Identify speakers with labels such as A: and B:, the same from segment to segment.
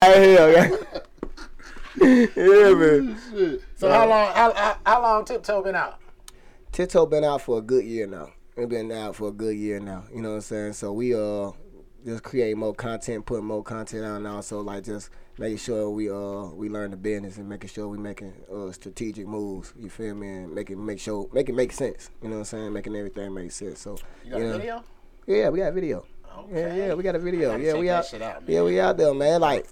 A: yeah, man.
B: Shit.
C: So how long? How, how, how long Tiptoe been out?
A: Tito been out for a good year now. We been out for a good year now. You know what I'm saying? So we uh just create more content, put more content out, and also like just making sure we uh we learn the business and making sure we making uh strategic moves. You feel me? And making make sure make it make sense. You know what I'm saying? Making everything make sense. So
C: You got
A: know,
C: a video?
A: yeah, we got a video. Yeah, yeah, we got a video.
C: gotta
A: Yeah,
C: check
A: we
C: that
A: out.
C: shit out, man.
A: yeah, we out there, man. Like,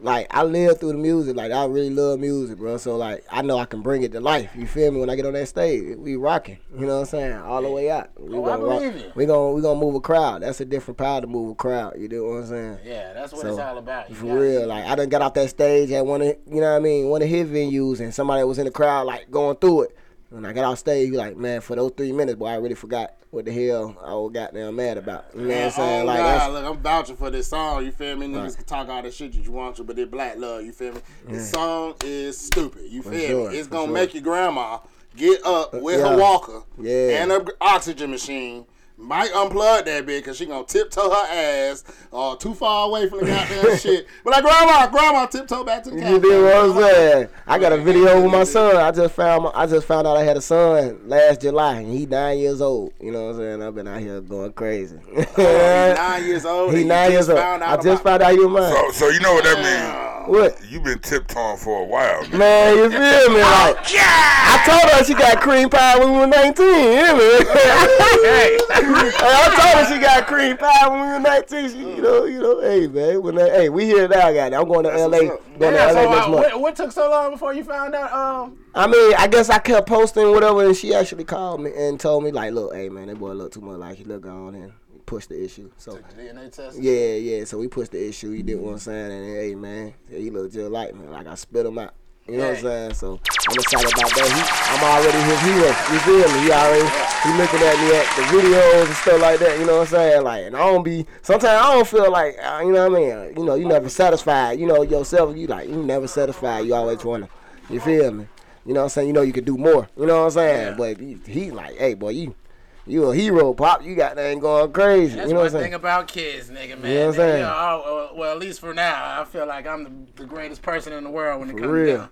A: like I live through the music. Like I really love music, bro. So like I know I can bring it to life. You feel me? When I get on that stage, we rocking. You know what I'm saying? All the way out. We
C: Oh, I
A: gonna rock-
C: believe you.
A: We gonna we gonna move a crowd. That's a different power to move a crowd. You know what I'm saying?
C: Yeah, that's what
A: So,
C: it's all about. You
A: For
C: gotta-
A: real, like I done got off that stage at one of you know what I mean, one of his venues, and somebody was in the crowd like going through it. When I got off stage, he like, man, for those three minutes, boy, I really forgot what the hell I was goddamn mad about. You know what I'm saying?
B: oh,
A: Like,
B: God,
A: that's-
B: look, I'm vouching for this song. You feel me? Niggas can talk all that shit that you want to, but they black love. You feel me? This song is stupid. You feel
A: sure,
B: me? It's
A: Mm. for
B: gonna
A: sure. Uh,
B: make your grandma get up with
A: yeah.
B: her walker
A: Yeah.
B: and her oxygen machine. Might unplug that bitch because she gonna tiptoe her ass uh, too far away from the goddamn shit. But like, grandma, grandma, tiptoe back to the
A: you
B: goddamn-
A: did what I'm saying. I got a video with my son. I just found my, I just found out I had a son last July, and he nine years old. You know what I'm saying? I've been out here going crazy.
B: He's Oh, nine years old. and
A: he
B: you
A: nine
B: just
A: years old.
B: found out
A: I just
B: about-
A: found out you mine.
D: Oh, So, so you know what that
A: What?
D: means? You've been tiptoeing for a while. Man.
A: Man, you feel me? Like, I told her she got cream pie when we were 19. You hear me? hey, I told her she got cream pie when we were 19. She, you know, you know. Hey, man. When that, hey, we here now, guy. I'm going to LA.
B: what's up.
A: Going
C: Yeah,
A: to LA
C: so,
A: next
C: uh,
A: month.
C: what, what took so long before you found out? Um,
A: I mean, I guess I kept posting whatever, and she actually called me and told me like, look, hey, man, that boy look too much like he look gone and push the issue. So.
C: DNA test.
A: Yeah, yeah. So we pushed the issue. You did what I'm saying, and hey, man, he looked just like me. Like I spit him out. You know what I'm saying? So I'm excited about that. He, I'm already his hero. You feel me? He already he looking at me at the videos and stuff like that. You know what I'm saying? Like, and I don't be. Sometimes I don't feel like uh, you know what I mean. You know, you never satisfied. You know yourself. You like you never satisfied. You always wanna. You feel me? You know what I'm saying? You know you could do more. You know what I'm saying? But he, he like, hey, boy, you. You a hero, pop. You got that ain't going crazy.
C: That's
A: you know what
C: one
A: I'm saying?
C: thing about kids, nigga, man.
A: You know what I'm saying?
C: They are all- well, at least for now, I feel like I'm the, the greatest person in the world when it comes
A: real.
C: down.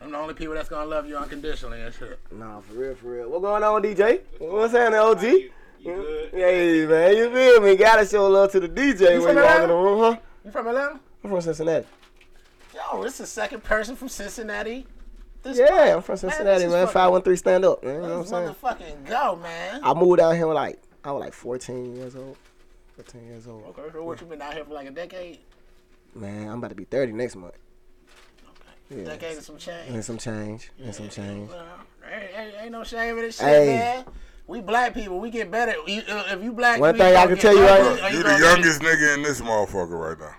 C: I'm the only people that's gonna love you unconditionally and shit.
A: Nah, for real, for real. What going on, DJ? What's happening, OG? Hey, man, you feel me? Gotta show love to the DJ when you walk in
C: from Atlanta?
A: the room, huh?
C: You from Atlanta?
A: I'm from Cincinnati.
C: Yo, this is the second person from Cincinnati. This
A: Yeah, I'm from
C: this
A: Cincinnati,
C: is
A: man.
C: fucking-
A: 513 stand up, man. You know what I'm
C: Let's
A: saying?
C: motherfucking go, man.
A: I moved out here when, like, I was like 14 years old. 14 years old.
C: Okay, so what you been out here for like a decade?
A: Man, I'm about to be 30 next month. Yeah.
C: Decade and some change.
A: And some change. And some change.
C: Well, ain't, ain't, ain't no shame in this shit,
A: Hey.
C: man. We black people, we get better. You, uh, if you black,
A: One
C: you
A: thing
C: gonna
A: I can
C: get
A: tell you right
C: ugly,
A: now-
C: or
D: You
C: gonna
D: the
C: get-
D: youngest nigga in this motherfucker right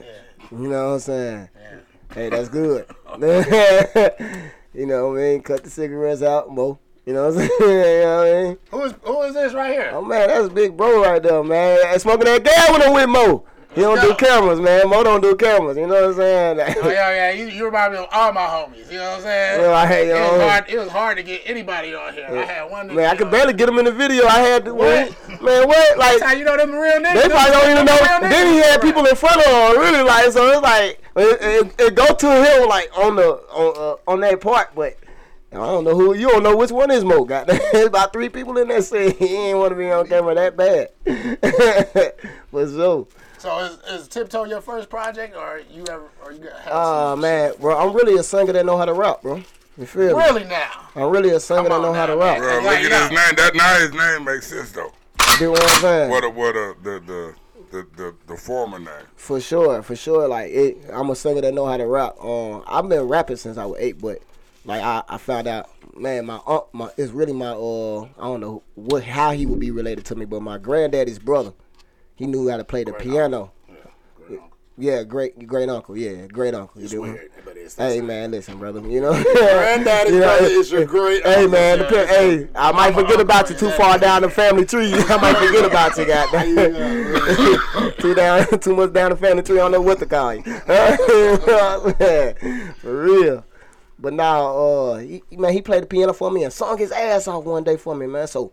D: now.
A: You know what I'm saying? Hey, that's good. you know what I mean? Cut the cigarettes out, Mo. You know what I'm saying? you know what I mean?
C: Who is who is this right here?
A: Oh man, that's big bro right there, man. And smoking that gas when I'm with Mo. He don't do
C: Let's go.
A: cameras, man. Mo don't do cameras. You know what I'm saying?
C: Oh yeah, yeah. You, you remind me of all my homies. You know what I'm saying?
A: Well, I had
C: it,
A: your
C: was
A: own.
C: hard, it was hard to get anybody on here. I had one.
A: man, I
C: nigga
A: could
C: on-
A: barely get him in the video. I had to
C: What?
A: Man, what? Like
C: That's how you know them real niggas.
A: they
C: Them-
A: probably don't even
C: them
A: know.
C: real niggas
A: Then he
C: is
A: had
C: around.
A: people in front of him, really. Like so, it's like it, it, it go to him like on the on uh, on that part, but. I don't know who you don't know which one is Mo. Got about three people in that scene. He ain't want to be on camera that bad. but so,
C: So is, is Tiptoe your first project, or you ever, or you got? had
A: Oh
C: some-
A: man, bro, I'm really a singer that know how to rap, bro. You feel me?
C: Really now?
A: I'm really a singer that
C: Come on
A: know how to
C: now,
A: rap.
D: Bro, Uh, look
C: Right
D: at
C: now.
D: his name. That now his name makes sense though.
A: You know what I'm saying?
D: What a what a the the the the, the former name.
A: For sure, for sure. Like it, I'm a singer that know how to rap. Um, I've been rapping since I was eight, but like I, I found out, man, my aunt, my it's really my uh, I don't know what how he would be related to me, but my granddaddy's brother, he knew how to play the piano. Yeah, great great uncle. Yeah, great uncle. You do.
B: Weird, but it's-
A: Hey man, listen, brother. You know,
B: Granddaddy brother is your great
A: Hey
B: uncle.
A: man, depend, hey, I might forget about you too far down the family tree. I might forget about you, goddamn. too down, too much down the family tree. I don't know what to call you. for real. But now, uh, he, man, he played the piano for me and sung his ass off one day for me, man. So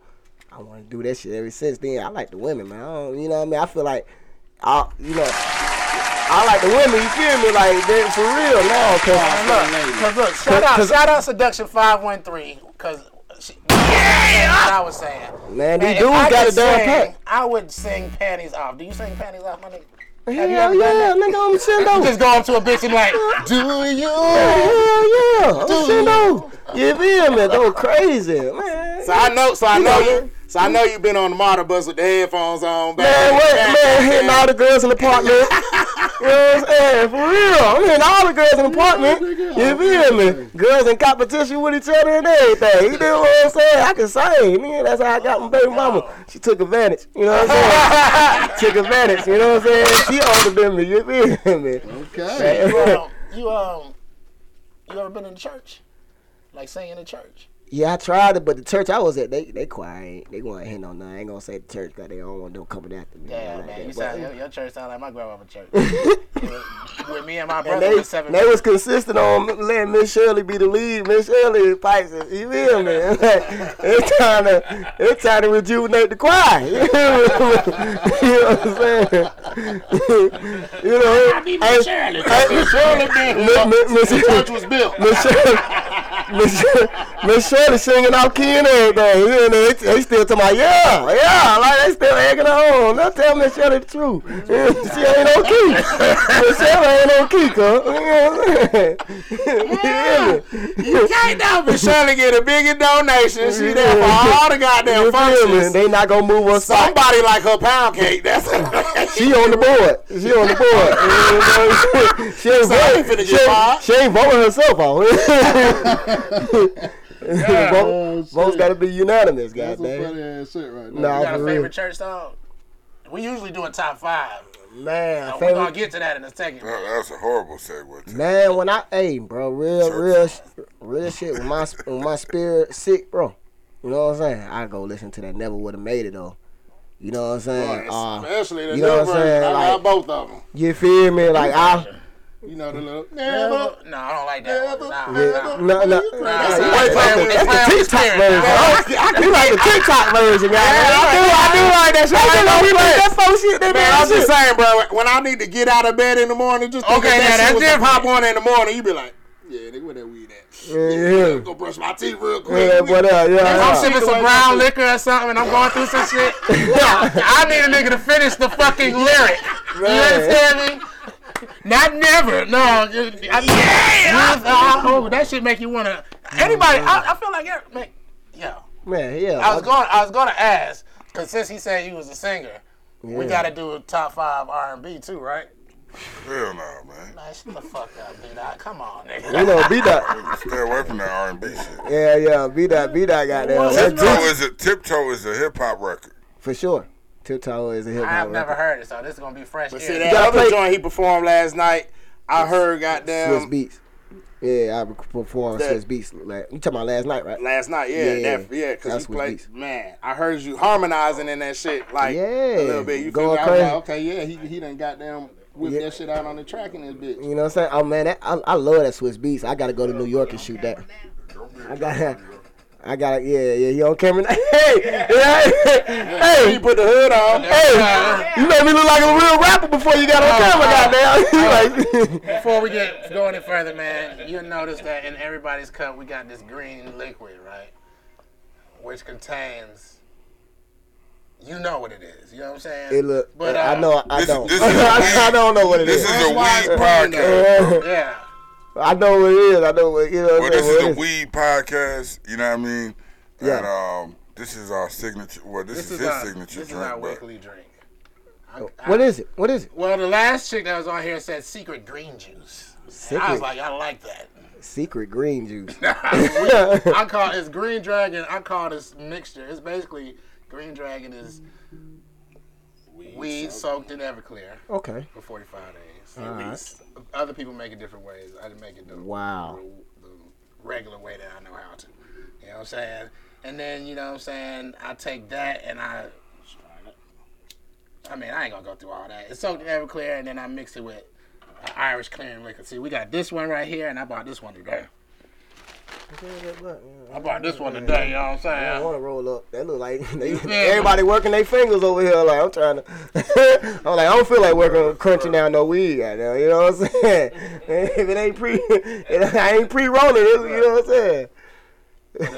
A: I want to do that shit ever since then. I like the women, man. I don't, you know what I mean? I feel like, I, you know. I like the women. You feel me? Like they, for real, no,
C: And
A: cause
C: look,
B: lady.
C: 'cause look, shout out,
A: Cause-
C: shout out, Seduction Five One Three, because yeah, what I was saying.
A: man,
C: Man,
A: these
C: if
A: dudes
C: I
A: got a
C: could
A: damn
C: sing,
A: pack.
C: I would sing panties off. Do you sing panties off, my nigga? Have you
A: Hell
C: ever done
A: yeah,
C: that?
A: nigga, I'm send
C: You
A: over.
C: just go up to a bitch and like,
B: Do you?
A: Hell yeah, I'm send over. You feel me? Go crazy, man.
B: So I know, so I
A: You know
B: know you. So I know you been on the model bus with the headphones on. Back
A: Man, what,
B: back-
A: man, hitting all the girls in the apartment. you know what I'm saying? For real. I'm hitting all the girls in the apartment. You feel me? Girls in competition with each other and everything. You know what I'm saying? I can sing. Man, that's how I got my
C: Oh
A: baby mama. She took advantage. You know what I'm saying? took advantage. You know what I'm saying? She older than me. You feel me?
B: Okay.
C: you, um, you um, you ever been in church? Like singing in church?
A: Yeah, I tried it, but the church I was at, they they quiet. They going to hit on nothing. I ain't gonna say the church because they don't want no coming after me.
C: Yeah,
A: like
C: man.
A: that.
C: You
A: But-
C: sound, your, your church sound like my grandma's church. With me and my brother,
A: they,
C: was seven.
A: they was consistent on letting Miss Shirley be the lead. Miss Shirley fights it. You feel me? it's trying to it's trying to rejuvenate the choir. you know what I'm saying? you know, Miss Shirley. Miss Shirley, Miss
B: Church was built.
A: Miss Shirley. Miss Shirley- Miss Shirley singing off key and everything. You know, they, they still talking about, yeah, yeah, like they still egging her on. Now tell Miss Shirley the truth. she ain't on key. Miss Shirley ain't on key, cuz. You know what I'm saying? Yeah.
B: You can't know for sure to get a bigger donation. She there for all the goddamn
A: You feel me?
B: functions.
A: They not gonna move us off.
B: Somebody like her pound cake. That's
A: She on the board. She on the board. You know, she, she ain't
B: Somebody
A: voting.
B: finna get
A: She, ain't-
B: fired.
A: she ain't voting herself out.
B: Oh,
A: Vote,
B: shit.
A: votes gotta be unanimous, goddamn.
B: ass shit right
A: Nah.
C: You got a
A: for
C: favorite
A: real.
C: church song? We usually do a top five.
A: Man,
C: We're gonna
A: favorite
C: get to that in a second.
D: That- That's a horrible segue. too.
A: Man, when I hey, bro, real, real, sh- real shit. When my when my spirit sick, bro, you know what I'm saying. I go listen to that. Never would have made it though. You know what I'm saying. Uh,
B: Especially the
A: you know
B: new
A: what I'm
B: version. I
A: saying,
B: got
A: like-
B: both of them.
A: you feel me? Like I,
B: You know the little.
C: No,
B: Never.
C: I don't like that. One. Nah, nah.
A: no, no, no. That's
B: That's
A: the- that's the TikTok
C: Nah.
A: version. You like the TikTok version, man?
B: I do like that shit.
A: I do like that folk shit. That
B: Man, I'm
A: shit.
B: just saying, bro. When I need to get out of bed in the morning, just think
C: Okay,
B: of
C: now
B: that shit when
C: that's
B: you
C: different.
B: pop on in the morning, you be like, yeah, nigga, where that weed at?
A: Yeah, yeah.
B: I'm gonna brush my teeth real quick.
A: Yeah,
B: We-
A: but uh,
C: I'm
A: yeah,
C: sipping some brown liquor or something, and I'm going through some shit. I need a nigga to finish the fucking lyric. You understand me? Not never. No. I, yeah. I, I, oh, that shit make you wanna. Anybody? I, I feel like every- man, yeah.
A: yeah. man, yeah.
C: I was going. I was going to ask because since he said he was a singer, we
A: Yeah.
C: got to do a top five R and B too, right?
D: Hell no, man.
C: Nah, shut the fuck up, dude. Ah, Come on,
A: you
C: nigga.
A: know, be that.
D: Stay away from that R&B shit.
A: Yeah, yeah, be that, be that. Goddamn,
C: What's
A: that's
C: wrong?
A: deep.
D: Tiptoe is a tiptoe is a hip hop record.
A: for sure. Tiptoe is a hip hop.
C: I've never
A: rapper.
C: heard it, so this is gonna be fresh.
B: See
C: ear.
B: that
A: gotta
B: other
A: play-
B: joint he performed last night. I heard,
A: Swiss
B: goddamn,
A: Beats. Yeah, I performed
B: That-
A: Swiss Beats. Like, you talking about last night, right?
B: last night. Yeah,
A: Yeah,
B: yeah, that, yeah, because
A: that's
B: you
A: what
B: played.
A: beats.
B: Man, I heard you harmonizing in that shit, like
A: Yeah,
B: a little bit. You feel
A: going
B: me? I was like,
A: crazy.
B: okay, yeah, he he done goddamn whipped
A: Yeah.
B: that shit out on the track in this bitch.
A: You know what I'm saying? Oh man, that, I, I love that Swiss Beats. I gotta go to New York and shoot that. I got, I got, yeah, yeah. You on camera? now? Hey, yeah,
B: He
A: hey,
B: put the hood on.
A: hey. You made me look like a real rapper before you got on
D: Oh,
A: camera, goddamn. You like,
C: Before we get going any further, man, you'll notice that in everybody's cup we got this green liquid, right? Which contains. You know what it is. You know what I'm saying?
A: Hey, look,
C: But,
A: I
C: uh,
A: know, I,
D: This,
A: don't.
D: this is
A: I don't know what it
D: This
A: is.
D: is a
B: why it's
D: weed
B: green,
D: podcast.
C: Yeah.
A: I know what it is. I know what you know. What
D: Well,
A: I'm
D: this
A: saying,
D: is a
A: what it
D: weed podcast. You know what I mean?
A: Yeah.
D: And um, this is our signature. Well, this,
C: This
D: is
C: is
D: his
C: our,
D: signature
C: this is
D: drink,
C: our
D: but
C: weekly drink. I- I-
A: Oh, What is it? What is it?
C: Well, the last chick that was on here said secret green juice. And I
A: Secret?
C: was like, I like that.
A: Secret green juice.
C: I call it's green dragon. I call this mixture. It's basically green dragon is weed soaked in Everclear
A: okay.
C: for 45 days. At least. Other people make it different ways. I didn't make it the,
A: Wow.
C: the, the regular way that I know how to. You know what I'm saying? And then, you know what I'm saying? I take that and I. I mean, I ain't gonna go through all that. It's soaked in Everclear and then I mix it with uh, Irish clearing liquor. See, we got this one right here and I bought this one today. I bought this one today, you know
A: I don't
C: what I'm saying?
A: want to roll up. That look like they,
C: feel me?
A: everybody working their fingers over here. Like I'm trying to, I'm like I don't feel like working crunching down no weed right now. You know what I'm saying? if it ain't pre, if I ain't pre rolling. You know what I'm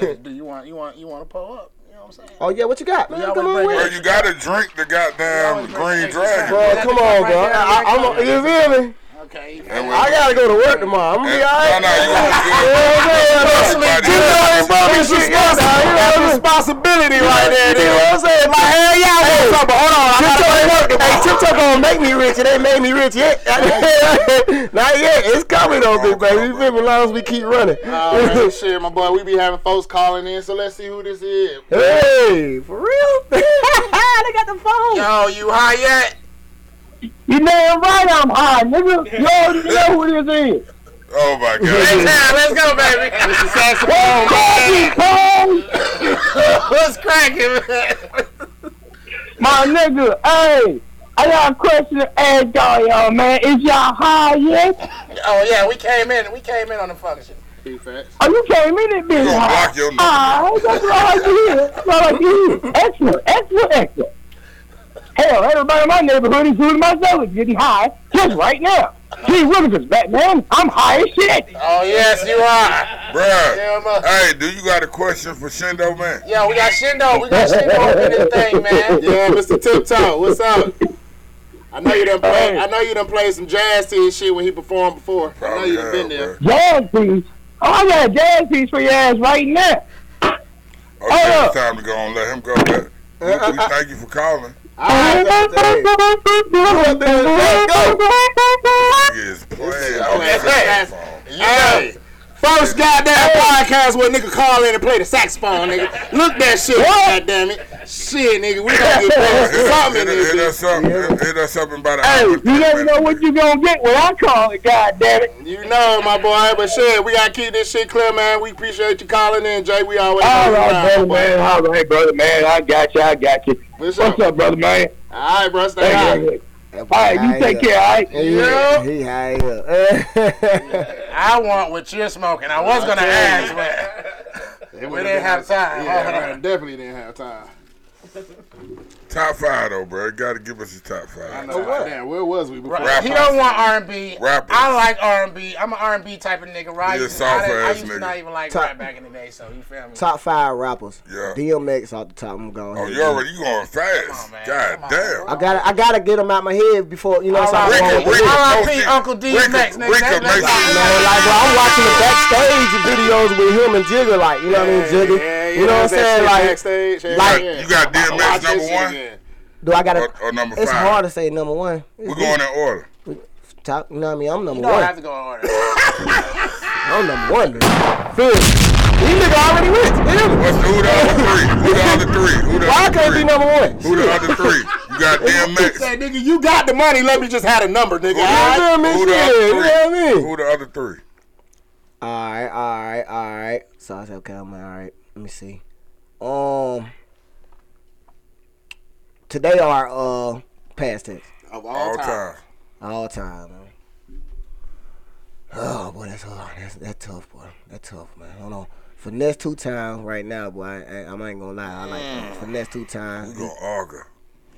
A: saying?
C: Do you want you want you want to pull up? You know what I'm saying?
A: Oh yeah, what you got? Man,
C: Yeah, I
A: come
C: would
A: on
C: bring
D: Bro,
A: with. it.
D: you gotta drink the goddamn green dragon.
A: Bro, come on, bro. I, I, I'm, a- you feel me?
C: Okay.
A: I gotta go to work tomorrow. I'm gonna be
D: No,
A: alright.
D: no, you
A: You know
D: gonna
A: what I'm saying?
D: Everybody-
A: You know, it's probably
B: It's
A: shit, yeah, nah, you know what I'm saying?
B: responsibility right there.
A: You know
B: nigga.
A: what I'm saying? Like, hell yeah, hey,
B: But hold on, I gotta
A: Tiptoe
B: go to work
A: ain't work. Hey,
B: tomorrow.
A: Tiptoe gonna make me rich. It ain't made me rich yet. Not yet. It's coming though, big baby. You feel me? As long as we keep running.
B: All right, shit, my boy. We be having folks calling in, so let's see who this is.
A: hey, for real? they got the phone.
B: Yo, you high yet?
E: You damn right I'm high, nigga. You already know who this is.
D: Oh my god.
C: Yeah, let's go, baby. This is
E: What's cracking,
C: What's cracking,
E: Paul?
C: man?
E: My Oh, nigga, hey. I got a question to ask y'all, y'all, man. Is y'all high yet?
C: Oh yeah, we came in. We came in on the function.
E: Oh, you came in it, bitch.
D: You gonna
E: high.
D: block your nigga.
E: Ah, that's what I like to hear. That's what I like to hear. Excellent, excellent, excellent. Hell, everybody in my neighborhood, including myself, is getting high just right now. Gee Wilkins, Batman, I'm high as shit.
C: Oh yes, you are. Yeah, I'm
D: Bruh.
C: up.
D: Hey, do you got a question for Shindo Man?
C: Yo, we got Shindo. We got Shindo up in this thing, man.
B: Yeah, Mr. Tiptoe, what's up? I know you done played. I know you done played some jazz to his shit when he performed before. I know you done been there.
E: Jazz piece. Oh, I got a jazz piece for your ass right now.
D: Oh, Okay,
E: up.
D: it's time to go and let him go. Let-
C: Uh,
D: We, we thank you for calling.
B: All right,
D: Nigga is playing
B: Oh,
D: on his
B: that's-
D: phone.
B: hey, first goddamn podcast where a nigga call in and play the saxophone, nigga. Look that shit, goddamn it. Shit, nigga, we gotta get past
D: Hit, us-
B: something in
D: hit,
B: this
D: us- hit
B: bitch.
D: us up. Hit, hit us up in about an
E: Hey,
D: hour.
E: you never know what you gonna get when I call it, God damn it.
B: You know, my boy, but shit, we gotta keep this shit clear, man. We appreciate you calling in, Jay. We always
E: All
B: know you
E: right,
B: around,
E: brother
B: my boy.
E: man. All right, brother man. I got you. I got you.
B: What's up?
E: What's up, brother man?
B: All right, bro, stay
E: Hey,
B: high.
E: hey, hey. All right, you take care. All right.
A: Yeah, he high up.
C: I want what you're smoking. I was gonna ask, but we didn't have time.
B: Yeah, I definitely didn't have time.
D: Top five though, bro. You gotta give us a top five.
B: Oh, Damn, where was we before?
D: Rap
C: He
D: house.
C: don't want R&B.
D: Rappers.
C: I like R&B. I'm an R&B type of nigga, right?
D: You a
C: I,
D: soft
C: didn't- I
D: ass
C: used
D: nigga.
C: to not even like
A: Top-
C: rap back in the day, so you feel me?
A: top five rappers.
D: Yeah.
A: DMX off the top. I'm going.
D: Oh, you already you going fast.
C: Come on, man.
D: God
C: Come on,
D: damn.
C: bro.
A: I gotta, I gotta get them out my head before you know. what I'm
C: All
A: saying?
C: right,
D: Rico,
C: Rico,
D: Rico,
C: R.I.P.
D: post it.
C: Uncle DMX, nigga.
D: Rico,
C: That-
D: make
C: that-
D: sure you-
A: Man, like, bro, I'm watching the backstage videos with him and Jigga, like, you know what I mean, Jigga? you know what I'm saying? Like, like-
D: You got DMX number one?
A: do I gotta?
D: Or, or number
A: it's
D: five.
A: hard to say number one.
D: We're going in order.
A: Top, you know what I mean? I'm number
C: You don't
A: one.
C: have to go in order.
A: I'm number one. nigga. Feel me? These nigga already went. Damn.
D: What's the, who the other three? Who the other three? Who the
A: Why I
D: other
A: can't be
D: three?
A: number one?
D: Who the other three? You got DMX.
B: Say, nigga, you got the money. Let me just have a number, nigga.
A: Yeah,
B: All right?
A: feel me?
D: Who the
A: Shit, you know what I
D: other three?
A: mean?
D: Who the other three?
A: Alright, alright, alright. So I said, okay, I'm alright. Let me see. Um, today are uh past tense.
B: Of
D: All time.
A: All time, man. Oh boy, that's hard. That's that's tough, boy. That's tough, man. Hold on. Finesse two times right now, boy. I, I, I ain't gonna lie. I like that. finesse two
D: We
A: times.
D: gonna argue.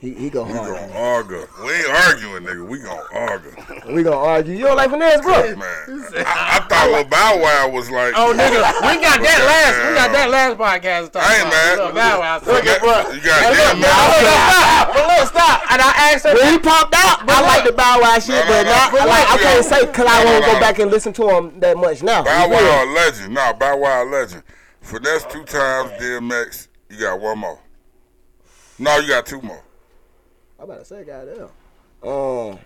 A: He Mm. he go
D: We
A: hard.
D: gonna argue. We ain't arguing, nigga. We gonna argue.
A: We gonna argue. You don't like finesse, bro?
D: Man, I, I thought Lil Bow Wow was like.
C: Oh, nigga, we got that last, we got that last podcast to talk
D: Hey,
C: about.
D: man.
C: Look, Bow Wow.
D: You
C: Look,
D: got, you got
C: look,
D: DMX.
C: stop, but look, stop. And I asked her,
A: When he popped out, I like the Bow Wow shit,
D: No, no,
A: but
D: no.
A: not. I, like, I
D: But
A: can't
D: look,
A: say because I
D: no, no,
A: won't
D: no.
A: go back and listen to him that much now.
D: Bow
A: You feel me?
D: Wow a legend. Nah, Bow Wow a legend. Finesse two times, DMX. You got one more. No, you got two more.
A: I about to say, goddamn. Um,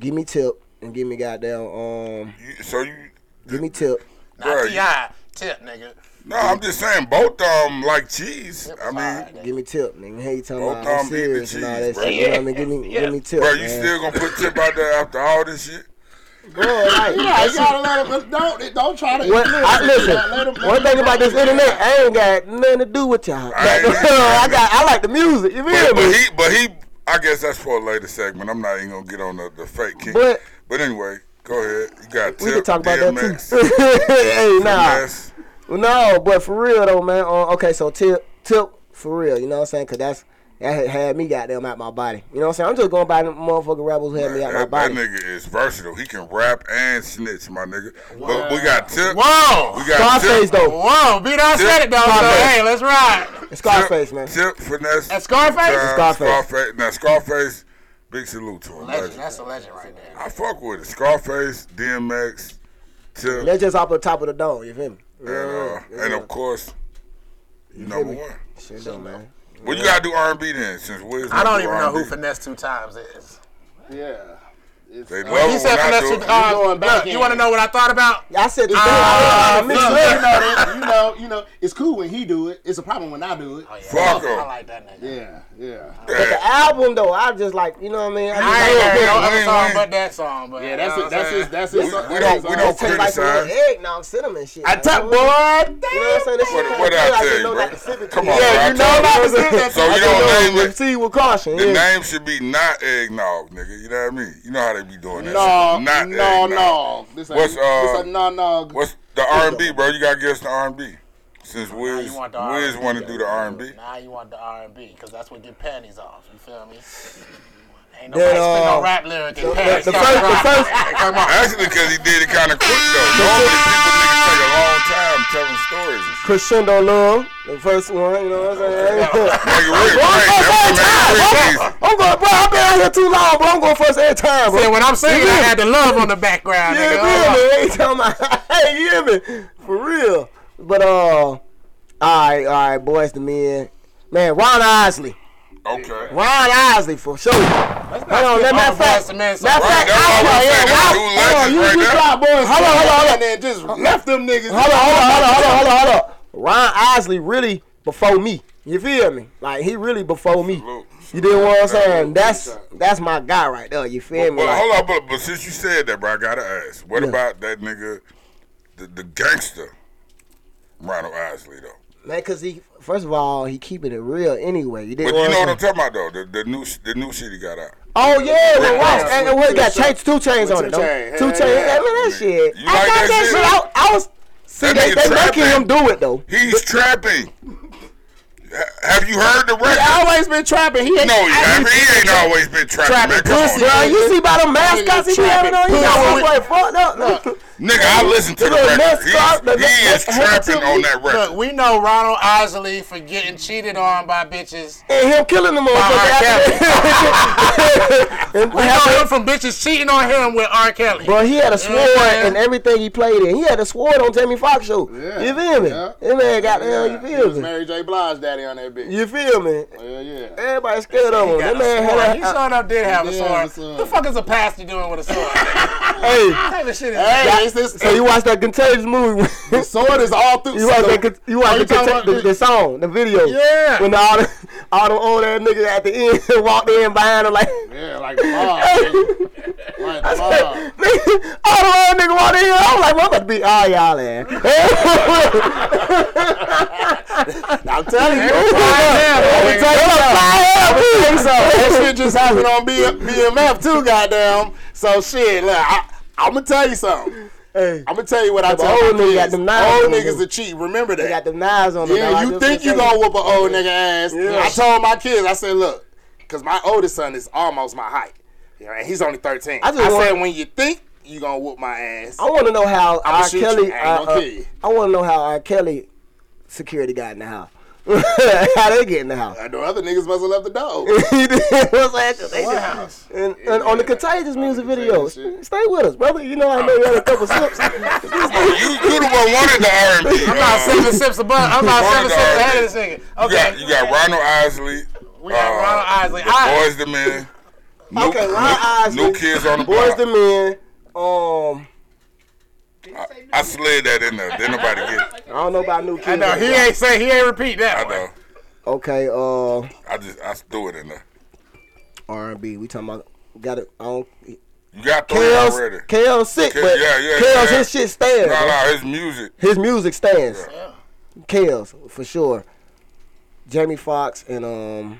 A: give me tip and give me goddamn. Um,
D: You, so you.
A: give me tip.
D: bruh,
C: not
D: you-
C: T.I. Tip, nigga.
D: No, I'm just saying both of them like cheese. I mean,
A: Give me tip, nigga. Hey, you talking
D: Old
A: about
D: Tom
A: I'm
D: eat the
A: serious and all that
D: cheese, bro.
A: shit. You know what I mean? Give me, give me tip,
D: bro, you
A: man.
D: still gonna put Tip out there after all this shit?
A: Bro, like,
B: Yeah, you gotta let him. Don't, don't try to.
A: what, I, listen,
B: Let him- let
A: one
B: him-
A: thing about this internet, I ain't got nothing to do with y'all.
D: I ain't either,
A: I
D: man.
A: got, I like the music. You feel
D: But, but
A: me?
D: he, but he, I guess that's for a later segment. I'm not even gonna get on the, the fake king.
A: But-
D: But anyway, Go ahead. You got
A: We can
D: Tip,
A: talk about
D: DMX,
A: that too. hey, nah.
D: Finesse.
A: No, but for real though, man. Uh, okay, so tip, tip for real. You know what I'm saying? Cause that's that had- had me goddamn out my body. You know what I'm saying? I'm just going by the motherfucking rebels who had me out my
D: That, that
A: body.
D: nigga is versatile. He can rap and snitch, my nigga. But we got Tip.
C: Whoa!
D: We got
A: Scarface
D: Tip.
A: though.
C: Whoa! Beat out said it though. So,
A: Scarface.
C: hey, let's ride.
A: Scarface, man.
D: Tip, Finesse.
C: At Scarface.
D: Time,
A: Scarface.
D: Scarface. Now, Scarface, big salute to him.
C: Legend.
D: legend.
C: That's a legend right there.
D: I fuck with it. Scarface, DMX, Tip,
A: That's just off the top of the dome. You feel me?
D: and, uh, and of course, you number one.
A: Shit though, man.
D: Well, you gotta do R&B then, since Wiz.
C: I
D: not
C: don't
D: do
C: even know who
D: R&B.
C: finesse two times is.
B: Yeah. It's,
D: They
B: uh,
D: love
C: He
D: it
C: said
D: when I
C: finesse
D: do
C: two
B: uh, You're
D: it.
C: times.
B: going
C: Look,
B: back
C: you
B: in.
C: want to know what I thought about?
A: I said the
C: Ah,
A: I
B: Look,
A: mixed
B: you know
A: it up.
B: that. You know, you know, it's cool when he do it. It's a problem when I do it.
D: Fuck
C: Oh, I
D: 'em.
C: like that nigga.
B: Yeah, yeah.
A: But the album though, I just like you know what I mean. I
C: I
A: just
C: ain't
A: like,
C: heard no other
D: Wayne,
C: song
D: Wayne.
C: but that song. But
B: Yeah, that's
C: you know
B: it.
C: what I'm
B: That's
C: saying?
B: his. That's his.
A: We-
B: that's
D: we don't-
B: his
D: we
B: own-
D: don't
A: it tastes like some
D: criticize.
A: eggnog cinnamon shit.
C: I
A: Like,
C: took
A: you know what
C: boy.
A: I'm saying? This shit
D: What,
A: kinda
D: what
A: feel
D: I
A: like
D: tell
A: just
D: you,
A: know
D: bro?
A: not to sip it too
D: Come
A: much.
D: on,
A: Yeah,
D: bro. I
A: you know
D: told
A: not to
D: you.
A: sip that
D: So you
A: shit.
D: don't name it-
A: Proceed with caution.
D: The
A: yeah.
D: name should be not eggnog, nigga. You know what I mean? You know how they be doing that.
B: No,
D: shit. not
B: no,
D: eggnog.
B: no. This ain't.
D: What's, uh,
B: This a no, no.
D: What's the R&B, bro? You gotta give us the R&B. Since Wiz,
C: you want the
D: Wiz
C: R&B,
D: want to do the R&B.
C: Now you want the R and B because that's what get panties off. You feel me? Ain't
A: Then,
C: nobody spit
A: uh,
C: no rap lyric in
A: The,
C: panties.
A: the first, the first,
D: Come on, actually, because he did it kind of quick though. Normally, people niggas take a long time telling stories. and shit.
A: Crescendo Love, the first one, you know what I'm saying?
D: Nigga, Rick,
A: Bro,
D: Rick,
A: I'm going first
D: that's
A: every
D: what
A: time. I'm going, bro, I've been out here too long, bro. I'm going first every time, bro.
C: Then
A: You
C: when I'm singing, I had the love on the background.
A: hear
C: nigga.
A: me? They ain't talking about, hey, you hear me? For real. But, uh, alright, alright, boys to men. Man, Ron Isley.
D: make it Okay.
A: Ron Isley, for sure. Hold on, let matter
C: all
A: of fact,
C: Boyz
A: matter
C: II Men
A: of
C: songs.
A: fact,
D: Right, that's
A: I
D: what I'm
A: was
D: saying.
A: yeah,
D: That's
A: wow.
D: two legends
A: you-
D: right
A: you
D: there.
A: got boys. Hold on, hold on, hold on.
B: And then just left them niggas.
A: Hold on, hold on, hold on, hold on, hold on, hold on. Ron Osley really before me. You feel me? Like he really before me.
D: Salute.
A: You did what I'm saying? That's that's my guy right there. You feel me?
D: But
A: Like,
D: hold on, but, but since you said that, bro, I gotta ask. What about that nigga, the, the gangster, Ronald Isley though?
A: man, cause he first of all he keeping it real anyway. You did
D: But you know what I'm
A: what
D: talking about though. The, the new sh- the new shit he got out.
A: Oh yeah, the watch
D: Ross.
A: and what got chains, two chains on it.
B: Two
A: though.
B: Chainz.
A: Two
B: Hell
A: chains. I
B: yeah.
A: mean that shit.
D: You
A: I
D: like
A: got
D: that shit?
A: that shit. I, I was see
D: That
A: they,
D: nigga
A: they making him
D: trapping.
A: do it though.
D: He's trapping. Ha- Have you heard the record?
B: He always been trapping. He ain't.
D: no, he, I mean, he ain't always been trapping. man. Come on,
A: Bro, you see by the mascots he be having on, he got
B: Trapping.
A: one fucked up.
D: nigga. I listened to the
A: Look, let's
D: record.
A: start-
D: He's, he
A: let's-
D: is
A: let's- let's-
D: trapping on that
C: Look,
D: record.
C: we know Ronald Isley for getting cheated on by bitches.
A: and him killing the
C: We know him
A: motherfucker.
C: from bitches cheating on him with R. Kelly.
A: Bro, he had a sword
C: Yeah.
A: in everything he played in. He had a sword on Jamie Foxx show.
B: Yeah.
A: You feel me?
B: Yeah.
A: That man got uh, you
B: He
A: feel
B: was
A: me?
B: Mary J. Blige daddy on that bitch.
A: You feel me?
B: Yeah, yeah.
A: Everybody scared of him. That
C: Got a
A: man
C: sword.
A: had
C: He
A: a,
C: showed up did have a
B: Yeah,
C: sword.
B: a sword.
C: The fuck is a pastor doing with a sword? What
A: hey.
C: type of shit is
B: Hey,
C: that?
B: it's this.
A: So you watched that Contagious movie?
B: the sword is all through.
A: you watched
B: so-
A: that? Con- You watched
B: Are
A: the,
B: you talking about
A: Contag- the, the song, the video?
C: Yeah.
A: When all the all the old ass niggas at the end walked in behind him like.
B: Yeah, like Bob. nigga. like Bob.
A: Nigga, all the old nigga walked in here. I was like, well, I'm about to be all y'all in. I'm telling you.
C: Right now,
B: That shit just happened on B- BMF too, goddamn. So shit, look, I, I'm gonna tell you something.
A: Hey,
B: I'm gonna tell you what I
A: But
B: tell
A: old
B: my
A: niggas got
B: kids.
A: them knives
B: Old
A: on
B: niggas
A: them.
B: a cheat. Remember
A: they got
B: that.
A: the knives on them.
B: Yeah,
A: dog.
B: you
A: Just
B: think you
A: saying.
B: gonna whoop an old nigga ass?
A: Yeah.
B: I told my kids, I said, look, cause my oldest son is almost my height. Yeah, and he's only 13.
A: I
B: I,
A: just
B: said,
A: want-
B: when you think you gonna whoop my ass,
A: I want to know how
B: I'ma
A: R.
B: shoot you.
A: Kelly.
B: I
A: I,
B: ain't
A: uh,
B: gonna
A: uh,
B: kill you.
A: I want to know how R. Kelly security got in the house. how they get in the house?
B: I know uh, other niggas must have left the door.
A: You know what I'm saying? 'Cause they just-
C: house?
A: and, and on the contagious music video,
B: Contagious shit.
A: stay with us, brother. You know I know you had a couple sips.
D: You, you the one wanted the R&B.
C: I'm about
D: uh,
C: seven sips above. I'm about
D: Ronald
C: seven sips ahead
D: Isley.
C: of this nigga.
D: You got,
C: Okay.
D: you got Ronald Isley.
C: We got Ronald Isley.
D: The
C: I-
D: boys, the men. New,
A: okay, Ron Isley.
D: New kids on the
A: Boys
D: block.
A: the men. Um,
D: I slid that in there. Didn't nobody get it.
A: I don't know about new kids.
C: I know he ain't say he ain't
D: I
C: repeat that. one.
D: know.
A: Okay, uh,
D: I just I threw it in there.
A: R and B. We talking about got it on
D: You got three already.
A: KL's KL sick,
D: K-
A: but
D: yeah, yeah,
A: KL's
D: yeah.
A: his shit stands.
D: No,
A: bro.
D: no, his music.
A: His music stands.
C: Yeah.
A: KL's for sure. Jamie Foxx and um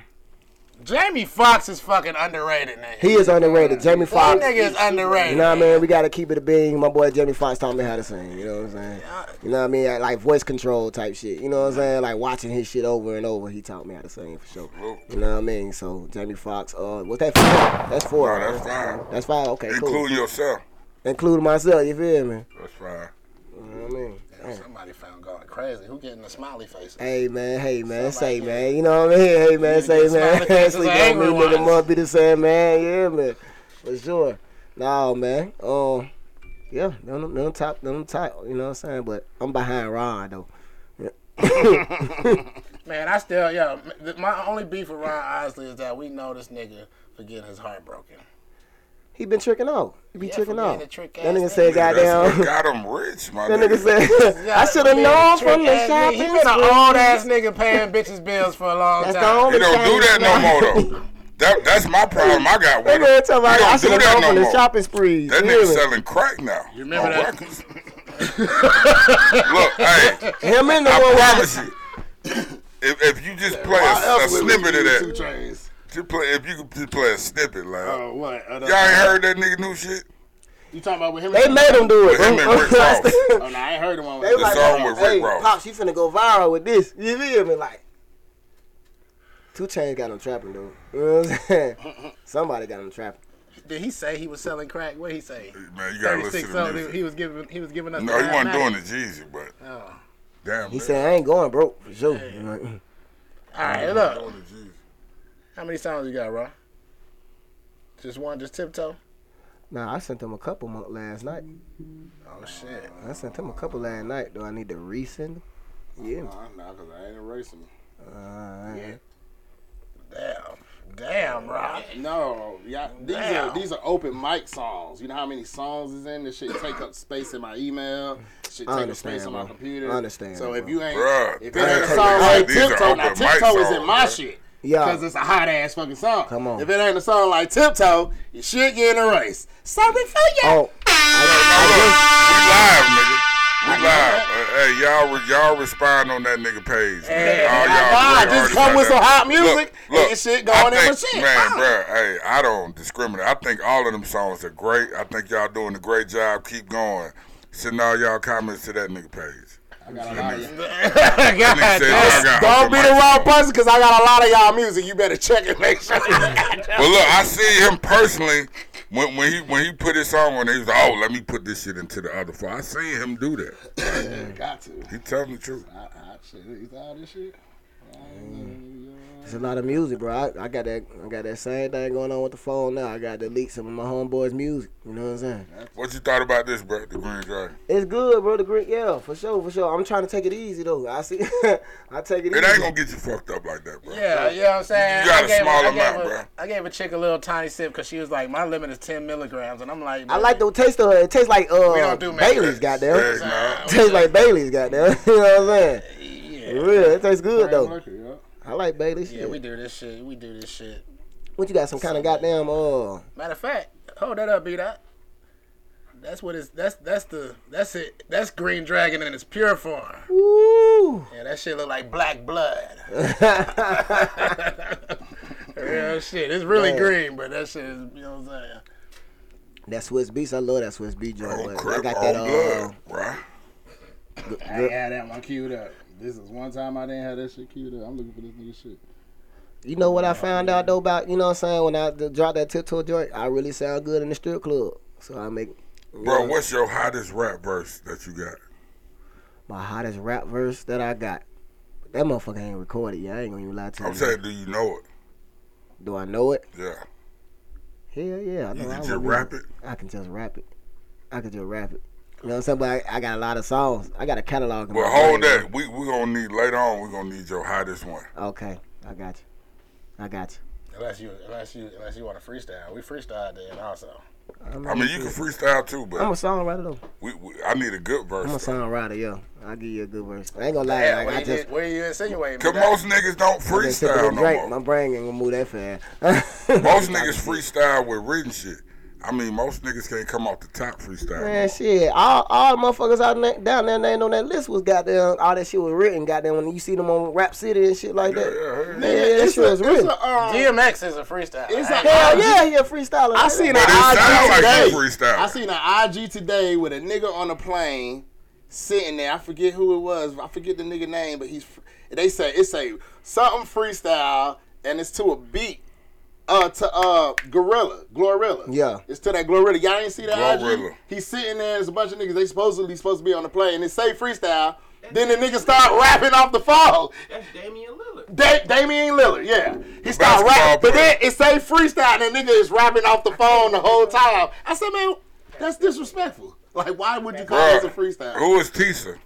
C: Jamie Foxx is fucking underrated, nigga.
A: He is underrated. Jamie
C: That
A: Foxx.
C: nigga is underrated.
A: You know what I mean? We gotta keep it a being. My boy Jamie Foxx taught me how to sing. You know what I'm saying? You know what I mean? Like, like voice control type shit. You know what I'm saying? Like watching his shit over and over, he taught me how to sing for sure. You know what I mean? So Jamie Foxx. Uh, what's that for? That's four.
D: No, that's five.
A: That's five. Okay, cool.
D: Including yourself.
A: Including myself. You feel me?
D: That's fine.
A: You know what I mean?
B: Somebody found going crazy. Who getting the smiley faces?
A: Hey man, hey man, say man, you know what I mean? Hey man, say man, Ashley got me
C: angry
A: nigga
C: ones.
A: must be the same man, yeah man, for sure. No man, um, yeah, them, them top, them top, you know what I'm saying? But I'm behind Ron though.
C: Man, I still, yo, th- my only beef with Ron Isley is that we know this nigga for getting his heart broken.
A: He been tricking out, he be
C: Yeah,
A: tricking
C: for being
A: out.
C: a trick
A: that nigga
C: ass
A: said,
C: nigga.
D: That's
A: goddamn.
D: what got him rich, my
A: That
D: nigga.
A: nigga said, I should have known from the
C: shop.
A: shopping.
C: He been an
A: spree."
C: old ass nigga paying bitches bills for a long
A: That's the
C: time.
A: only
D: He don't do
A: change,
D: that
A: man.
D: no more though. That, that's my problem. I got
A: That
D: with him.
A: nigga talking
D: He
A: about,
D: don't
A: I
D: do
A: should have
D: that
A: known
D: no
A: from the
D: more.
A: shopping sprees.
D: That
A: you
D: nigga
A: hear me?
D: selling crack now. You
C: remember that?
D: Look, hey,
A: Him and the
D: I
A: one with-
D: promise you, if, if you just play a, a snippet of
B: Two
D: that,
B: chains.
D: just play, if you could just play a snippet, like
B: Oh, what? Uh, the-
D: y'all ain't heard that nigga new shit.
B: You talking about with him?
A: They made him do it.
D: Him and Rick Ross.
B: Oh, no, I ain't heard the one with
A: They
B: him.
D: The
A: like,
D: song with
A: hey,
D: Rick Ross.
A: Pops, you finna go viral with this. You feel me? Like, Two Chains got him trapping, dude. You know what I'm saying? Somebody got him trapping.
C: Did he say he was selling crack? What he say?
D: Man, you gotta listen to
C: 36
D: the
C: old,
D: music.
C: oh, he was giving he was giving us.
D: no,
C: the
D: he wasn't
C: automatic.
D: doing the Jeezy, but
C: Oh.
D: damn,
A: He
D: man,
A: said, I ain't going broke for sure. You know, mm.
C: All right, look. How many songs you got, Ron? Just one, just tiptoe.
A: Nah, I sent him a couple month last night.
C: Oh shit.
A: I sent him a couple last night. Do I need to resend them? Yeah.
B: Nah, nah, Oh, cause I ain't erasing.
A: Uh,
C: Damn. Damn, Ron.
B: No, yeah, these
C: Damn.
B: are these are open mic songs. You know how many songs is in this shit take up space in my email, shit
A: I
B: take up
A: understand,
B: space on my
A: bro.
B: computer.
A: I understand,
B: So if
A: bro.
B: you ain't,
D: Bruh,
B: if it
D: I
B: ain't
A: ain't
B: a song
A: taking-
B: like
D: these are
B: Tiptoe, now
D: open mic
B: Tiptoe is in my
D: songs,
B: shit.
A: Yeah.
B: Cause it's a hot ass fucking song.
A: Come on.
B: If it ain't a song like Tiptoe, you shit getting erased. Sorry for you.
A: oh,
D: we live, nigga. We live. Uh, hey, y'all, re- y'all respond on that nigga page. man. All
B: God,
D: great
B: just
D: artists
B: come
D: out
B: with
D: there.
B: some hot music and shit
D: I
B: going in
D: think-
B: with shit.
D: Man,
B: Fuck.
D: bruh, hey, I don't discriminate. I think all of them songs are great. I think y'all doing a great job. Keep going. Send all y'all comments to that nigga page.
B: I got a lot of y'all-
D: That nigga said, "Y'all got
B: Don't
D: open
B: be the
D: mics
B: wrong
D: on."
B: person, cause I got a lot of y'all music. You better check and make sure.
D: Well, look, I see him personally when, when he when he put his song on. He was like, "Oh, let me put this shit into the other file." I seen him do that.
B: got to.
D: He telling the truth.
B: I, I, shit, is all this shit?
A: it's a lot of music, bro. I, I got that. I got that same thing going on with the phone now. I got to delete some of my homeboys' music. You know what I'm saying?
D: What you thought about this, bro? The Green Dragon.
A: It's good, bro. The Greek, yeah, for sure, for sure. I'm trying to take it easy though. I see, I take it,
D: It
A: easy.
D: ain't gonna get you fucked up like that, bro.
C: Yeah, you know what I'm saying?
D: You got
C: I
D: a
C: gave
D: small
C: I gave
D: amount,
C: a-
D: bruh.
C: I gave a chick a little tiny sip because she was like, my limit is 10 milligrams. And I'm like,
A: I like the taste of it. It tastes like uh,
C: don't do
A: Bailey's,
C: Mac-
A: goddamn.
D: Hey, nah.
A: tastes like Bailey's, goddamn. you know what I'm saying? Yeah. Real, it tastes good though. I like Bailey's.
C: Yeah, we do this shit. We do this shit.
A: What you got? Some kind of goddamn uh.
C: Matter of fact, hold that up, B Dot. That's what it's that's that's the that's it that's Green Dragon in its pure form.
A: Woo.
C: Yeah, that shit look like black blood. Real shit. It's really green, but that shit is you know what I'm saying.
A: That Swiss Beats, I love that Swiss Beat joint.
D: On
A: but I
D: crip,
A: got
D: on
A: that uh.
D: blood, bro.
B: I ain't had that one queued up. This is one time I didn't have that shit queued up. I'm looking for this nigga shit.
A: You know what I found out though about you know what I'm saying when I d- dropped that tiptoe joint, I really sound good in the strip club. So I make
D: Bro, what's your hottest rap verse that you got?
A: my hottest rap verse that I got. That motherfucker ain't recorded. Yeah, I ain't gonna even lie to you.
D: I'm saying, do you know it?
A: Do I know it?
D: Yeah.
A: Hell yeah, I know. I
D: You can
A: would
D: just
A: be-
D: rap it.
A: I can just rap it. I can just rap it. You know what I'm saying? But I, I got a lot of songs. I got a catalog. in my
D: Well, hold
A: brain,
D: that. We we gonna need later on. We gonna need your hottest one.
A: bro. Okay, I got you. I got you.
C: Unless you unless you unless you want to freestyle. We freestyle then also.
D: I mean, you can freestyle too,
A: I'm a
D: but
A: songwriter though.
D: we, we I need a good
A: I'm a
D: verse.
A: songwriter, yo. I'll give you a good verse. I ain't gonna lie.
C: Yeah,
A: like,
C: what
A: I
C: you
A: just
C: did- what are you insinuating?
D: Cause
C: B-Dot?
D: most niggas don't
A: I've been sipping
D: freestyle
A: this
D: no
A: drink.
D: more.
A: My brain ain't gonna move that fast.
D: Most niggas freestyle with written shit. I mean, most niggas can't come off the top freestyle.
A: Man, shit. All, all the motherfuckers out na- down there named on that list was goddamn. All that shit was written, goddamn. When you see them on Rap City and shit like that.
D: Yeah,
A: Yeah, yeah, that
B: it's
A: shit
B: a,
A: was
B: it's
A: written.
B: a, um,
C: DMX is a freestyle.
B: It's
C: I-
B: a-
A: Hell yeah, yeah, freestyling.
B: I seen an
D: But it sound
B: IG
D: like
B: today.
D: you freestyle.
B: I seen an IG today with a nigga on a plane sitting there. I forget who it was. I forget the nigga name, but he's. fr- They say it's a something freestyle, and it's to a beat. Uh, to uh, Gorilla, Glorilla.
A: Yeah.
B: it's to that Glorilla. Y'all ain't see that
D: Glorilla.
B: IG? He's sitting there. There's a bunch of niggas. They supposedly supposed to be on the plane, and it say freestyle. Then the nigga start rapping off the phone.
F: That's Damian Lillard.
B: Da- Damian Lillard, yeah. He started
D: basketball
B: rapping, but
D: player.
B: then it say freestyle, and that nigga is rapping off the phone the whole time. I said, man, that's disrespectful. Like, why would you call
D: Bruh,
B: this a freestyle?
D: Who is Tisa?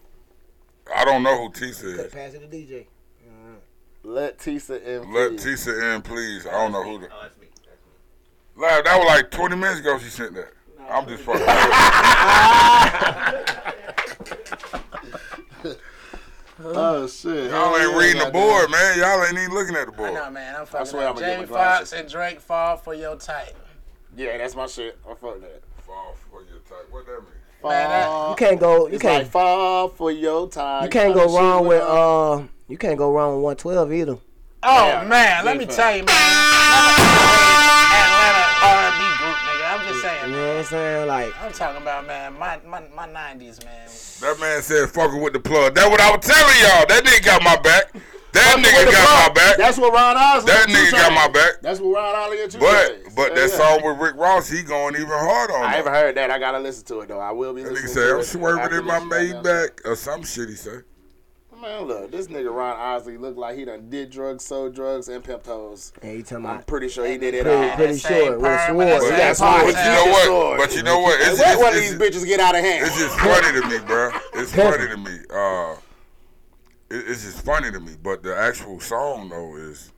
D: I don't know who Tisa is.
A: Pass it to DJ.
B: Let Tisa in.
D: Let
B: peace.
D: Tisa in, please. I don't know who. The,
F: Oh, that's me. That's me.
D: like, that was like 20 minutes ago she sent that. I'm just fucking. around.
B: Oh shit!
D: Y'all ain't reading the
B: Goddamn.
D: board, man. Y'all ain't even looking at the
C: I
D: board.
C: know, man. I'm fucking
B: where
C: up.
B: I'ma get my
C: Jamie
B: glasses.
C: Foxx and Drake fall for your type.
B: Yeah, that's my shit. I fuck that.
D: Fall for your type. What that mean?
B: Fall,
C: Man, that-
A: You can't go. You
B: it's
A: can't.
B: like fall for your time.
A: you can't go wrong with uh. You can't go wrong with 112 either.
C: Oh
B: Yeah,
C: man, let me
B: different.
C: tell you, man. Atlanta R&B group, nigga. I'm just saying.
A: You
C: man.
A: know what I'm saying? Like,
C: I'm talking about, man, my my, my 90s, man.
D: That man said fucking with the plug. That what I was telling y'all. That nigga got my back. That nigga got my back.
B: That's what Ron Osley.
D: That
B: and
D: nigga
B: Two
D: got
B: Chainz.
D: my back.
B: That's what Ron Osley and Two
D: But
B: Chainz.
D: but
B: Yeah,
D: that
B: yeah.
D: song with Rick Ross, he going even hard on
B: I
D: that.
B: haven't heard that. I gotta listen to it though. I will be.
D: That
B: listening
D: nigga
B: to
D: said I'm
B: it after
D: swerving in my
B: this right now."
D: Maybach or some shit. He said.
B: Man, look, this nigga Ron Osley looked like he done did drugs, sold drugs, and pimped hoes.
A: hey, you talking
B: I'm
A: about?
B: pretty sure he did it
A: Pretty,
B: all.
A: pretty
C: that
A: sure.
C: same
A: With
C: perm,
A: sword.
C: that
A: You
D: But,
A: got
B: same
A: sword.
B: perm.
D: but you know what?
B: Sword.
D: But you know what? It's,
B: And let one of
D: it's-
B: these bitches get out of hand.
D: it's just funny to me, bro. It's funny to me. Uh, it, it's just funny to me. But the actual song though is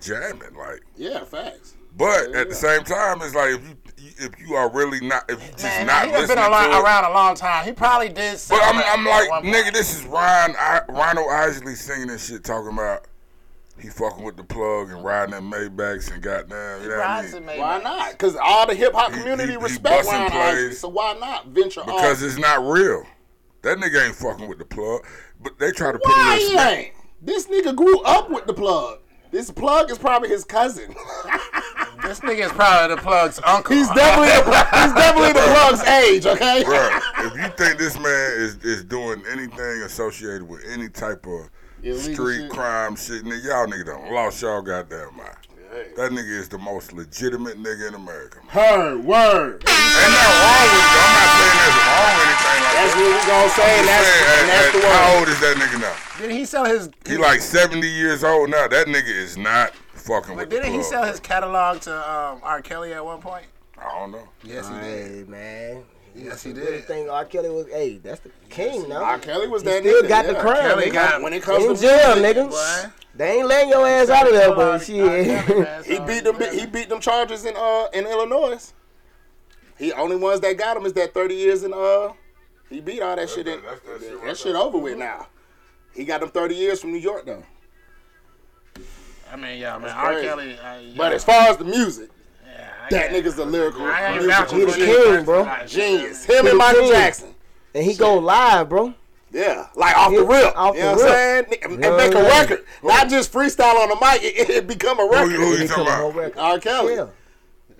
D: jamming, like.
B: yeah, facts.
D: But at the same time, it's like if you if you are really not if you just
C: man
D: not
C: he done
D: listening
C: been a lot,
D: to it,
C: around a long time. He probably did.
D: But
C: something
D: I'm,
C: at-
D: I'm
C: at
D: like,
C: one point.
D: nigga, this is Ryan I, Rhino Isley singing this shit, talking about he fucking with the plug and riding them Maybachs and goddamn, you know what I
C: Rise
D: mean?
C: and made
B: Why
C: it.
B: not? Because all the hip hop
D: He-
B: community
D: he- he
B: respect
D: bustin'
B: Ron Osley,
D: plays.
B: so why not venture
D: Because
B: off?
D: it's not real. That nigga ain't fucking with the plug. But they try to put a
B: Why
D: little
B: he
D: snap.
B: ain't? This nigga grew up with the plug. This plug is probably his cousin.
C: This nigga is probably the plug's uncle.
B: he's definitely the, he's definitely the plug's age. Okay.
D: Bruh, if you think this man is, is doing anything associated with any type of
B: Illegal
D: street
B: shit.
D: crime shit, nigga, y'all nigga done lost y'all goddamn mind. That nigga is the most legitimate nigga in America. man.
B: Her word.
D: Ain't nothing wrong with it. I'm not saying there's wrong or anything like
B: That's
D: that.
B: what we gonna say. And that's,
D: Hey,
B: and
D: hey,
B: that's the
D: hey,
B: word.
D: How old is that nigga now?
C: Did he sell his?
D: He like 70 years old now. That nigga is not fucking
C: But
D: with the
C: didn't he
D: plug.
C: sell his catalog to um, R. Kelly at one point?
D: I don't know.
C: Yes,
A: Hey, man.
C: Yes, he
A: Really
C: did.
A: think R. Kelly was? Hey, that's the king now.
B: R. Kelly was
A: He
B: that
A: still
B: nigga,
A: got the
B: yeah.
A: crown.
C: Kelly
A: nigga.
C: got-
B: When it comes
A: in
B: to
A: jail,
B: music,
A: nigga.
C: Boy.
A: They ain't letting your ass out of there,
C: R.
A: but
C: Kelly,
A: shit.
C: man,
B: He
C: so-
B: beat them. He beat them charges in uh in Illinois. He only ones that got him is that thirty years in uh. He beat all that shit. In,
D: that's that shit right
B: that shit over with now. He got them thirty years from New York though.
C: I mean, yeah, man. R.
B: crazy.
C: Kelly. uh, yeah,
B: But as far as the music,
C: yeah, I
B: that
C: get it.
B: nigga's a lyrical
C: I ain't
B: musical
C: vouching
A: the
C: for
B: genius.
C: this
A: king,
C: person,
A: bro.
C: like,
B: genius.
C: yeah.
B: Him and Michael
A: king.
B: Jackson.
A: And he go live, bro.
B: Yeah, like off the
A: Yeah,
B: rip.
A: off
B: you
A: the
B: know what
A: rip.
B: I'm saying? And,
A: Yeah,
B: and make a
A: yeah.
B: record, not just freestyle on the mic. It, it become a
D: Who, you-
B: record.
D: who
A: He
D: you talking
A: come on
D: about?
A: record.
B: R. Kelly.
A: Yeah.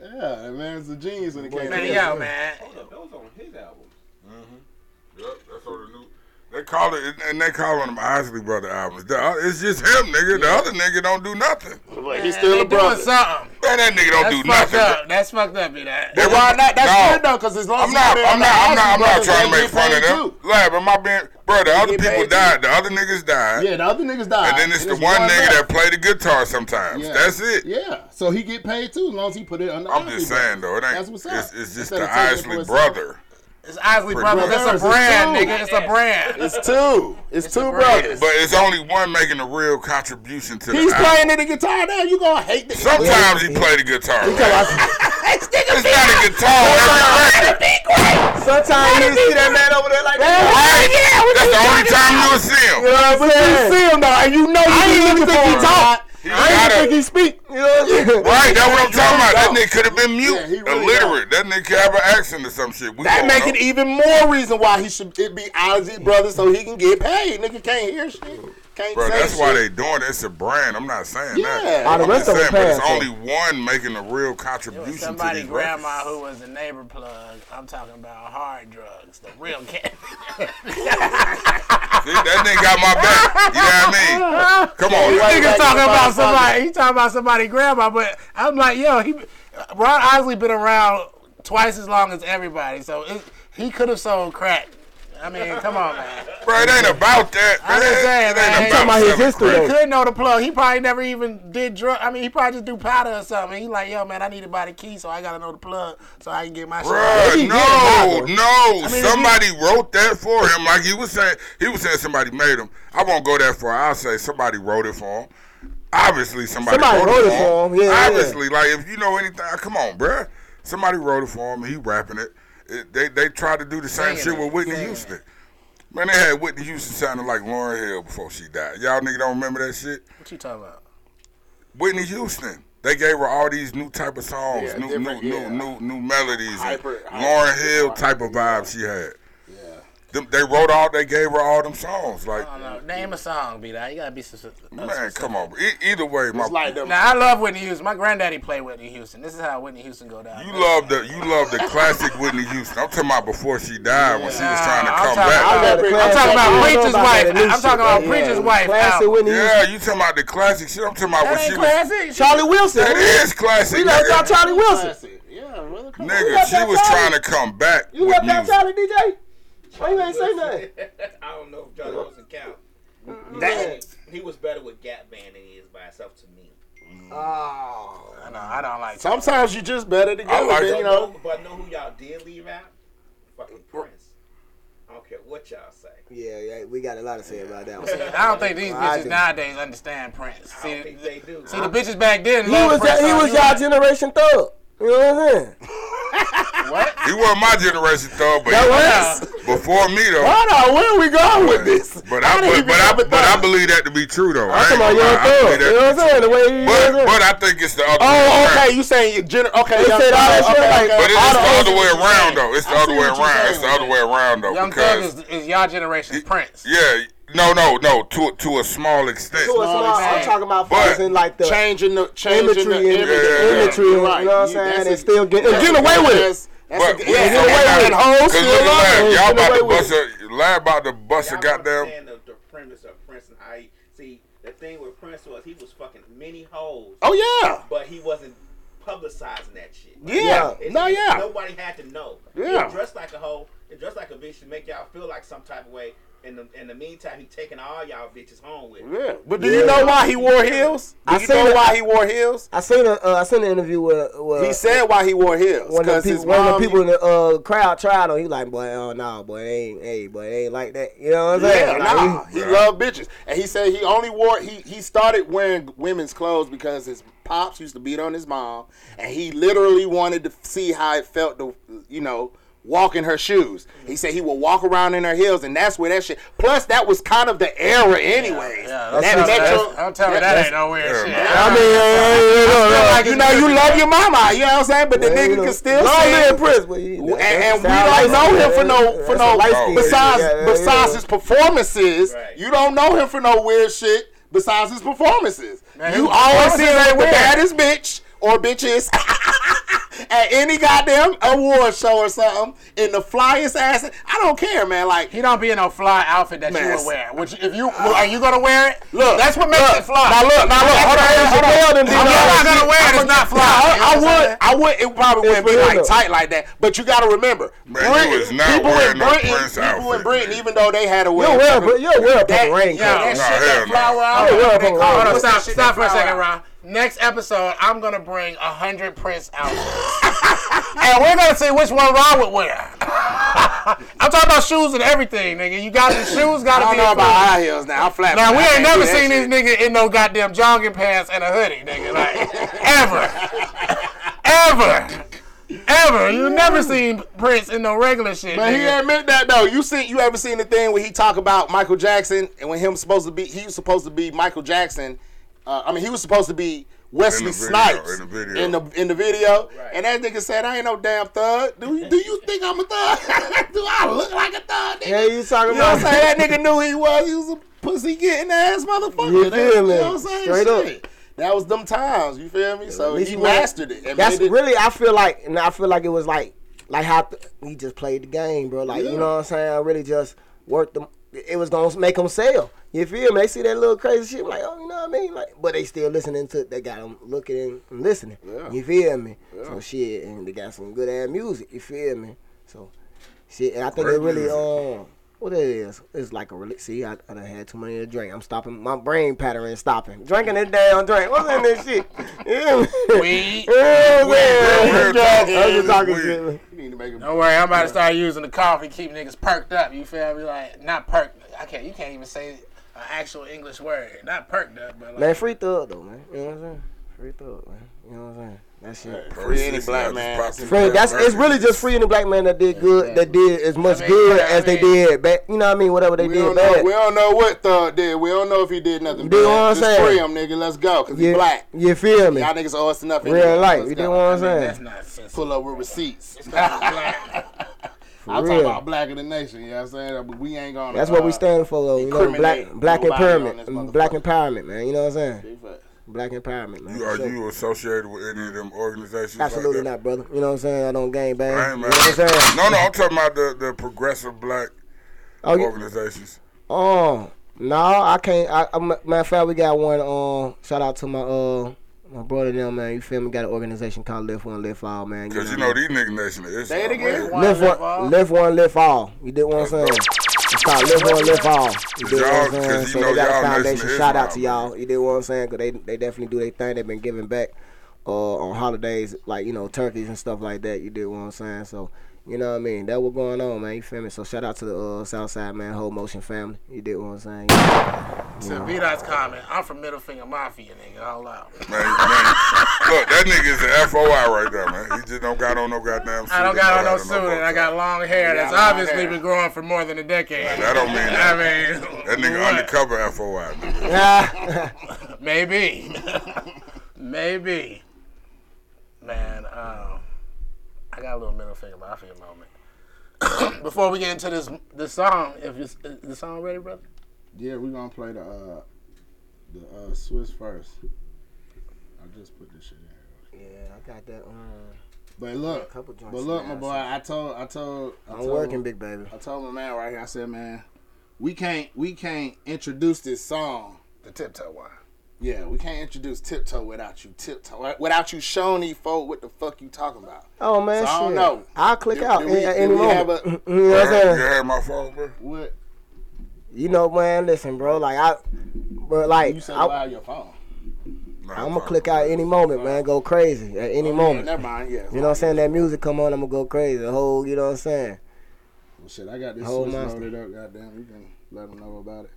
B: Yeah, that man's a genius when it came
C: Man,
B: to
C: yo, man.
F: Hold up, those on his album.
D: Yep, that's all the new. They call it, and they calling him Isley Brother albums. The oth- It's just him, nigga. The other nigga don't do nothing.
B: But he's
C: Man,
B: still
C: they
B: a brother.
C: Doing something.
D: Man, that nigga don't
C: That's
D: do
C: fucked
D: nothing.
C: up. That's fucked up. Be that.
D: They-
B: But why not? That's
D: No.
B: good though, because as long as
D: I'm
B: you
D: not,
B: been
D: I'm
B: on the
D: not, I'm
B: Osby
D: not, I'm not
B: Brothers,
D: trying
B: they
D: to make
B: get
D: fun of
B: paid
D: them. Lab, am I being, bro? The other
B: get
D: people
B: paid too.
D: died. The other niggas died.
B: too. Yeah, the other niggas died.
D: And then it's the one nigga that
B: left.
D: play the guitar sometimes.
B: Yeah.
D: That's it.
B: Yeah, so he get paid too, as long as he put it under.
D: I'm
B: Osby
D: just
B: Brothers.
D: saying though, it ain't.
B: That's what's up.
D: It's, it's just
B: Instead of
D: the
B: taking it for
D: Isley
B: itself.
D: brother.
C: It's Isley Brothers.
D: Brothers.
C: It's a
B: It's
C: brand,
B: two.
C: nigga. It's a brand.
B: It's two. It's, two
C: a brand.
B: brothers.
D: But it's only one making a real contribution to
B: He's
D: the album.
B: playing in the guitar now. You gonna hate the guitar.
D: Sometimes he play the guitar.
A: Because
D: right?
A: I-
D: It's not a guitar. every record.
A: Sometimes you see that man over there like that.
D: That's the only time you'll see him.
A: You know what I'm
B: You
A: saying?
B: see him though, and you know
A: I
B: you be
A: ain't
B: looking
A: even think he
B: for him,
A: talk.
B: right?
D: He
A: I
D: gotta-
A: ain't even think he speak. You know You know what I'm saying?
D: Right, that's what I'm talking about. That nigga could have been mute,
B: Yeah, he really
D: illiterate. That nigga could have an accent or some shit. We
B: That
D: don't
B: make
D: know.
B: it even more reason why he should it be Ozzy brother so he can get paid. Nigga can't hear shit. Can't
D: Bro,
B: say
D: that's
B: shit.
D: why they doing it. It's a brand. I'm not saying
B: Yeah.
D: that.
B: All
A: the
D: I'm
A: rest of
D: just
A: 'em
D: saying, but it's
A: passed,
D: only one making a real
C: It was
D: contribution to
C: somebody's
D: these
C: grandma
D: grandma.
C: who was a neighbor plug. I'm talking about hard drugs, the real cat.
D: See, that nigga got my back. You know what I mean? Come on.
B: Yeah,
D: nigga.
B: right.
C: Niggas talking about
B: Motherfucker.
C: somebody. He talking about somebody grandma, but I'm like, yo, he Ron Osley been around twice as long as everybody, so it, he could have sold crack. I mean, come on, man.
D: Bro, it ain't about that.
C: I'm just saying,
D: It ain't
C: man.
D: about
C: Talking
A: about his
D: selling
A: history,
D: crack.
A: though.
C: He could know the plug. He probably never even did drug. I mean, he probably just do powder or something. He like, yo, man, I need to buy the key, so I gotta know the plug, so I can get my shit.
D: Bruh,
A: he
D: no,
A: did
D: no.
C: mean,
D: somebody wrote that for him. Like he was saying, he was saying somebody made him. I won't go that far. I'll say somebody wrote it for him. Obviously, somebody,
A: Somebody wrote it for him. Yeah, yeah.
D: Obviously, like if you know anything, ah, come on, bruh. Somebody wrote it for him. He rapping it. It- they they tried to do the same
C: Singing
D: shit
C: it,
D: with Whitney
C: singing
D: Houston. Man, they had Whitney Houston sounding like Lauren Hill before she died. Y'all nigga don't remember that shit.
C: What you talking about?
D: Whitney Houston. They gave her all these new type of songs,
B: Yeah,
D: new, new,
B: different, yeah.
D: new, new, new melodies,
B: Hyper-
D: and Lauren
B: hyper-
D: Hill type of vibe she had. Them, they wrote all, they gave her all them songs. Like,
C: I don't know. Name a song, be that. You gotta be specific.
D: man, come on. E- either way, my
B: It's like the
C: Now I love Whitney Houston. My granddaddy played Whitney Houston. This is how Whitney Houston go down.
D: you love the you love the classic Whitney Houston. I'm talking about before she died when she was
C: Nah,
D: trying to
C: I'm
D: come
C: talking
D: back.
C: about- I'm talking about Preacher's Wife. I'm talking about Preacher's Wife
A: Classic
C: album.
A: Whitney Houston.
D: yeah, you talking about the classic shit. I'm talking about
C: That
D: when she
C: ain't
D: was.
C: classic.
A: Charlie Wilson.
D: That is classic.
A: We love y'all
D: nigga.
A: Charlie Wilson.
B: classic. Yeah, brother. Come on.
A: You
D: Nigga,
A: love
D: she
A: y'all
D: was
A: Charlie.
D: trying to come back.
A: You
D: with
A: love y'all
D: music.
A: Charlie, DJ? Why you ain't say nothing?
F: I don't know if Johnny Wilson count.
A: Damn.
F: He was better with Gap Band than he is by himself to me.
A: Oh.
C: No, I don't like. Some
B: Sometimes you just better together, man,
D: like it.
B: you
F: But
B: know.
F: but know who y'all did leave out? Fucking Prince. I don't care what y'all say.
A: Yeah, yeah, we got a lot to say about that one.
C: I don't think these
A: I
C: bitches
A: do.
C: nowadays understand Prince.
F: I
C: See,
F: don't think they do.
C: see the bitches back then.
A: He was he was y'all generation thug. You know what I'm saying?
C: What?
D: He wasn't my generation though, but
A: That
D: he- before me though.
A: Hold on, where we going with this?
D: But I,
A: didn't
D: but,
A: even
D: but, I,
A: ever
D: but I
A: thought-
D: believe that to be true though.
A: I'm
D: I
A: talking
D: ain't
A: about
D: gonna
A: young
D: lie, I
A: thug.
D: believe
A: You know what I'm
D: that
A: saying? The way he
D: But,
A: you know what I'm
D: but
A: saying?
D: I think it's the other way
B: Oh,
D: around.
B: okay. You saying your gener? Okay,
A: They
B: yeah,
A: said "Oh, all that shit like
D: But it's
A: all the
D: just the other way
A: other
D: around though. It's the
B: I
D: other
B: see
D: way
B: what you're
D: around.
B: saying
D: It's the other
B: with
D: way around though.
C: Young Thug
D: because
C: is, is y'all generation's Prince.
D: yeah, no, no, no. To to a small extent.
A: So it's not- I'm talking about
D: But-
A: focusing like the
B: changing the changing
A: imagery
B: the
A: and
B: imagery.
D: Yeah, yeah,
A: imagery. You know what I'm saying? And still getting getting away with it.
D: But
B: That's a,
D: we
B: yeah, yeah,
D: can go back-
A: that whole
D: Cause
A: shit
D: look at
A: alone.
D: that. Y'all
A: Get
D: about
A: away
D: to
A: with
D: bust a lie about to bust a
F: Y'all
D: goddamn.
F: understand the, the premise of Prince and I. See, the thing with Prince was he was fucking many hoes,
B: oh yeah.
F: but he wasn't publicizing that shit. Like,
B: Yeah.
F: it's-
B: No, yeah.
F: Nobody had to know.
B: Yeah.
F: He dressed like a hoe. He dressed like a bitch to make y'all feel like some type of way. In the, in the meantime, he taking all y'all bitches home with him.
B: Yeah. But do
A: Yeah.
B: you know why he wore heels? Do
A: I
B: you
A: seen
B: know
A: it.
B: why he wore heels?
A: I seen a uh, I seen an interview with, with
B: He said why he wore heels
A: one of
B: because
A: the
B: his
A: people, one of the
B: mom.
A: people in the uh, crowd tried on. He like, boy, oh no, boy, it ain't, hey, boy, it ain't like that. You know what I'm
B: yeah,
A: saying? Like,
B: nah,
A: he-
B: he loved bitches, and he said he only wore he he started wearing women's clothes because his pops used to beat on his mom, and he literally wanted to see how it felt to you know walk in her shoes. He said he would walk around in her heels, and that's where that shit. Plus, that was kind of the era, anyways. that
C: Yeah, don't, tell
B: metro-
C: me, that, don't tell me that ain't no weird
D: Yeah,
C: shit.
D: man.
A: I mean, hey, hey, hey,
B: Like, you know, you love your mama. You know what I'm saying? But the nigga can still
A: long
B: sing.
A: live Prince, but he-
B: and,
A: that-
B: and we
A: that sound
B: don't know
A: like-
B: him for no for
A: that's a
B: no
A: light skin.
B: besides
A: Yeah, yeah,
B: besides
A: yeah.
B: his performances.
F: Right.
B: You don't know him for no weird shit besides his performances.
C: Man,
B: you
C: his
B: always see him
C: performances ain't
B: with the baddest
C: weird.
B: bitch or bitches at any goddamn award show or something in the flyest ass. I don't care, man. Like
C: He don't be in no fly outfit that you
B: Man,
C: would wear. Which if you well, are you gonna wear it?
B: Look,
C: that's what makes it fly.
B: now look, now look, hold on, hold on.
A: Chanel done did
C: I'm
A: all
C: not
A: that
C: gonna wear it. It's not fly.
B: I, I
C: You know what I'm
B: would, I would. It probably wouldn't be
A: It's
B: like
A: real.
B: tight like that. But you got to remember,
D: Man, you is not wearing no Prince
B: people in
D: outfit,
B: Britain,
D: man.
B: even though they had a
A: You'll wear, a- you'll wear a
B: That-
A: purple raincoat.
C: Yeah, that
D: Nah,
C: shit,
D: hell
C: that
D: no.
C: flower
A: Hey, what up,
C: outfit.
A: hold on.
C: Hold on,
A: What's
C: stop,
B: that shit,
C: stop for a
B: that
C: second,
B: flower
C: Ron. Next episode, I'm gonna bring a hundred Prince outfits, and we're gonna see which one Ron would wear. I'm talking about shoes and everything, nigga. You got the shoes,
B: I
C: gotta
B: don't
C: be.
B: know
C: included.
B: about high heels now. I'm flat.
C: Now we
B: I
C: ain't
B: can't
C: never
B: do that
C: seen this
B: shit.
C: nigga in no goddamn jogging pants and a hoodie, nigga. Like ever, ever, ever. You never seen Prince in no regular shit,
B: But he
C: nigga.
B: admit that though. You seen you ever seen the thing where he talk about Michael Jackson and when him supposed to be he was supposed to be Michael Jackson. Uh, I mean he was supposed to be Wesley
D: In the video,
B: Snipes
D: in the video.
B: in the in the video,
F: Right.
B: and that nigga said, "I ain't no damn thug. Do you do you think I'm a thug? do I look like a thug? Nigga?
A: Yeah, you talking
B: You know what
A: about?
B: I'm saying? That nigga knew he was. He was a pussy getting ass motherfucker.
A: You
B: That-
A: feel me?
B: know what I'm saying?
A: Straight up.
B: Shit. That was them times. You feel me? So
A: At least
B: he
A: went-
B: mastered it. and
A: That's
B: made it-
A: really. I feel like, and I feel like it was like, like how th- he just played the game, bro. Like
B: Yeah.
A: you know what I'm saying. I really just worked them. It was gonna make them sell. You feel me? They see that little crazy shit, like oh, you know what I mean? Like, but they still listening to. They got them looking and listening.
B: Yeah.
A: You feel me? So shit, and they got some good ass music. You feel me? So shit, and I think
D: Great
A: it really
D: music.
A: um. What it is? It's like a really see. I, I done had too many to drink. I'm stopping. My brain pattern is stopping. Drinking this damn drink. What's in this shit? Yeah.
C: Weed.
A: Yeah,
D: Weird talk.
A: man. I'm just talking shit. man.
B: You need to make a
C: Don't worry, I'm about to start using the coffee, keep niggas perked up. You feel me? Like not perked. I can't. You can't even say an actual English word. Not perked up, but like
A: Man, free thug though, man. You know what I'm saying? Free thug, man. You know what I'm saying? That shit.
B: free any black man.
A: Free, that's it's really just free and the black man that did good, that did as much
C: I mean,
A: good
C: yeah, I
A: as they
C: mean-
A: did back. You know what I mean? Whatever they
B: We
A: did
B: don't, know,
A: bad.
B: we don't know what thug did. We don't know if he did nothing.
A: You know
B: bad.
A: what I'm
B: Just
A: saying?
B: free him, nigga. Let's go. Cause he
A: You,
B: black.
A: you feel me?
B: Y'all niggas owe us enough. anyway.
A: Real life.
B: Let's
A: You
B: go.
A: know what I'm
C: that's
A: saying?
C: not sensible.
B: Pull up with receipts.
A: For
B: I'm talking
A: real.
B: about black in the nation. You know what I'm saying? But we ain't gonna.
A: That's what we
B: uh,
A: stand for, though. You know, black,
B: incriminate
A: black
B: nobody on this
A: empowerment, black
B: motherfucker.
A: empowerment, man. You know what I'm saying? Black empowerment, man.
D: You, are
A: Sure.
D: you associated with any of them organizations? like
A: Absolutely
D: that?
A: not, brother. You know what I'm saying? I don't gang bang.
D: I
A: You
D: ain't
A: know
D: mad.
A: what I'm saying?
D: No, no, I'm talking about the, the progressive black
A: Oh, you,
D: organizations.
A: Um, no, I can't. I, I matter of fact, we got one. Um, shout out to my uh my brother now, man. You feel me? Got an organization called Lift One Lift All, man.
D: Because you know these niggas nation is.
B: Say it again.
C: One
A: Lift
C: Lift All?
A: One, Lift One Lift All. You did what I'm saying. It's called Lift One Lift All. You did what I'm
D: Y'all- 'cause
A: saying.
D: you
A: So
D: know
A: they got a
D: y'all listen to
A: foundation. Shout out to
D: Islam,
A: y'all. You did what I'm saying. Cause they they definitely do their thing. They've been giving back. Uh, on holidays, like you know, turkeys and stuff like that. You did what I'm saying. So, you know what I mean. That what going on, man. You feel me? So, shout out to the uh, Southside man, whole motion family. You did what I'm saying.
C: To B-Dot's comment, I'm from Middle Finger Mafia, nigga. All out.
D: Man, man, look, that nigga is an FOI right there, man. He just don't got on no goddamn suit.
C: I don't
D: and
C: got on no
D: bow
C: suit, and
D: bow
C: I got
D: tie.
C: long hair that's
B: long
C: obviously
B: hair.
C: been growing for more than a decade.
D: That don't mean that.
C: I mean,
D: That nigga
C: what?
D: undercover FOI, nigga.
C: Maybe. Maybe. Man, um, I got a little middle finger mafia moment. Before we get into this this song, if it's, is the song ready, brother?
B: Yeah, we gonna play the uh, the uh, Swiss first. I just put this shit in. here.
A: Yeah, I got that. Um,
B: But look,
A: couple joints
B: but look,
A: in
B: my
A: there,
B: boy. I told, I told, I
A: I'm
B: told,
A: working, big baby.
B: I told my man right here. I said, man, we can't, we can't introduce this song.
C: The tiptoe one.
B: Yeah, we can't introduce Tiptoe without you. Tiptoe without you showing these folk what the fuck you talking about.
A: Oh man,
B: So I
A: shit.
B: don't know.
A: I'll click
B: Do-
A: out
B: do
A: a-
B: we-
A: at
B: do
A: any
B: we
A: moment.
B: have a-
A: you know what I'm
D: You
A: saying?
D: heard my phone, bro?
B: What
A: You know, man. Listen, bro. Like I, bro.
B: you
A: Like
B: said?
A: I,
B: Allow your phone.
D: Nah,
A: I'm
D: fuck
A: gonna click
D: it.
A: out any moment, man. Go crazy at any
B: Oh, Yeah,
A: moment.
B: never mind. Yeah,
A: you know what I'm saying? That music come on, I'm gonna go crazy. The whole, you know what I'm saying?
B: Well, shit, I got this
A: Whole
B: Swiss
A: monster.
B: loaded up. Goddamn, you can let them know about it.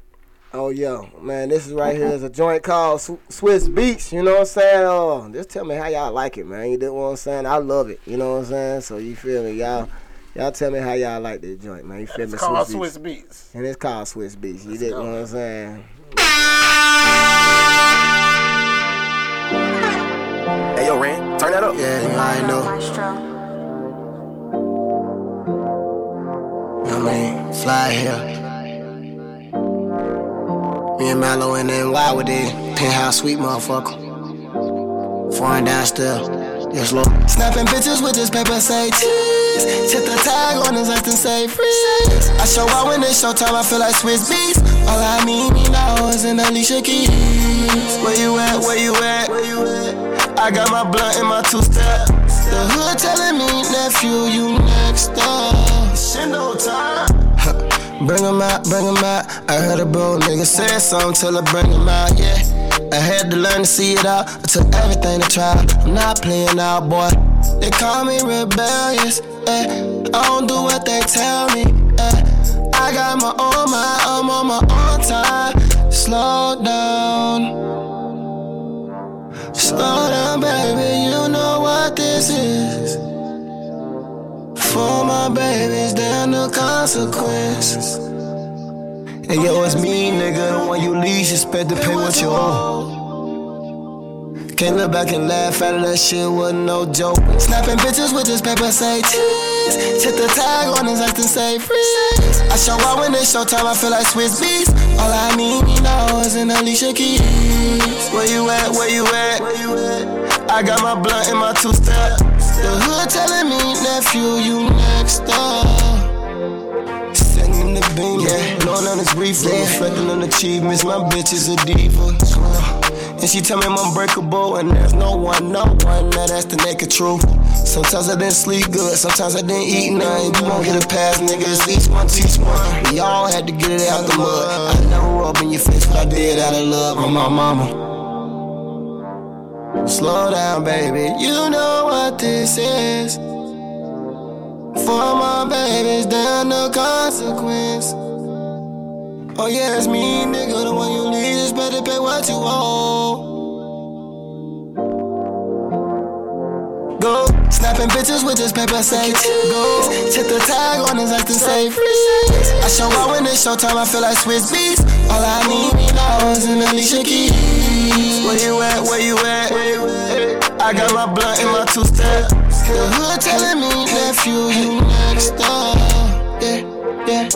A: Oh yo, man, this is right here is a joint called Sw- Swiss Beats. You know what I'm saying? Oh, just tell me how y'all like it, man. You know what I'm saying? I love it. You know what I'm saying? So you feel me, y'all? Y'all tell me how y'all like this joint, man. You feel
C: It's
A: me?
C: called
A: Beats.
C: Swiss Beats.
A: And it's called Swiss Beats. You dig what I'm saying?
G: Hey, yo, Ren, turn that up.
A: Yeah, you know, I know.
H: Maestro.
A: I mean, fly here. Me and Mallow in there wild with it. Penthouse sweet motherfucker. Foreign downstairs. Yes, Lord.
I: Snapping pictures with this paper say cheese. Check the tag on his left and say freeze. I show out when it's showtime, I feel like Swiss beats. All I need now is an Alicia Keys. Where you at? Where you at? Where you at? I got my blunt and my two step. The hood telling me, nephew, you next up. Shit, no time. Bring 'em out, bring 'em out. I heard a bro nigga say something till I bring 'em out, yeah. I had to learn to see it out. I took everything to try. I'm not playing out, boy. They call me rebellious, eh. I don't do what they tell me, eh. I got my own mind, I'm on my own time. Slow down. Slow down, baby, you know what this is. For my babies, there are no consequences. And yo, it's me, nigga. The one you least expect to pay what you owe.
A: Can't look back and laugh at it, that shit wasn't no joke. Snapping pictures with this paper, say cheese. Check the tag on his ass and say freeze. I show out when it's showtime, I feel like Swiss Beats. All I need now is an Alicia Keys. Where you at, where you at? Where you at? I got my blunt in my two step. The hood telling me, nephew, you next up. Sending the beam, yeah. Blowing on his reefer, reflecting on achievements. My bitch is a diva. And she tell me I'm unbreakable, and there's no one, no one. Now that's the naked truth. Sometimes I didn't sleep good, sometimes I didn't eat none. You won't get a pass, niggas. Each one, teach one. We all had to get it out the mud. I never rub in your face, but I did out of love. I'm my mama. Slow down, baby. You know what this is. For my babies, down the consequence. Oh, yeah, it's me, nigga. The one you need is better pay what you owe. Go. Snapping bitches with this paper, say go. Check the tag on his ass to say freeze. I show out when it's showtime, I feel like Swiss Beats. All I need now is an Alicia Keys. Where you at, where you at? I got my blunt in my two step. The hood telling me, nephew, you next up. Yeah, yeah.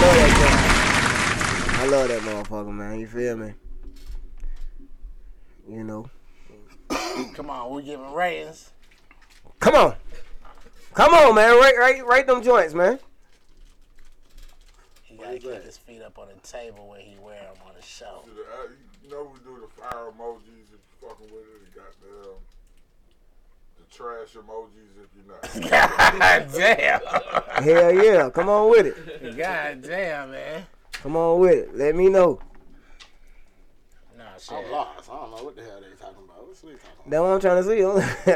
E: love that guy. I love that motherfucker, man. You feel me? You know.
B: Come on, we giving ratings.
E: Come on. Come on, man. Right, right, right. Them joints, man.
B: He gotta keep his feet up on the table when he wear them on the show.
D: uh, You know we do the fire emojis if you fucking with it. The goddamn the trash emojis if you're not.
C: damn.
E: Hell yeah. Come on with it.
C: God damn, man.
E: Come on with it. Let me know.
C: Nah, shit.
B: I'm lost. I don't know what the hell they talking about. What's we talking about?
E: That's what I'm trying to see.
B: Be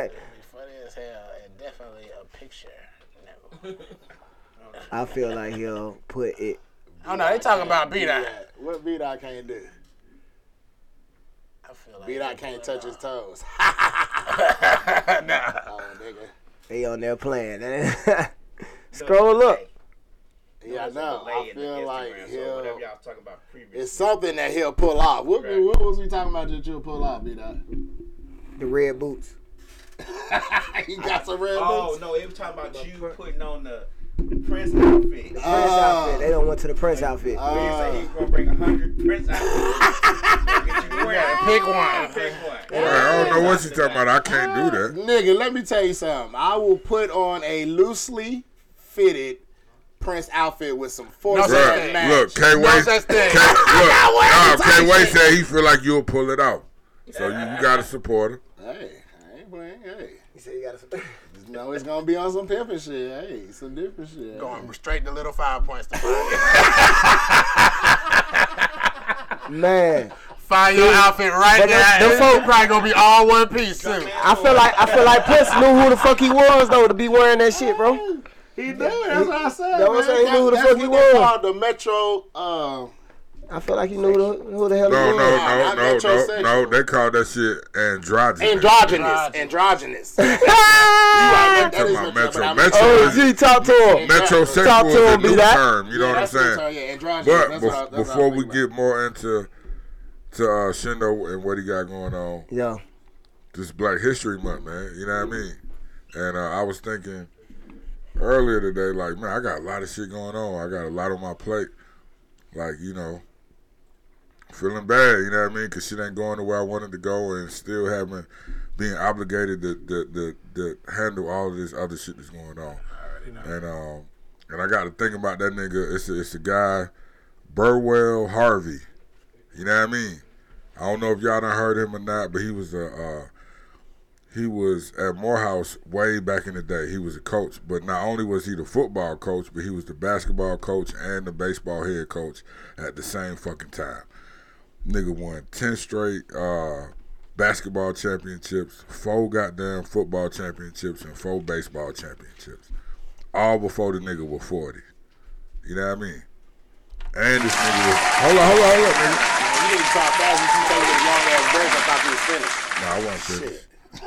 B: funny as hell and definitely a picture. No.
E: I feel like he'll put it.
C: Oh no, they talking about beat out.
B: Yeah, What beat I can't do?
C: I feel
B: Beat I can't touch his toes.
C: like nah.
B: Oh, nigga.
E: They on there playing. Scroll up.
B: Yeah, I know. I feel like
F: so whatever
B: he'll.
F: y'all was talking about previous.
B: It's something that he'll pull off. What,
F: Right.
B: what was we talking about that you'll pull off, beat I?
E: The red boots.
B: He got some red
F: Oh
B: boots.
F: no, it was talking about you putting on the Prince outfit. Uh,
E: Prince
B: Oh.
E: outfit. They don't went to the Prince outfit.
F: he said he's gonna bring a hundred Prince outfits. Get you wearing it.
C: Pick one.
F: Pick one.
D: I don't know what you talking about. I can't do that.
B: Nigga, let me tell you something. I will put on a loosely fitted Prince outfit with some forces
C: such
B: that
C: thing.
D: Bruh,
B: match.
D: look, K Way.
C: such thing.
D: Look, nah, K Way said he feel like you'll pull it off. So you, you gotta support him.
B: Hey, I ain't playing. Hey,
E: He said he got a-
B: Just know it's gonna be on some pimping shit. Hey, some different shit.
C: Going straight to little five points to
E: Man,
C: Find your outfit right
E: But
C: now.
E: them-
C: Them
E: them
C: folk
E: folk-
C: probably gonna be all one piece too.
E: I feel like I feel like Prince knew who the fuck he was though to be wearing that shit, bro.
B: He do. That's what I said.
E: That was
B: man.
E: how he knew who the
B: that's
E: fuck he
B: what they
E: was.
B: call The metro. Uh,
E: I feel like he knew who the, who the hell
D: No,
E: he was.
D: no, no, no, no, no. They call that shit androgynous.
B: androgynous. Androgynous. You right, that- that is
D: Talking about
B: metro, but
D: metro.
B: I'm-
D: Metro
E: Oh,
D: is
E: gee, talk to him. Talk
D: metrosexual
E: to
D: is a
E: him, be
D: new
E: that.
D: term. You know what I'm
B: That's what I'm
D: saying?
B: talking, yeah, androgynous.
D: But
B: that's
D: bef-
B: what I- that's what I
D: before
B: was
D: we
B: thinking
D: get more into to uh, Shindo and what he got going on,
E: Yo,
D: this Black History Month, man. You know what I mean? And uh, I was thinking earlier today, like, man, I got a lot of shit going on. I got a lot on my plate. Like, you know, feeling bad, you know what I mean? Because shit ain't going the way I wanted to go and still having, being obligated to, to, to, to handle all of this other shit that's going on. And um, and I got to think about that nigga. It's a, it's a guy, Burwell Harvey. You know what I mean? I don't know if y'all done heard him or not, but he was a uh, he was at Morehouse way back in the day. He was a coach, but not only was he the football coach, but he was the basketball coach and the baseball head coach at the same fucking time. Nigga won ten straight uh, basketball championships, four goddamn football championships, and four baseball championships, all before the nigga was forty. You know what I mean? And this nigga was hold on, hold on, hold on, nigga.
B: about. You didn't talk fast. You took this long ass break. I thought you was finished.
D: No, I wasn't finished.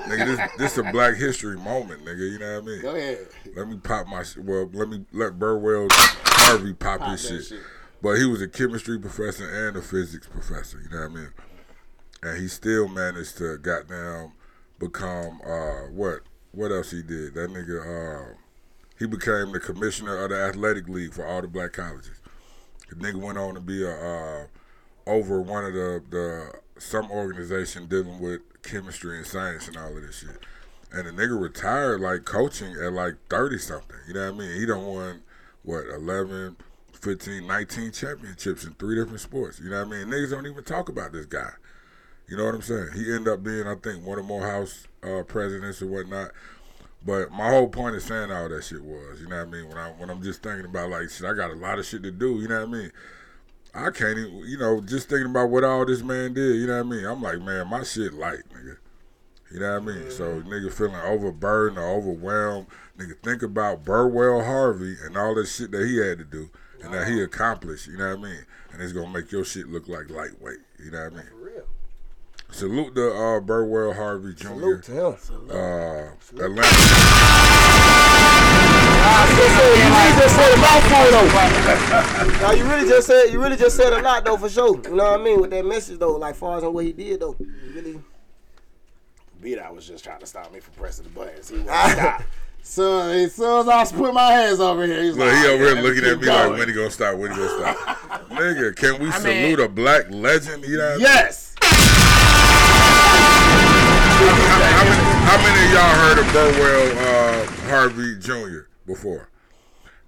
D: nigga, this this a Black History moment, nigga. You know what I mean?
B: Go ahead.
D: Let me pop my sh- well. Let me let Burwell Harvey pop,
B: Pop
D: his
B: that
D: shit.
B: shit.
D: But he was a chemistry professor and a physics professor. You know what I mean? And he still managed to goddamn become uh what? What else he did? That nigga. Uh, he became the commissioner of the athletic league for all the black colleges. The nigga went on to be a uh, over one of the the some organization dealing with chemistry and science and all of this shit. And the nigga retired like coaching at like 30 something. You know what I mean? He done won what 11, 15, 19 championships in three different sports. You know what I mean? Niggas don't even talk about this guy. You know what I'm saying? He ended up being, I think, one of Morehouse uh, presidents or whatnot. But my whole point of saying all that shit was, you know what I mean? When I when I'm just thinking about like shit, I got a lot of shit to do. You know what I mean? I can't even, you know, just thinking about what all this man did. You know what I mean? I'm like, man, my shit light, nigga. You know what I mean? So
A: Mm-hmm.
D: nigga feeling overburdened or overwhelmed. Nigga think about Burwell Harvey and all this shit that he had to do and that he accomplished. You know what I mean? And it's gonna make your shit look like lightweight. You know what I mean? Salute to uh, Burwell Harvey Jr.
A: Salute to him.
D: Uh, Atlanta.
A: You really just said a mouthful though. now you really just said you really just said a lot though for sure. You know what I mean with that message though, like far as on what he did though. You really
B: Beat I was just trying to stop me from pressing the buttons. He wouldn't stop. So as soon as I put my hands over here, he's
D: Look,
B: like,
D: he
B: "Oh,
D: over
B: yeah,
D: here
B: let's
D: looking at
B: keep
D: me
B: going."
D: like, when he gonna stop? When he gonna stop? Nigga, can we
C: I mean-
D: salute a black legend? You know what I mean?
B: Yes.
D: How many, how many of y'all heard of Burwell uh, Harvey Jr. before?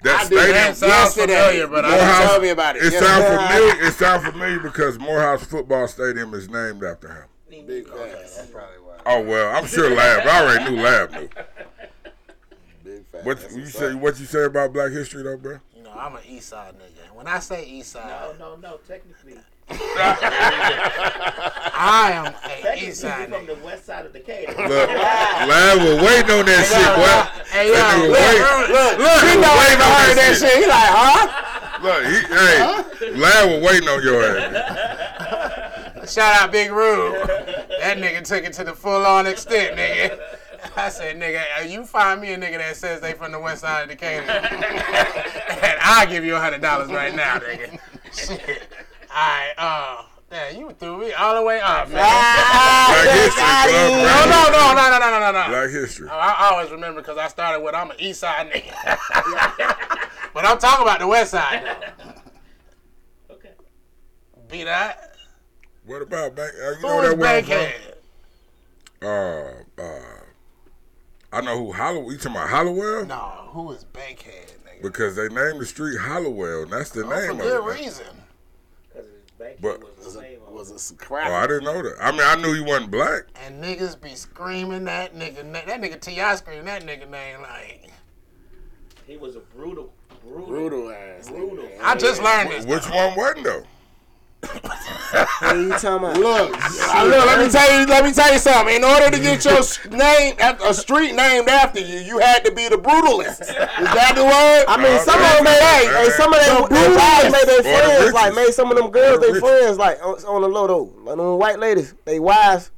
D: That
B: I did
C: That
B: that
D: stadium,
C: sounds
B: yesterday.
C: familiar, but I
B: Morehouse-
C: don't.
B: Tell me about it.
D: It
B: Yeah.
D: sounds familiar. It sounds familiar because Morehouse Football Stadium is named after him.
B: Big facts.
D: Oh well, I'm sure Lab. I already knew Lab knew.
B: Big facts.
D: What
B: That's
D: you
B: what's
D: say?
B: up.
D: What you say about Black History though, bro?
C: No, I'm an East Side nigga. When I say East Side,
F: No, Oh, no, no. Technically,
C: I am a
F: technically,
C: East Side
F: you from
C: nigga.
F: the west side of Decatur.
D: Look, Lab was waiting on that shit. What?
C: Hey, yo,
D: That nigga
C: look,
A: heard that shit. He
D: waiting. Look, he was waiting on
C: look,
A: like, huh?
D: Look, he, hey, Lab was waiting on your ass.
C: Shout out Big Rube. That nigga took it to the full on extent, nigga. I said, nigga, uh, you find me a nigga that says they from the west side of Decatur, and I'll give you a hundred dollars right now, nigga. Shit. Alright, uh, man, you threw me all the way up, man.
D: Black History Club.
C: Ah, No,
D: Black History-
C: no, no, no, no, no, no, no, no.
D: Black History.
C: I I always remember because I started with I'm an East Side nigga, but I'm talking about the West Side. Though.
F: Okay.
C: Be that
D: What about bank? Uh, you
C: who
D: know
C: is
D: that where I'm
C: Bankhead?
D: from? Uh, uh, I know who Hollowell. You talking about Hollowell?
C: No, who is Bankhead, nigga?
D: Because they named the street Hollowell, and that's the
C: Oh, For
D: name
C: good
D: of it.
C: reason.
F: Because his bank
D: But-
F: was the same.
B: Was a
D: Oh, I
B: crap.
D: didn't know that. I mean, I knew he wasn't black.
C: And niggas be screaming that nigga name. That nigga T.I. screaming that nigga name like.
F: He was a brutal, brutal,
B: Brutal ass. nigga.
F: brutal.
C: I just learned
D: Wh-
C: this.
D: Which one wasn't though?
A: What are you talking about?
B: Look, I- look, let me tell you, let me tell you something. In order to get your s- name, af- a street named after you, you had to be the brutalist. Is that the word?
A: I mean, some of them made, hey, hey, some of them guys made their friends, like, made some of them girls they friends, like, on, on the low, though. Like, them white ladies, they wives,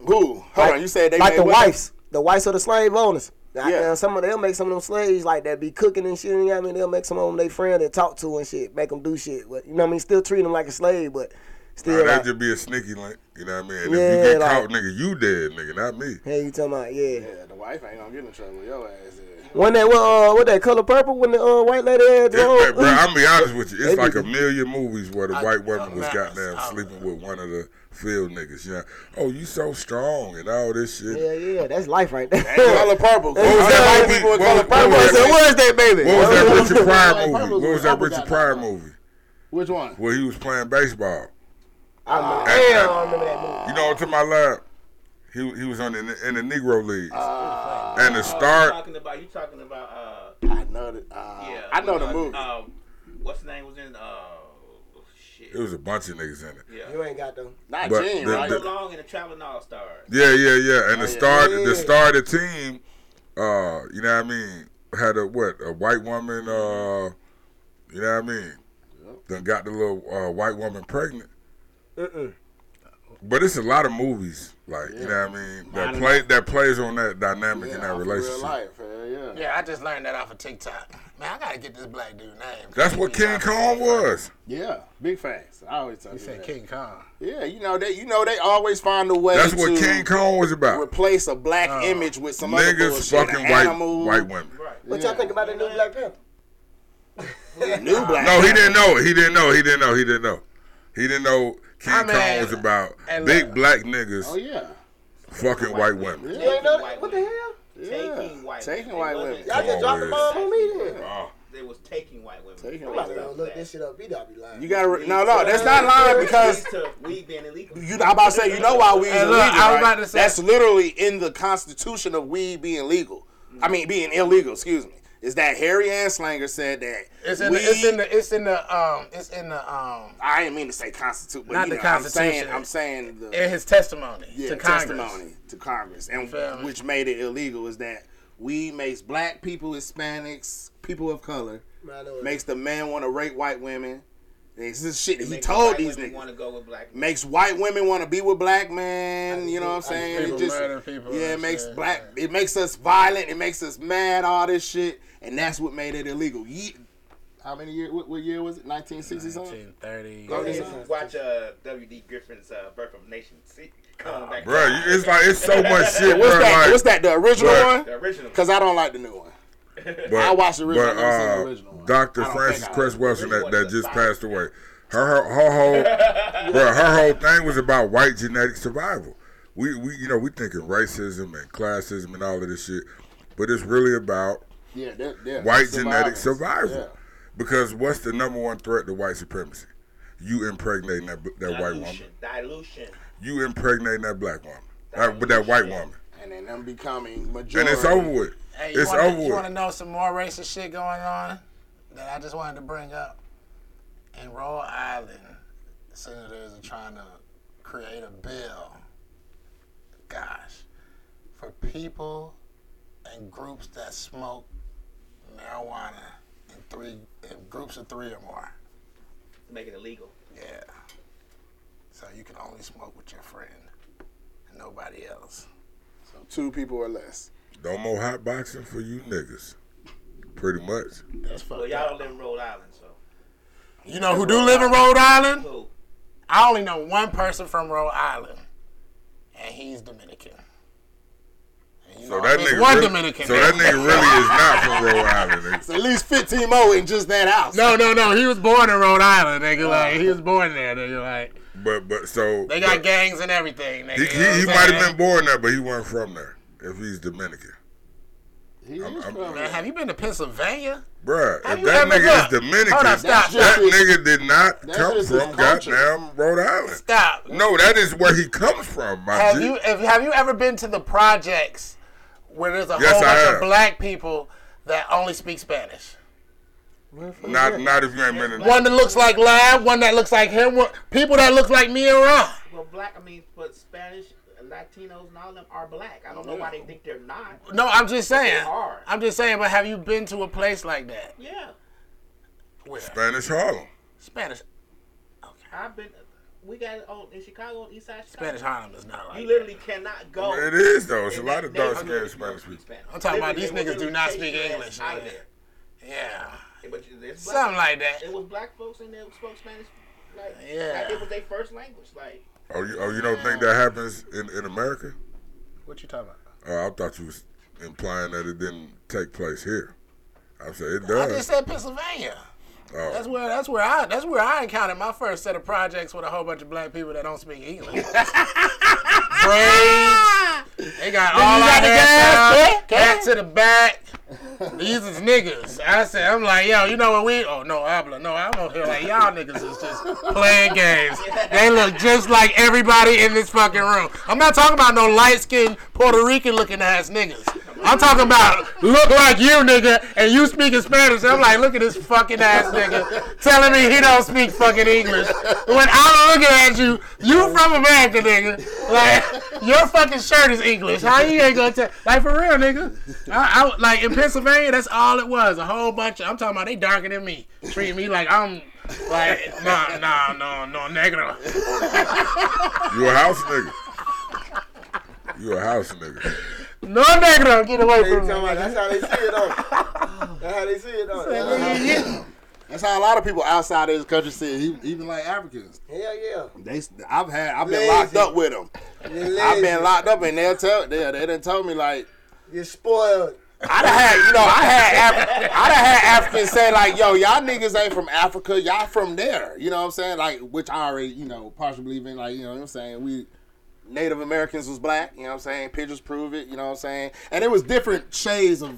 B: Who? Hold on, you said they
A: like
B: made
A: the
B: what?
A: wives, the wives of the slave owners.
B: Yeah.
A: Yeah. Some of them, they'll make some of them slaves, like, that be cooking and shit, you know what I mean? They'll make some of them they friend and talk to and shit, make them do shit. But, you know what I mean? Still treat them like a slave, but still,
D: That'd
A: like,
D: just be a sneaky link. You know what I mean? And if
A: Yeah,
D: you get
A: like-
D: caught, nigga, you dead, nigga, not me.
A: hey, you talking about, yeah.
B: Yeah, the wife ain't gonna get in trouble. Your ass is.
A: When that, well, uh, what that color purple, when the uh, white lady had
D: It's,
A: drove,
D: like, bro, I'm be honest with you.
A: They
D: It's like
A: be-
D: a million movies where the white woman was
C: I-
D: goddamn
C: I-
D: sleeping with one of the field niggas. Yeah. Oh, you so strong and all this shit.
A: Yeah, yeah, that's life right there.
B: Color purple. What
D: was that
B: white
D: movie?
B: people with
D: What
B: color
D: was- what
B: purple?
D: was
B: I said,
D: that-
B: Where's that baby?
D: What was that
B: Like,
D: Richard Pryor movie?
B: purples
D: What was
B: was
D: that
B: upper
D: Richard
B: guy.
D: Pryor movie?
B: Which one?
D: Where he was playing baseball.
A: I remember,
D: And- and-
A: I remember that movie.
D: You know, to my lab, he he was on the, in the Negro leagues, and the star.
F: You talking about? You talking about? Uh,
B: I know the. Uh,
F: yeah.
B: I know the
F: uh,
B: movie.
F: Um, what's the name was in? Uh, shit.
D: It was a bunch of niggas in it.
F: yeah.
A: You ain't got them.
B: Not
D: but
B: Gene,
D: the-
B: right?
D: the-
F: So long in the traveling all stars.
D: Yeah, yeah, yeah. And the star,
A: yeah.
D: the star of the team, uh, you know what I mean, had a what a white woman, uh, you know what I mean, then got the little uh, white woman pregnant.
A: Mm-mm.
D: But it's a lot of movies, like you know what I mean, that play that plays on that dynamic in that
B: off of Real
D: relationship.
B: life, hell yeah.
C: Yeah, I just learned that off of TikTok. Man, I gotta get this black dude name.
D: That's what King Kong was.
B: Yeah, big facts. I always tell you
C: He said
B: that.
C: King Kong.
B: Yeah, you know they, you know they always find a way.
D: That's what
B: to
D: King Kong was about.
B: Replace a black
C: Oh.
B: image with some other
D: Niggas
B: bullshit.
D: fucking
B: an
D: white
B: animal,
D: white women.
A: What y'all think about the new Black Panther?
B: new black.
D: No, he didn't know. it. He didn't know. He didn't know. He didn't know. He didn't know King
C: I mean,
D: Kong was about
C: and
D: big
C: look-
D: black niggas
B: Oh yeah,
D: fucking white women.
A: You ain't know that?
F: white
A: What the
F: women.
A: hell?
F: Taking white
B: Taking
F: women.
B: white
F: It wasn't-
B: women.
A: Y'all
D: Come
A: just
D: on,
A: dropped the
D: Wiz.
A: bomb on me then.
D: Oh,
F: They was taking white women.
B: Taking
A: I'm
B: white
A: about to go look this shit up. B-Dot be lying.
B: you gotta re- no no. That's not lying because
F: we being illegal.
B: you. I'm about to say you know why weed
C: Hey,
B: is
C: look,
B: illegal.
C: I was
B: right?
C: about to say-
B: that's literally in the Constitution of weed being legal. I mean being illegal. Excuse me. Is that Harry Anslinger said that
C: It's in,
B: weed,
C: the, it's in the it's in the um it's in the um
B: I didn't mean to say constitute, but
C: Not
B: you
C: the
B: know, I'm saying
C: Constitution.
B: I'm saying the
C: in his testimony
B: yeah,
C: to Congress.
B: testimony to Congress, and
C: Feel me?
B: which made it illegal is that weed makes black people, Hispanics, people of color,
A: Minority.
B: makes the man want to rape white women. This is shit that he
F: Make
B: told
F: white
B: these
F: women Want
B: niggas.
F: to go with black men.
B: Makes white women want to be with black men. You know what I'm saying?
C: people
B: It just
C: murder people
B: yeah, it
C: and
B: makes
C: shit,
B: black. It makes us violent. It makes us mad. All this shit, and that's what made it illegal. Ye- how many years? What, what year was it? 1960 something.
C: 1930.
F: Just Watch uh, W.D. Griffin's uh, Birth of a Nation. See,
B: Ah,
F: coming back.
D: bro, you- it's like it's so much shit,
B: What's
D: bro.
B: that?
D: Like,
B: What's that? The original
D: Right.
B: one?
F: The original.
B: Because I don't like the new one.
D: But,
B: I watched the original,
D: But,
B: I never seen the
D: uh,
B: original one.
D: Dr.
B: I don't
D: Francis
B: think I-
D: Cress Wilson that,
F: Original
D: that
F: is
D: just
F: fire.
D: passed away. Her, her, her whole, bro, her whole thing was about white genetic survival. We, we, you know, we thinking racism and classism and all of this shit, but it's really about
B: Yeah, that, that,
D: white
B: survivors.
D: genetic survival.
B: Yeah.
D: Because what's the number one threat to white supremacy? You impregnating that that white woman.
F: Dilution. Dilution.
D: You impregnating that black woman. That, but that white woman.
B: And then them becoming
D: And
B: majority.
D: it's over with.
C: Hey, you
D: it's
C: wanna,
D: over
C: You want
D: with.
C: to know some more racist shit going on that I just wanted to bring up? In Rhode Island, senators are trying to create a bill. Gosh, for people and groups that smoke marijuana in three in groups of three or more.
F: Make it illegal.
C: Yeah. So you can only smoke with your friend and nobody else.
B: Two people or less.
D: No more hot boxing for you niggas. Pretty much.
C: That's
F: Well,
C: fucked
F: y'all
C: up.
F: don't live in Rhode Island, so
C: You know who do live in Rhode Island?
F: who?
C: I only know one person from Rhode Island, and he's Dominican. And you
D: So
C: know,
D: that
C: it's
D: nigga.
C: one
D: really,
C: Dominican.
D: So that nigga really is not from Rhode Island. nigga.
B: At least 15 more in just that house.
C: no, no, no. He was born in Rhode Island, nigga. Like he was born there, nigga. Like
D: But but so
C: they got
D: but
C: gangs and everything, nigga.
D: he,
C: you know
D: he, he
C: what I'm
D: might have
C: saying?
D: been born there, but he wasn't from there. If he's Dominican.
B: He is
D: I'm-
B: from-
C: Man, have you been to Pennsylvania?
D: Bruh,
C: How
D: if
C: you
D: that
C: ever
D: nigga
C: look?
D: is Dominican,
C: Hold on, stop.
D: that
B: That's just-
D: nigga did not
B: that's
D: come
B: just his
D: from
B: culture.
D: goddamn Rhode Island.
C: Stop.
D: No, that is where he comes from, my
C: Have
D: G.
C: you if, have you ever been to the projects where there's a
D: Yes,
C: whole
D: I
C: bunch
D: have.
C: of black people that only speak Spanish?
D: Not, not if you ain't been in.
C: One that looks like Lab, one that looks like him, one, people that look like me and Ron.
F: Well, black. I mean, but Spanish, Latinos, and all of them are black. I don't know why they think they're not.
C: No, I'm just saying.
F: hard.
C: I'm just saying, but have you been to a place like that?
F: Yeah,
C: Where?
D: Spanish Harlem.
C: Spanish.
F: I've been. We got it on in Chicago, on East Side Chicago.
C: Spanish Harlem is not like
F: You
C: that.
F: literally cannot go.
D: It is though. It's a
F: in
D: lot
F: that
D: of dark
F: neighborhood
D: skinned
F: if you don't
D: Spanish
F: speak
D: people.
F: Spanish.
C: I'm talking about
F: Literally,
C: these
F: they will
C: niggas do not
F: literally
C: speak
F: chase your
C: English.
F: ass out of
C: nigga.
F: there.
C: Yeah.
F: But it's black
C: Something like that.
F: It was black folks in there who spoke Spanish. Like,
C: Yeah.
F: like it was their first language. Like,
D: Oh, you, oh, you don't think that happens in, in America?
C: What you talking about?
D: Uh, I thought you was implying that it didn't take place here. I said it
C: I just
D: does.
C: said Pennsylvania.
D: Oh.
C: That's where that's where I that's where I encountered my first set of projects with a whole bunch of black people that don't speak English. Braids. They got all our hair down, back to the back. These is niggas. I said, I'm like, yo, you know what we? Oh no, Abla, no, I'm over here like y'all niggas is just playing games. They look just like everybody in this fucking room. I'm not talking about no light skinned Puerto Rican looking ass niggas. I'm talking about look like you nigga and you speaking Spanish. I'm like, look at this fucking ass nigga telling me he don't speak fucking English. When I'm looking at you, you from America, nigga. Like your fucking shirt is English. How you ain't gonna tell? Like for real, nigga. I, I like in Pennsylvania, that's all it was. A whole bunch of I'm talking about they darker than me, treating me like I'm Like, nah, nah, no, no, negro.
D: You a house nigga. You a house nigga.
C: No, negro, get away
B: They
C: from
B: talking
C: me.
B: about- That's how they see it, though. That's how they see it, though.
C: Yeah.
B: That's how a lot of people outside of this country see it, e- even like Africans.
A: Hell yeah.
B: They, s- I've had, I've been
A: Lazy.
B: locked up with them.
A: You're lazy.
B: I've been locked up, and they'll tell, they, they done told me like,
A: You're spoiled.
B: I done had, you know, I had, Af- I done had Africans say like, "Yo, y'all niggas ain't from Africa, y'all from there." You know what I'm saying? Like, which I already, you know, partially believe in. Like, you know what I'm saying? We Native Americans was black. You know what I'm saying? Pictures prove it. You know what I'm saying? And it was different shades of,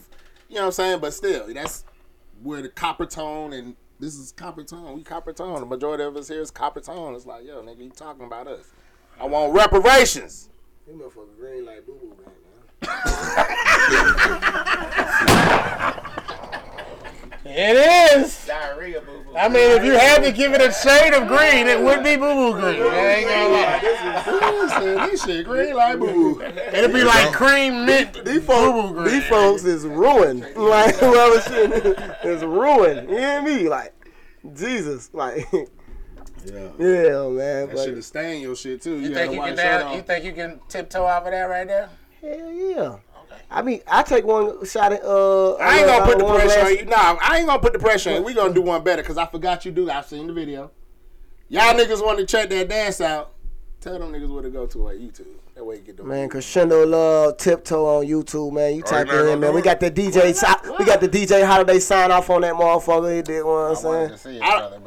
B: you know what I'm saying? But still, that's where the copper tone and this is copper tone. We copper tone. The majority of us here is copper tone. It's like, yo, nigga, you talking about us? I want reparations.
A: You motherfucker green like boo boo right now.
C: It is.
F: Diarrhea, boo boo.
C: I mean, if you had to give it a shade of green, it would be boo boo green. I ain't gonna lie.
B: Who said this shit green like boo boo?
C: It'd be like cream mint boo boo green.
A: These folks is ruined. Like, well, this shit is ruined. You hear me? Like, Jesus. Like,
B: Yeah.
A: yeah, man.
B: That
A: Like,
B: should have stained your shit too. You, had
C: You think
B: a
C: you
B: white
C: can
B: shirt
C: down,
B: on.
C: you think you can tiptoe over that right there?
A: hell yeah. I mean, I take one shot at. Uh,
B: I ain't gonna put the
A: one
B: pressure
A: glass-
B: on you. Nah, I ain't gonna put the pressure on you. We gonna do one better because I forgot you do. I've seen the video. Y'all niggas want to check that dance out. Tell them niggas where to go to on YouTube. That way you get the
A: Man, crescendo love, tiptoe on YouTube, man. You type
D: you not
A: it in,
D: gonna
A: man.
D: do
A: We
D: it?
A: got the DJ, si- we got the DJ. How do they sign off on that motherfucker? You dig what I'm saying?
B: I,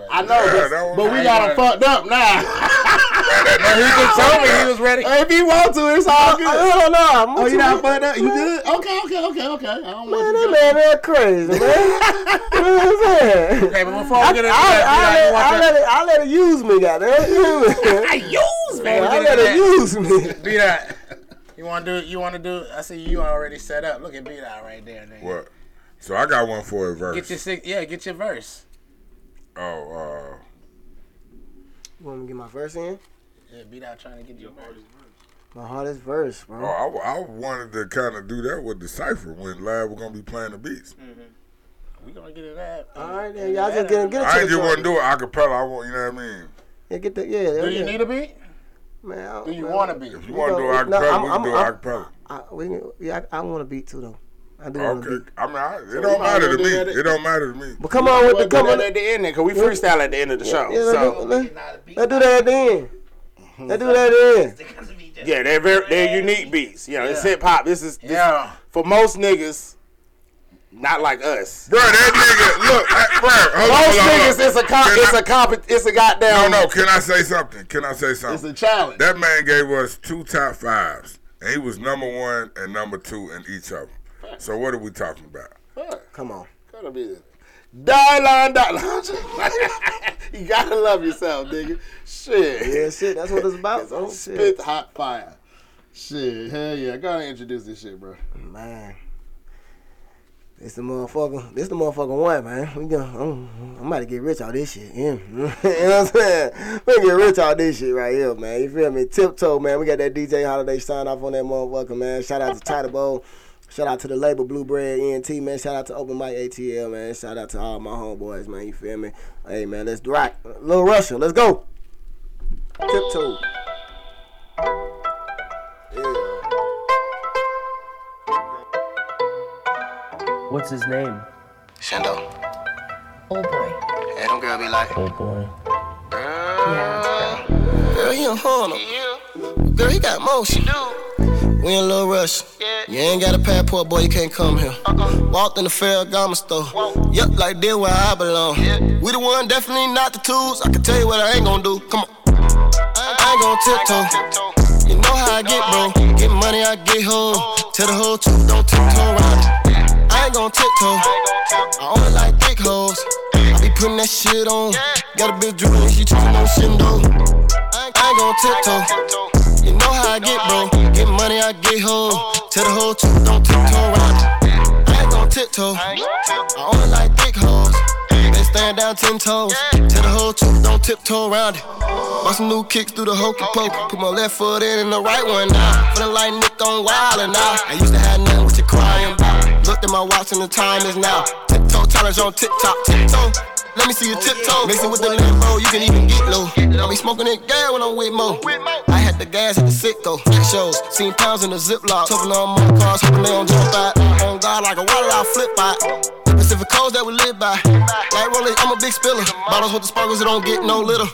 B: I know,
D: that
B: but,
D: was-
B: but we got them fucked up now.
C: He just told me he was ready.
B: if you want to, it's all good.
A: I don't know. I'm
B: oh, you
A: too-
B: not fucked up? You good? Okay, okay, okay, okay. I
A: Man,
B: don't want
A: that
B: you to.
A: man, that crazy, man. you know what I'm saying?
C: Okay, but before
A: I,
C: we
A: I,
C: get into
A: I, let, I,
C: that,
A: let it, I let it use me, goddamn. I
C: you use me.
A: I let it use me.
C: Beat that. You want to do? You want to do? I see you already set up. Look at beat out right there. Nigga.
D: What? So I got one for a verse.
C: Get your six. Yeah, get your verse.
D: oh, uh,
A: Want me to get my verse in?
C: Yeah, beat out trying to get your verse.
A: My hardest verse, bro.
D: Oh, I, I wanted to kind of do that with the cipher when Lab was gonna be playing the beats.
C: We gonna get it out.
A: All right, then y'all just get get
D: I
A: it to
D: ain't just
A: the
D: want to
A: joint.
D: do it acapella. I want, you know what I mean.
A: Yeah, get the yeah.
C: Do you need a beat?
A: man, I-
C: Do you
A: man,
C: want to beat?
D: If you want to do
A: know, no,
D: acapella,
A: I'm-
D: we
A: I'm-
D: can do
A: I'm-
D: acapella.
A: I, we can, yeah, I, I want to beat too though. I do want to beat.
D: Okay. I mean, I, it
B: might
D: don't matter
B: as
D: to
B: well
D: me.
B: do that.
D: It don't matter to me.
A: But come on with the
B: We'll
A: come
B: do
A: on.
B: that at the end because we freestyle at the end of the show.
A: Yeah, let's,
B: so
A: do, let, let's do that at the end. Let's do that at the end.
B: yeah, they're very they're unique beats. You know, it's hip hop. This is this,
C: Yeah.
B: for most niggas, not like us.
D: Bro, that nigga, look, I, bro, hold on,
B: Most
D: hold on, hold
B: niggas,
D: on.
B: it's a comp,
D: Can
B: it's
D: I-
B: a comp, it's a goddamn.
D: No, no, can I say something? Can I say
B: It's
D: something?
B: a challenge.
D: That man gave us two top fives, and he was number one and number two in each of them. So what are we talking about?
A: Come on.
B: Gotta be this. Die line, die line. you gotta love yourself, nigga. Shit.
A: Yeah, shit. That's what it's about. Oh shit,
B: Spit hot fire. Shit. Hell yeah. Gotta introduce this shit, bro.
A: man. This the motherfucker. This the motherfucker one, man. We going I'm, I'm about to get rich out this shit. Yeah. you know what I'm saying? We get rich out this shit right here, man. You feel me? Tiptoe, man. We got that DJ Holiday sign off on that motherfucker, man. Shout out to Title Bowl. Shout out to the label Blue Bread ENT, man. Shout out to Open Mic ATL, man. Shout out to all my homeboys, man. You feel me? Hey, man, let's rock. Little Russia, let's go. Tiptoe. Yeah.
H: What's his name?
I: Shendo.
H: Oh boy.
I: Hey, don't girl be like,
H: Oh boy.
I: girl, he a horner. Girl, he got motion. We in Little Rush. You ain't got a passport, boy, you can't come here. Walked in the Ferragamo store. Yep, like there where I belong. We the one, definitely not the twos. I can tell you what I ain't gonna do. Come on. I ain't gonna tiptoe. You know how I get, bro. Get money, I get hoes. Tell the whole truth, don't tiptoe around. me. I ain't gon' tiptoe. I only like thick hoes. I be putting that shit on. Got a bitch drooling, she choosing on Shindo. I ain't- I ain't gon' tiptoe. You know how I get, bro. Get money, I get hoes. Tell the whole truth, don't tiptoe around. me. I ain't gon' tiptoe. I only like thick hoes. Been stand down ten toes. Tell the whole truth, don't tiptoe around it. Bought some new kicks through the hokey pokey. Put my left foot in and the right one out. Feeling like Nick on Wild and I. I used to have nothing what you crying about. Looked at my watch and the time is now. Tiptoe challenge on TikTok, tiptoe. Let me see you tiptoe. Mixing with the limbo, you can even Oh, get low. I be smoking that gas when I'm with Mo. I had the gas at the sitco. Shows, seen pounds in the Ziploc. Talking on more cars, hoping they don't jump out. On God, like a water, I flip by. Pacific codes that we live by. Like Rollie, I'm a big spiller. Bottles with the sparkles, it don't get no little.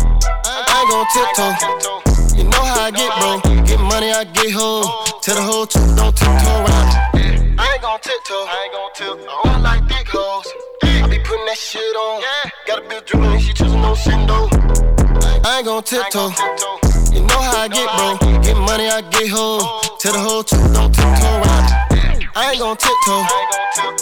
I: I ain't gon' tiptoe. You know how I get, bro. Get money, I get hoe. Tell the whole truth, don't tiptoe around. I ain't gon' tiptoe. I ain't gon' tiptoe. I don't like dick hoes. I be putting that shit on. Got a bitch drooling, she choosing no shindo. I ain't gon' tiptoe. You know how I get, bro. Get money, I get hoe. Tell the whole truth, don't tiptoe around. I ain't gon' tiptoe.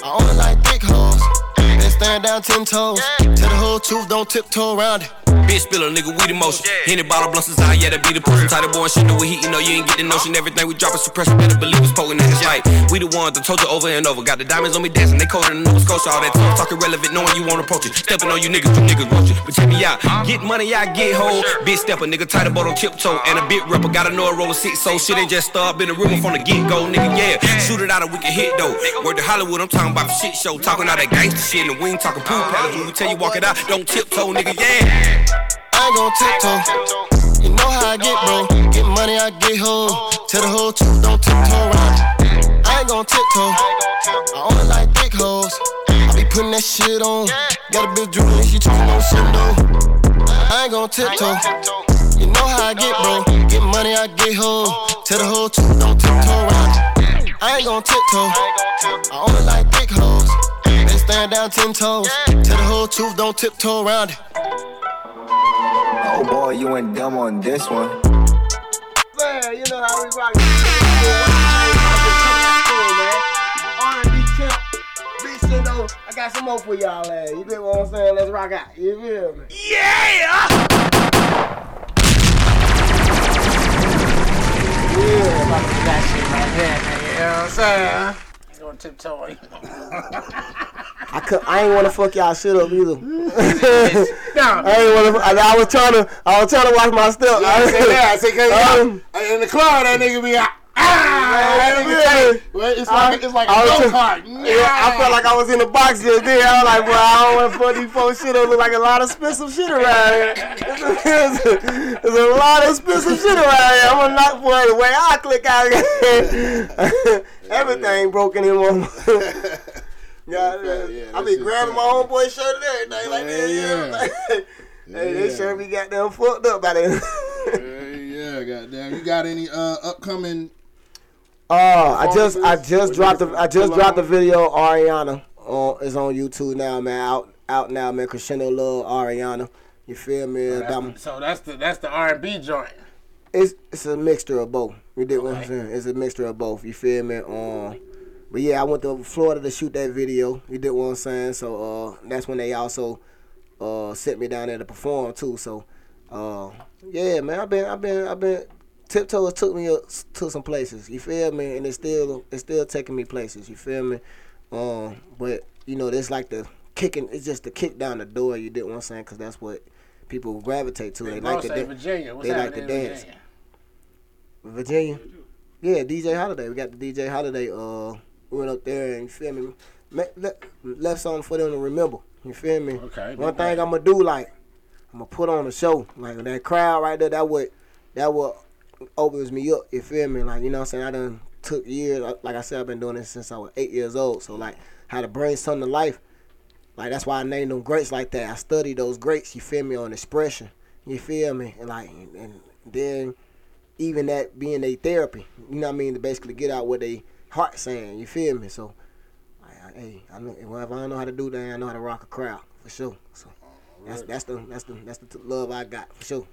I: I only like dick hoes. Been stand down ten toes. Tell the whole truth, don't tiptoe around it.
J: Bitch spiller, nigga, we the motion. Any bottle blunts is out, yeah, that be the person. Title boy, and shit that we heatin', no, you ain't get the notion. Everything we droppin' suppressed, better believe it's poking at his right. We the ones that told you over and over. Got the diamonds on me dancing, they colder than Nova Scotia. All that talk, talking relevant, knowing you won't approach it. Stepping on you niggas, you niggas roach it. But check me out, get money, I get hold. Bitch stepper, nigga, title boat on tiptoe. And a bit rapper, gotta know a roll of six, so shit ain't just start. Been a rumor from the get go, nigga, yeah. Shoot it out a wicked hit, though. Word to Hollywood, I'm talking about shit show. Talking all that gangster shit, and we ain't talking pool palace. When we tell you walk it out, don't tiptoe, nigga, yeah.
I: I ain't gon' tiptoe. You know how I get, bro. Get money, I get hoe. Tell the whole truth, don't tiptoe around. it. I ain't gon' tiptoe. I only like dick hoes. I be putting that shit on. Got a bitch drooling, she talking on shindo. I ain't gon' tiptoe. You know how I get, bro. Get money, I get hoe. Tell the whole truth, don't tiptoe around. it. I ain't gon' tiptoe. I only like dick hoes. Been stand down ten toes. Tell the whole truth, don't tiptoe around it.
K: Oh boy, you went dumb on this one.
B: Man, you know how we rock. R&B champ, bitch, you know, I got some more for y'all, ass. You dig what I'm saying? Let's rock out. You feel me? Yeah!
C: Yeah, about to do that shit right there, nigga. You know what I'm
B: Uh-huh.
C: saying? Ain't gonna tiptoe.
A: I could, I ain't wanna fuck y'all shit up either.
C: No.
A: I ain't wanna. I, I was trying to. I was trying to watch my step.
B: I say that. I say, cause
A: Um,
B: in the club, that nigga be out. Ah, that nigga tight. Well, it's like it's like
A: I
B: a
A: was
B: go
A: just-
B: kart.
A: Yeah, I felt like I was in a box just then. I was like, well, I don't want to fuck these folks shit. It look like a lot of expensive shit around here. There's a, there's a lot of expensive shit around here. I'm gonna knock for it the way I click out. here. Everything broken in one. Yeah,
B: yeah,
A: I
B: that
A: be
B: shit
A: grabbing my
B: tough.
A: homeboy shirt and everything like that.
B: Yeah,
A: Yeah. Hey, this
B: Yeah.
A: shirt be goddamn fucked up by that.
B: yeah, goddamn. You got any uh upcoming?
A: Oh, I just I
B: Performances
A: just
B: with
A: dropped the
B: different
A: I just
B: people
A: dropped the
B: on?
A: video Ariana on is on YouTube now, man. Out out now, man. Crescendo love Ariana. You feel me? About my-
C: So that's the that's the R&B joint.
A: it's it's a mixture of both. You dig what I'm saying? It's a mixture of both. You feel me? Um, but yeah, I went to Florida to shoot that video. You dig what I'm saying? So uh, that's when they also uh sent me down there to perform too. So uh, yeah, man, I've been I've been I've been tiptoes took me up to some places. You feel me? And it's still it's still taking me places. You feel me? Um, but you know, that's like the kicking. It's just the kick down the door. You dig what I'm saying? Because that's what people gravitate to. They, like
C: Ross
A: to
C: say
A: dan-
C: Virginia. What's
A: they like
C: happening
A: to
C: in
A: dance.
C: Virginia?
A: Virginia. Yeah, DJ Holiday. We got the DJ Holiday. Uh, we went up there and you feel me. ma- le- left something for them to remember. You feel me?
C: Okay,
A: One
C: big
A: thing I'm gonna do, like, I'm gonna put on a show. Like that crowd right there, that what, that what opens me up. You feel me? Like you know what I'm saying? I done took years. Like I said, I've been doing this since I was eight years old. So like, how to bring something to life. Like that's why I named them greats like that. I studied those greats. You feel me on expression. You feel me? And like, and, and then even that being a therapy. You know what I mean? To basically get out what they heart saying. You feel me? So, I, I, hey, I know if I don't know how to do that, I know how to rock a crowd for sure. So that's that's the that's the that's the t- love I got for sure.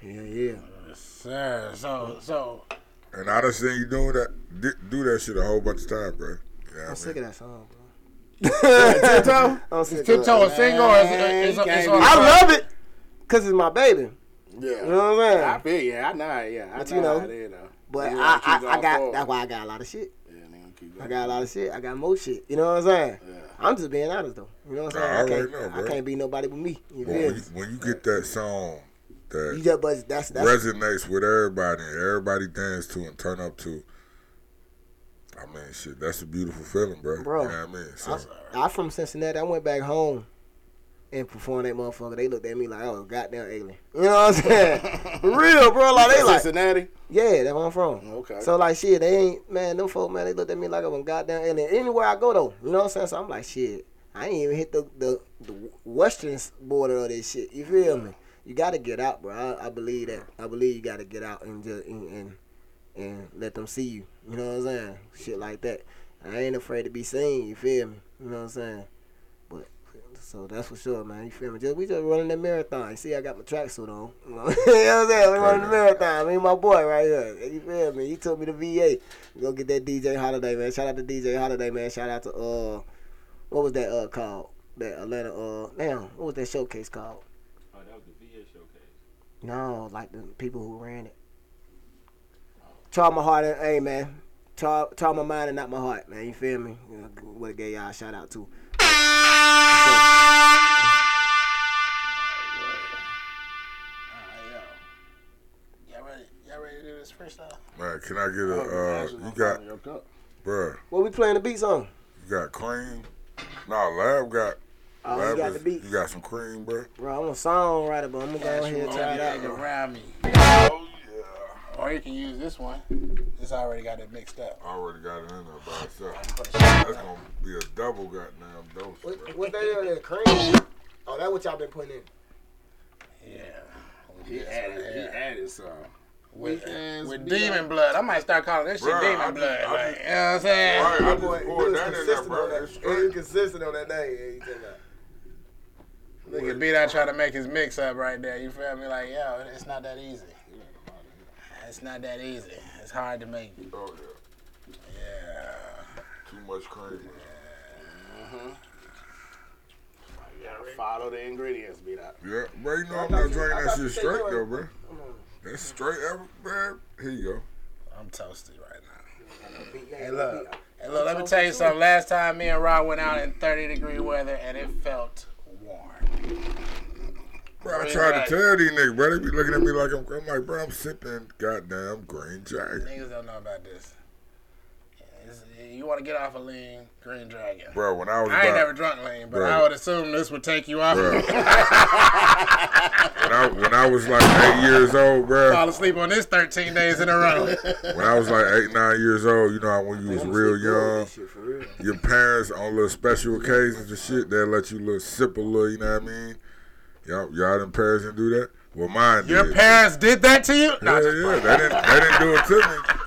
A: Yeah, yeah.
C: Sir, so so
D: And I done seen you doing that, di- do that shit a whole bunch of times, bro. Yeah,
A: I'm
D: I
A: sick
D: mean,
A: of that song,
B: Tiptoe?
A: bro. I'm sick of that.
C: tiptoe a single or is it is, is, is on
A: I love it, cause it's my baby. You
B: Yeah.
A: know what I'm
B: I
A: saying?
B: feel yeah, I know how- yeah, I
A: But
B: know
A: you know,
B: how it is, though.
A: But
B: Yeah,
A: I,
B: it keeps
A: I, I
B: going
A: got
B: forward.
A: that's why I got a lot of shit.
B: Yeah, nigga, keep
A: I
B: going.
A: got a lot of shit. I got more shit. You know what I'm saying? I'm just being honest though. You know what I'm saying?
D: Nah, I
A: I, can't,
D: already know,
A: I
D: bro.
A: can't be nobody but me. You
D: when,
A: feel
D: you,
A: me?
D: when you get that song
A: You
D: that
A: just but that's that's
D: resonates with everybody, and everybody dance to and turn up to, I mean, shit, that's a beautiful feeling, bro.
A: Bro,
D: You know what I mean? So, uh,
A: I from Cincinnati. I went back home and performed that motherfucker. They looked at me like I was a goddamn alien. You know what I'm saying? Real, bro. Like they
C: You
A: like
C: Cincinnati.
A: Yeah, that's where I'm from.
C: Okay.
A: So like shit, they ain't man. Them folk man, they looked at me like I'm a goddamn alien. Anywhere I go though, you know what I'm saying? So I'm like shit. I ain't even hit the the, the western border of this shit. You feel me? You gotta get out, bro. I, I believe that. I believe you gotta get out and just and, and and let them see you. You know what I'm saying? Shit like that. I ain't afraid to be seen. You feel me? You know what I'm saying? But so that's for sure, man. You feel me? Just we just running the marathon. You see, I got my tracksuit on. you know what I'm saying? We running the marathon. Me and my boy right here. You feel me? He took me to VA. Go get that DJ Holiday, man. Shout out to DJ Holiday, man. Shout out to uh, what was that uh called? That Atlanta uh, damn, what was that showcase called?
L: Oh, that was the VA showcase.
A: No, like the people who ran it. Try my heart and hey man. Try, try my mind and not my heart, man. You feel me? You know, what a gay y'all a shout out to.
C: Y'all ready? Y'all ready to do this freestyle?
D: man, can I get a, uh, you got, bruh,
A: What we playing the beats on?
D: you got cream? Nah, Lab got,
A: Oh, he
D: Lab
A: got
D: is-
A: the beat.
D: you got some cream, bruh.
A: Bro, I'm a songwriter, but I'm gonna go ahead and try it out.
C: Nigga
A: bro.
C: around me. Or you can use this one. This already got it mixed up.
D: I already got it in there by itself. That's gonna be a double goddamn dose.
A: What, what they on there? Cream? Oh, that what y'all been putting in.
C: Yeah.
B: He added, he added some.
C: With,
B: with demon blood. I might start calling this shit
C: Bruh,
B: demon
C: I just-
B: blood.
C: I
B: like,
C: just-
B: you know what I'm saying?
C: Right, I just
A: poured that in there, bro. He consistent on that day.
B: Look at B that trying to make his mix up right there. You feel me? Like, yo, it's not that easy. It's not that easy. It's hard to make.
D: Oh yeah. Yeah. Too much cream.
C: Follow the ingredients, be that.
D: Yeah, bro, you know
C: I
D: I'm
C: thought
D: not
C: you-
D: drinking
C: I
D: that
C: thought you
D: shit
C: said
D: straight
C: you
D: though,
C: were-
D: bro. That's straight, ever, man. Here you go.
B: I'm toasted right now. Hey, look. Hey, look, let me tell you something. Last time me and Rod went out in 30 degree weather and it felt warm.
D: Bro, I
B: Bring
D: tried
B: back-
D: to tell these niggas, bro. They be looking at me like I'm, I'm like, bro, I'm sipping goddamn green giant.
B: Niggas don't know about this. It's- You want to get off a lean green dragon.
D: Bro, when I was
B: I ain't
D: about-
B: never drunk lean, but
D: Bro.
B: I would assume this would take you off.
D: Bro. When I, when I was like eight years old, bro.
B: Fall asleep on this 13 days in a row.
D: When I was like eight, nine years old, you know, how when you was real young, your parents on little special occasions and shit, they let you little sip a little, you know what I mean? Y'all, y'all them parents didn't do that? Well, mine
B: Your
D: did.
B: parents did that to you?
D: Yeah, yeah, they didn't, they didn't do it to me.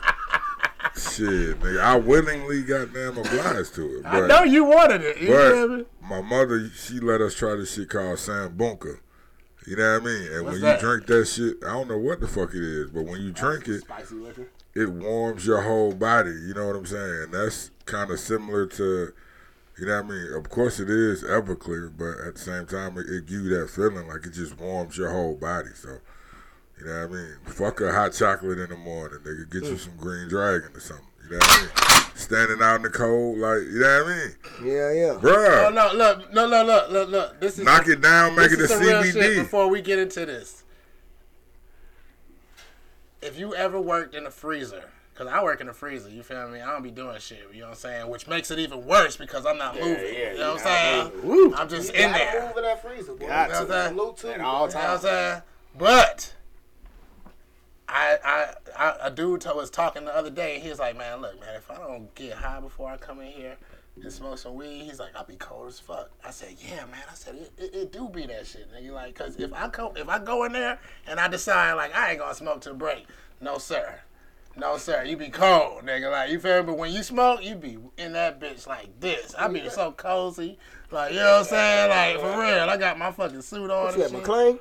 D: Shit, nigga, I willingly goddamn obliged to it.
B: I
D: But,
B: know you wanted it. You
D: but
B: feel me?
D: my mother, she let us try this shit called Sambunka. You know what I mean? And
B: What's
D: when
B: that?
D: you drink that shit, I don't know what the fuck it is, but when you drink it,
C: Spicy liquor.
D: it warms your whole body. You know what I'm saying? That's kind of similar to, you know what I mean? Of course, it is Everclear, but at the same time, it, it gives you that feeling like it just warms your whole body. So, you know what I mean? Fuck a hot chocolate in the morning, nigga. Get you some Green Dragon or something. You know what I mean? Standing out in the cold, like, you know what I mean?
A: Yeah, yeah.
B: Oh,
D: Bruh,
B: no, look, no, no, look, look, look. This is
D: knock it down, make
B: this
D: it a
B: is some real shit
D: CBD.
B: before we get into this. If you ever worked in a freezer, because I work in a freezer, you feel me? I don't be doing shit, you know what I'm saying? Which makes it even worse because I'm not moving.
C: yeah,
B: you know what
C: you're
B: I'm
C: not
B: saying? I'm just in
A: gotta
B: there.
A: Move in that freezer, boy.
B: Got to.
A: Bluetooth.
C: At all
B: You know what I'm
C: times.
B: saying? But I, I, I, a dude to- was talking the other day. He was like, "Man, look, man, if I don't get high before I come in here and smoke some weed, he's like, I'll be cold as fuck." I said, "Yeah, man." I said, "It, it, it do be that shit, nigga. Like, cause if I come, if I go in there and I decide like I ain't gonna smoke till break, no sir." No sir, you be cold, nigga. Like you feel me? But when you smoke, you be in that bitch like this. I be so cozy, like you know what I'm saying? Like for real, I got my fucking suit on.
A: What
B: and
A: you at,
B: shit.
A: McLean?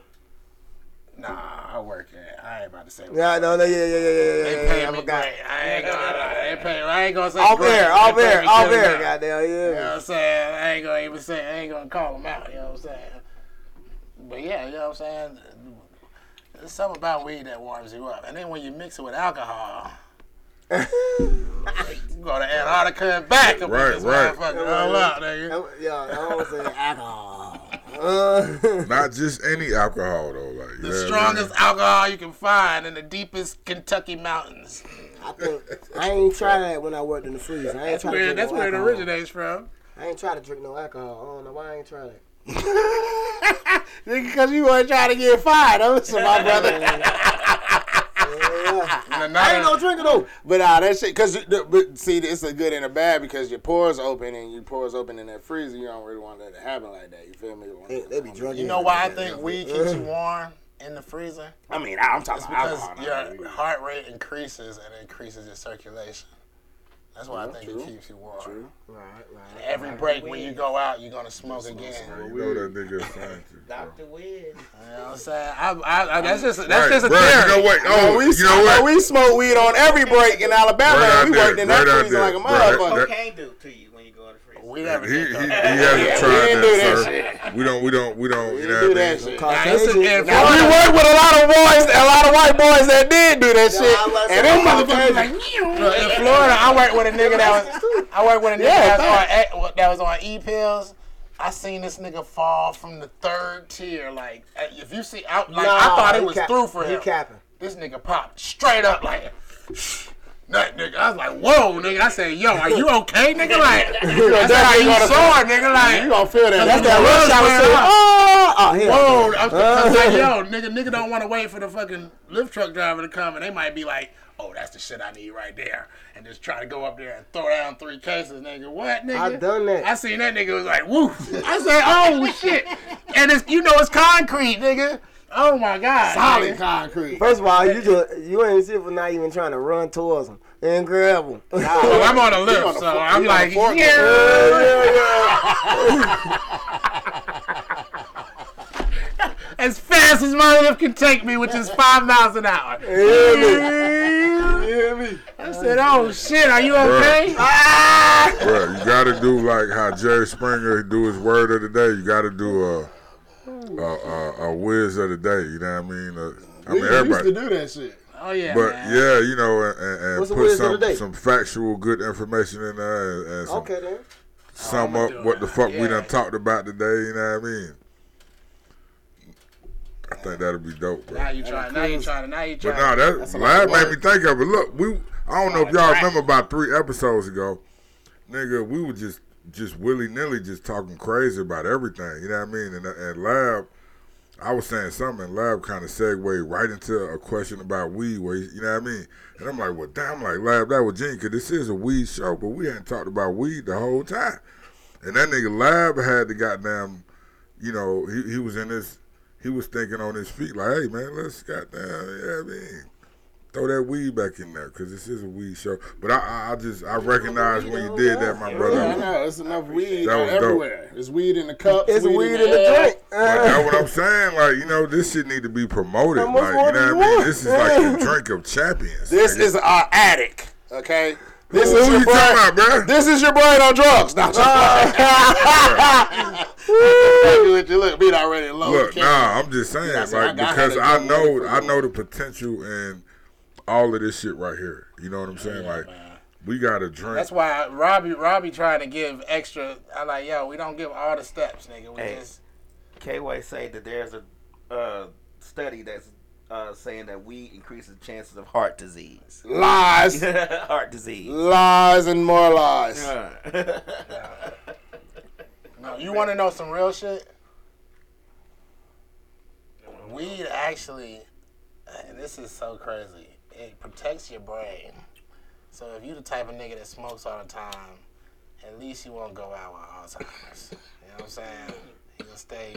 B: Nah, I work at. I ain't about to say.
A: Yeah, no, no, yeah, yeah, yeah, yeah, yeah.
B: They
A: yeah,
B: pay
A: yeah, I
B: me
A: forgot.
B: great. I ain't gonna. They pay. I ain't gonna say.
A: Off
B: great.
A: air,
B: They
A: off
B: pay
A: air,
B: me
A: off
B: good
A: air,
B: now.
A: goddamn,
B: You know what
A: yeah.
B: I'm saying? I ain't gonna even say. I ain't gonna call them out. You know what I'm saying? But yeah, you know what I'm saying. There's something about weed that warms you up, and then when you mix it with alcohol. you go to Antarctica and back up
D: Right,
B: in this
D: right.
B: motherfucker. All out, nigga.
A: Yeah, I was saying alcohol. Uh,
D: Not just any alcohol, though. Like, you
B: The
D: know what I mean?
B: strongest alcohol you can find in the deepest Kentucky mountains.
A: I think I ain't try that when I worked in the freezer. I ain't
C: That's
A: try to
C: where
A: drink
C: that's
A: no
C: where it
A: alcohol.
C: originates from.
A: I ain't try to drink no alcohol. I don't know why I ain't try that.
B: Because you weren't trying to get fired. Don't listen, my brother.
A: I ain't no drinker though.
B: But uh, that shit, cause the, but see, it's a good and a bad because your pores open and your pores open in that freezer. You don't really want that to happen like that. You feel me? They, be drunk.
M: You know why I think weed keeps you warm in the freezer?
B: I mean, I- I'm talking
M: It's
B: about
M: because
B: alcohol,
M: your heart rate increases and it increases your circulation. That's why I
B: Yeah,
M: think
B: true,
M: it keeps you warm.
A: Right, right.
M: Every break when you go out, you're gonna smoke again.
D: You know that nigga a scientist.
M: Doctor Wiz.
C: I'm saying I, I, I, that's just that's
D: Right,
C: just a
D: bro,
C: theory.
D: you know what? Oh,
B: we,
D: you
B: sm-
D: know what?
B: bro, we smoked weed on every break in Alabama.
D: Right
B: and we
D: out
B: worked
D: there,
B: in that
D: right out
B: freezer like a
D: there, bro,
B: motherfucker.
D: that-
F: Cocaine do to you when you go in the freezer.
M: We never
D: He, he, he hasn't
B: Yeah, we
D: tried
B: didn't do that
D: that, sir. We don't, we don't, we don't. you know
B: do
D: what I
B: that
D: mean?
B: shit.
D: Caucasian-
B: Now, we worked with a lot of boys, a lot of white boys that did do that shit. And them motherfuckers like,
M: Look, in Florida, I worked with a nigga that was I worked with a nigga
B: Yeah,
M: that, was on, that was on e pills. I seen this nigga fall from the third tier. Like uh, if you see, out, like I
A: Nah,
M: thought it
A: he
M: was
A: cap-
M: through for
A: he
M: him.
A: capping.
M: This nigga popped straight up like.
C: That nigga, I was like, whoa, nigga. I said, yo, are you okay, nigga? Like,
M: You
C: that's
M: gonna-
C: how you
M: you gonna-
C: saw it, nigga. Like,
M: you gonna feel that.
C: That's
M: That's
C: that
M: that rush
C: rush. I
M: hour shit.
C: was
A: oh,
M: here.
C: whoa. I was, I was like,
M: Uh.
C: yo, nigga, nigga don't want to wait for the fucking lift truck driver to come, and they might be like, oh, that's the shit I need right there, and just try to go up there and throw down three cases, nigga. What, nigga?
A: I done that.
C: I seen that nigga was like, woof. I said, oh shit, and it's you know it's concrete, nigga. Oh my god, nigga.
B: concrete.
A: First of all, you just you ain't shit for not even trying to run towards them and grab them.
C: Well, I'm on a lift, so I'm like, yeah. as fast as my lift can take me, which is five miles an hour. I said, oh shit, are you okay?
D: Bruh, you gotta do like how Jerry Springer do his word of the day. You gotta do a a, a, a whiz of the day. You know what I mean? Uh, I mean everybody.
B: do that shit.
C: Oh yeah.
D: but yeah, you know, and, and, and
B: What's the
D: put
B: whiz of the
D: some
B: day?
D: some factual good information in there and, and some,
A: Okay then.
D: sum up what the fuck we done talked about today. You know what I mean? I think that'll be dope, bro.
C: Now you trying, now you trying, now you
D: But
C: trying.
D: no, that Vlad made me think of it. Look, we I don't know if y'all remember about three episodes ago, nigga, we were just just willy nilly just talking crazy about everything. You know what I mean? And, and Lab, I was saying something, and Lab kind of segued right into a question about weed. Where he- you know what I mean? And I'm like, well, damn, like Lab, that was genius. Cause this is a weed show, but we hadn't talked about weed the whole time. And that nigga Lab had the goddamn, you know, he, he was in this, he was thinking on his feet, like, hey man, let's goddamn, you know what I mean? Throw that weed back in there, cause this is a weed show. But I, I, I just, I recognize when you did that, my brother.
B: Yeah, I know. It's enough weed
D: That was dope.
B: everywhere. It's weed in the cups.
A: It's weed in the
B: air.
A: drink.
D: Like, that's what I'm saying. Like, you know, this shit need to be promoted.
B: How much
D: Like,
B: more
D: you
B: do
D: know
B: you
D: what I mean?
B: want?
D: This is like the drink of champions.
B: This
D: nigga.
B: is our attic, okay? This
D: Who
B: is
D: you
B: your brain.
D: talking about, bruh?
B: This is your brain on drugs. Not your you look, beat already low. You
D: Look,
B: can't-
D: nah, I'm just saying,
B: That's what
D: like,
B: I got.
D: because
B: I
D: I
B: had to do
D: know,
B: it
D: I know the potential in all of this shit right here. You know what I'm saying? Like, we got to drink.
M: That's why Robbie Robbie trying to give extra. I like yo, we don't give all the steps, nigga. We
F: Hey.
M: just
F: K-Way say that there's a uh, study that's uh, saying that weed increases the chances of heart disease.
B: Lies.
F: heart disease.
B: Lies and more lies.
F: Yeah.
M: No, you want to know some real shit? Weed actually, and this is so crazy. It protects your brain. So if you the type of nigga that smokes all the time, at least you won't go out with Alzheimer's. you know what I'm saying? You'll stay.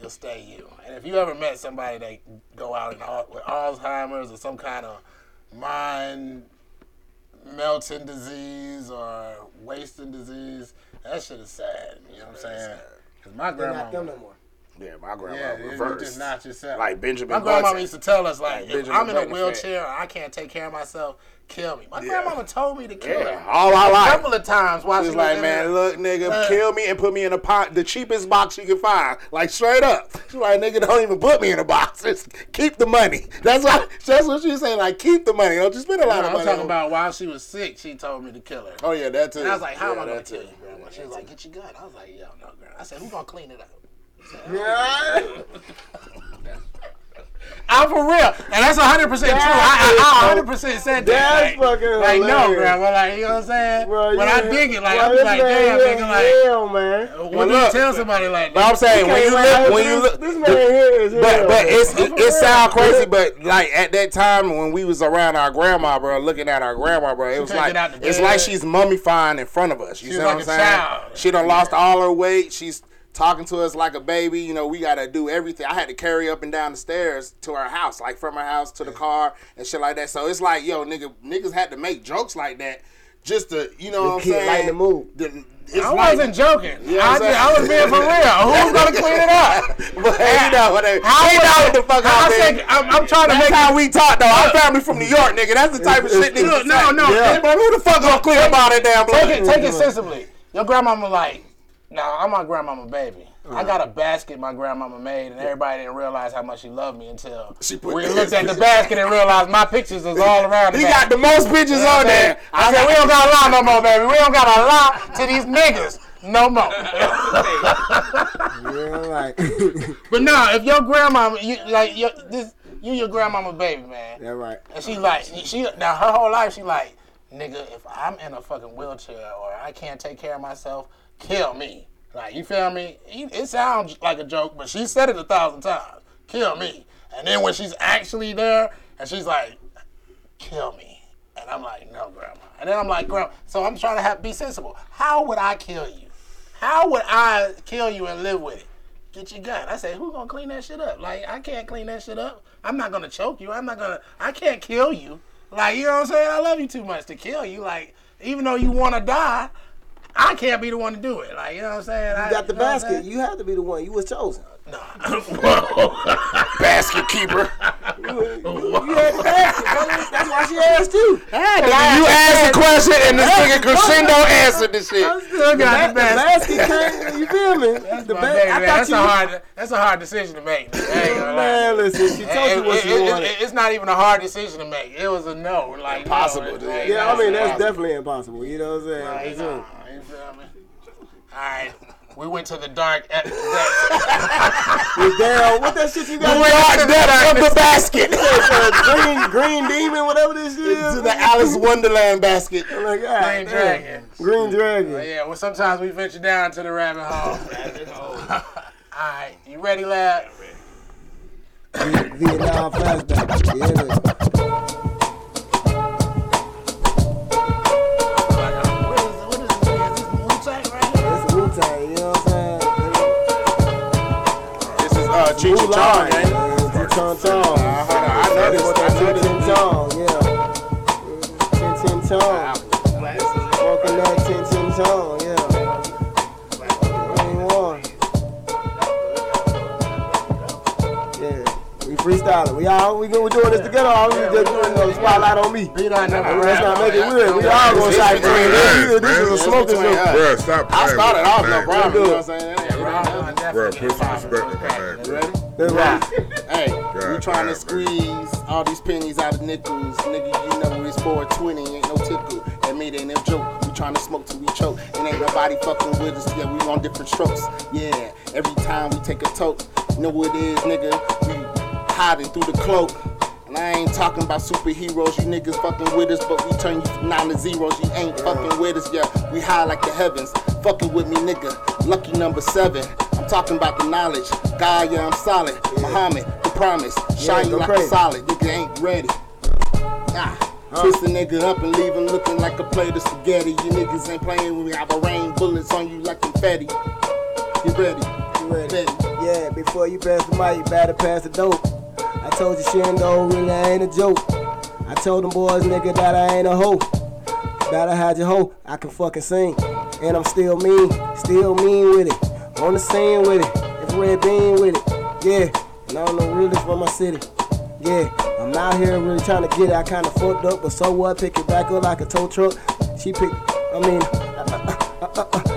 M: You'll stay you. And if you ever met somebody that go out and all, with Alzheimer's or some kind of mind melting disease or wasting disease. That shit is sad. You know what I'm saying? Because my
A: They're
M: grandma.
A: not them no more.
B: Yeah, my grandma
M: Yeah, you- you
B: reversed.
M: just knocked yourself.
B: Like Benjamin
M: My grandma
B: Button.
M: used to tell us, like, if
B: Benjamin
M: I'm in a
B: Button
M: wheelchair and I can't take care of myself, kill me. My
B: Yeah.
M: grandmama told me to kill
B: Yeah,
M: me.
B: all our
M: A
B: life.
M: couple of times while
B: She's
M: she was
B: like,
M: in
B: man,
M: there.
B: look, nigga,
M: Look.
B: kill me and put me in a pot, the cheapest box you can find. Like straight up. She's like, nigga, don't even put me in a box. Just keep the money. That's what that's what she's saying. Like, keep the money. Don't you spend a
M: No,
B: lot
M: I'm
B: of money.
M: talking
B: on-
M: about while she was sick, she told me to kill her.
B: Oh yeah, that too.
M: And I was like, how
B: Yeah,
M: am I going
B: that
M: to kill
B: too.
M: you, grandma? She was like, get your gun. I was like, yo, no, grandma. I said, who going to clean it up?
B: Yeah.
M: I
C: I'm for real, and that's 100 percent true.
B: That is
C: I, I, I
B: so-
C: 100 percent said that.
B: That's
C: like,
B: fucking
C: like no,
B: hilarious.
C: bro. But like you know what I'm saying?
B: Bro,
C: when
B: you
C: I
B: in-
C: dig it, like
B: bro,
C: I'm
B: this
C: like,
B: man
C: damn,
B: here
C: nigga,
B: in
C: like,
B: hell, man.
C: when you tell somebody like that,
B: But I'm saying when you look, when you look,
C: this
B: the-
C: man here is
B: but but it's it, it sound
C: real.
B: crazy, but like at that time when we was around our grandma, bro, looking at our grandma, bro, it was
C: couldn't
B: like
C: get out the
B: it's
C: bed.
B: like she's mummifying in front of us. You
C: She
B: see
C: was
B: what I'm
C: like a
B: saying?
C: child.
B: She done lost all her weight. She's talking to us like a baby. You know, we gotta do everything. I had to carry up and down the stairs to her house, like from her house to the car and shit like that. So it's like, yo, nigga, niggas had to make jokes like that just to, you know,
A: The
B: what I'm
A: kid
B: saying?
A: lighten the mood.
B: The- it's
C: I
B: like-
C: wasn't joking.
B: You know what
C: I,
B: I'm
C: just,
B: saying?
C: I was being for real. Who's gonna clean it up?
B: But you know what they,
C: How
B: they
C: was
B: know
C: it-
B: what the fuck
C: how
B: I
C: I
B: mean.
C: said- I'm- I'm trying to
B: That's
C: make
B: how
C: it-
B: we talk though. Our
C: Look.
B: family from New York, nigga. That's the type of shit
C: Look,
B: niggas.
C: no,
B: say.
C: no, Yeah.
B: But who the fuck gonna clear about it damn blood?
M: Take it, take it sensibly. Your grandmama like, nah, I'm my grandmama baby. I got a basket my grandmama made, and everybody didn't realize how much she loved me until
B: She put-
M: we looked at the basket and realized my pictures is all around.
B: He got the most pictures
M: Yeah,
B: on there.
M: baby. I said, we don't got to lie no more, baby. We don't got to lie to these niggas no more.
C: But no, if your grandma,
M: you like your, this, you your grandmama baby, man.
A: That right.
M: And she like she now her whole life she like, nigga, if I'm in a fucking wheelchair or I can't take care of myself, kill me. Like you feel me? It it sounds like a joke, but she said it a thousand times. Kill me. And then when she's actually there and she's like, kill me. And I'm like, no, grandma. And then I'm like, grandma. So I'm trying to have, be sensible. How would I kill you? How would I kill you and live with it? Get your gun. I said, who gonna clean that shit up? Like, I can't clean that shit up. I'm not gonna choke you. I'm not gonna. I can't kill you. Like, you know what I'm saying? I love you too much to kill you. Like, even though you wanna die, I can't be the one to do it. Like, you know what I'm saying? I,
A: You got the
M: you know what I'm
A: basket.
M: saying?
A: You have to be the one. You was chosen.
B: basket
A: You
B: keeper.
A: had the basket. brother. That's why she asked you.
B: You asked the question and this nigga crescendo answered this shit.
C: still got the best.
A: basket came. You feel me? the ba-
C: My baby,
A: I
C: man,
A: thought
C: that's
A: you.
C: a hard. That's a hard decision to make. I ain't gonna lie.
A: Man, listen. She told you
M: It-
A: what
C: Eh,
A: she
M: it- it-
A: wanted.
M: it's not even a hard decision to make. It was a no. Like,
B: Impossible,
M: no,
B: dude.
M: like,
A: yeah, I mean that's
M: impossible.
A: definitely impossible. You know what I'm saying?
M: Like,
A: So-
M: nah, you feel me? All right, we went to the dark. At
A: With Daryl, what that shit you got?
B: Dark Death of the basket.
A: green, green demon, whatever this shit is.
B: To the Alice Wonderland basket.
A: I'm like, God,
M: Green
A: damn.
M: dragon.
A: Green dragon.
M: yeah, well, sometimes we venture down to the rabbit hole. All right, you ready, lad?
A: Vietnam flashback. Yeah, man.
M: What is, what is this? Is this Wu-Tang right here?
A: It's a Wu-Tang, you know what I'm saying?
B: This is uh, Cheech and Chong,
A: Wu-Tang,
B: man.
A: yeah, Wu-Tang Chong.
B: Uh-huh. I know this. I know
A: Chin
B: this.
A: Chin Chong, yeah. Chin Chin Chong. Walking that Chin Chin Chong, yeah. Only one. Yeah, we freestyling. We all we, we doing this together. All we just doing you know, spotlight on me.
M: Beat on number
A: Let's not make it weird. We
B: It's
A: all gonna
B: between
A: shout
B: us,
A: green. This
D: man.
A: is a
D: It's
A: smoking
B: between
A: joint.
B: us.
D: Bruh, stop
B: I
D: playing
B: started
D: with
B: off
D: my
B: no
D: name,
B: problem. You know what I'm saying? That ain't right.
M: one.
D: Bruh,
M: Definitely
D: put some respect on my name,
B: You
D: bro.
B: ready?
A: That's right.
B: Hey, we trying
D: God damn,
B: to
D: man.
B: squeeze all these pennies out of nickels. Nigga, you know it's 420, ain't no tickle. That made ain't no joke. We trying to smoke till we choke. And ain't nobody fucking with us. Yeah, we on different strokes. Yeah, every time we take a toke, know what it is, nigga. We hiding through the cloak. And I ain't talking about superheroes, you niggas fucking with us, but we turn you from nine to zeros, you ain't fucking with us, yeah. We high like the heavens, fucking with me, nigga. Lucky number seven. I'm talking about the knowledge. God, yeah, I'm solid. Muhammad, the promise. Shine
A: go
B: like
A: crazy.
B: a solid, nigga ain't ready. Nah. Twist the nigga up and leave him looking like a plate of spaghetti. You niggas ain't playing with me. I've rain bullets on you like confetti. You ready?
A: You ready?
B: Ready.
A: Yeah, before you pass the mic, you better pass the dope. I told you she ain't go really ain't a joke. I told them boys, nigga, that I ain't a hoe. Better hide your hoe, I can fucking sing. And I'm still mean, still mean with it. On the scene with it, it's red bean with it. Yeah, and I don't know really from my city. Yeah, I'm out here really trying to get it. I kinda fucked up, but so what? Pick it back up like a tow truck. She picked, I mean,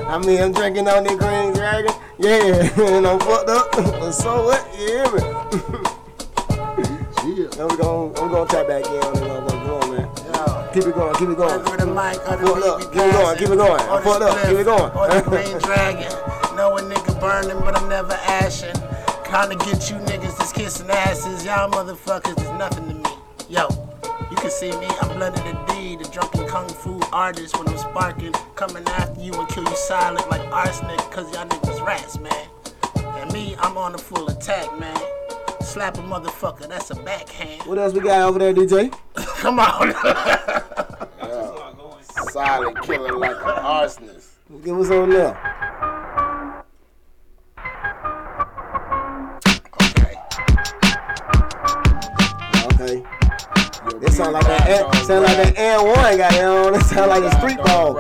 A: I mean, I'm drinking on the green dragon. Yeah, and I'm fucked up. But so what? Yeah, man. I'm gonna, I'm gonna tap back in on it. motherfucker. Come on, man.
M: Yo,
A: Keep it going, keep it going.
M: over the mic, or the
A: Pull up, keep it going, keep it going.
M: Or the
A: Pull up, keep
M: spliff,
A: it going.
M: Or the green dragon. Know a nigga burning, but I'm never ashing.
B: Trying to get you niggas that's kissing asses. Y'all motherfuckers is nothing to me. Yo, you can see me, I'm blooded to D, the drunken kung fu artist when I'm sparking. Coming after you and kill you silent like arsenic, cause y'all niggas rats, man. And me, I'm on the full attack, man. Slap a motherfucker, that's a backhand.
A: What else we got over there, DJ?
B: Come on.
N: Silent killer like an arsonist.
A: Look at what's on there. Okay. It sound like that. Air, sound like that Air One got that on. It sound like a street ball.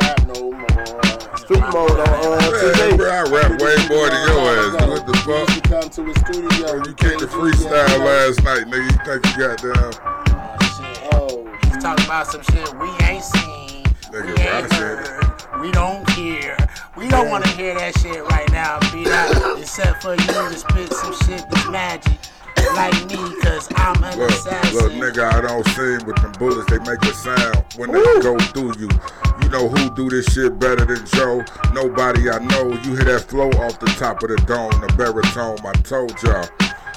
A: Street mode on uh,
D: Man, bro,
A: TV.
D: I rap way more than your ass. What the fuck? You
N: come to his studio.
D: You came to freestyle last night, nigga. You think you got down?
B: He's talking about some shit we ain't seen.
D: Nigga,
B: we
D: bro, I
B: ain't
D: said
B: heard. We don't hear. We don't want to hear that shit right now, beat up. Except for you to spit some shit that's magic. Like me, cause I'm an
D: Look,
B: assassin.
D: look, nigga, I don't sing with them bullets. They make a sound when they go through you. You know who do this shit better than Joe? Nobody I know. You hear that flow off the top of the dome, the baritone. I told y'all.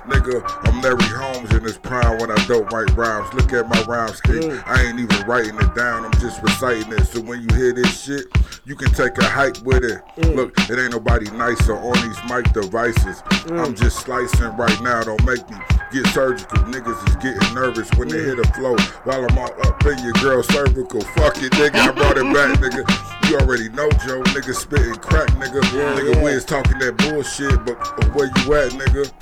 D: Nigga, I'm Larry Holmes in this prime when I don't write rhymes. Look at my rhyme scheme. I ain't even writing it down, I'm just reciting it. So when you hear this shit, you can take a hike with it.
O: Mm.
D: Look, it ain't nobody nicer on these mic devices.
O: Mm.
D: I'm just slicing right now, don't make me get surgical. Niggas is getting nervous when
O: Mm.
D: they hear the flow while I'm all up in your girl's cervical. Fuck it, nigga, I brought it back, nigga. You already know, Joe. Nigga spitting crack, nigga. nigga
O: yeah.
D: Wiz talking that bullshit, but where you at, nigga?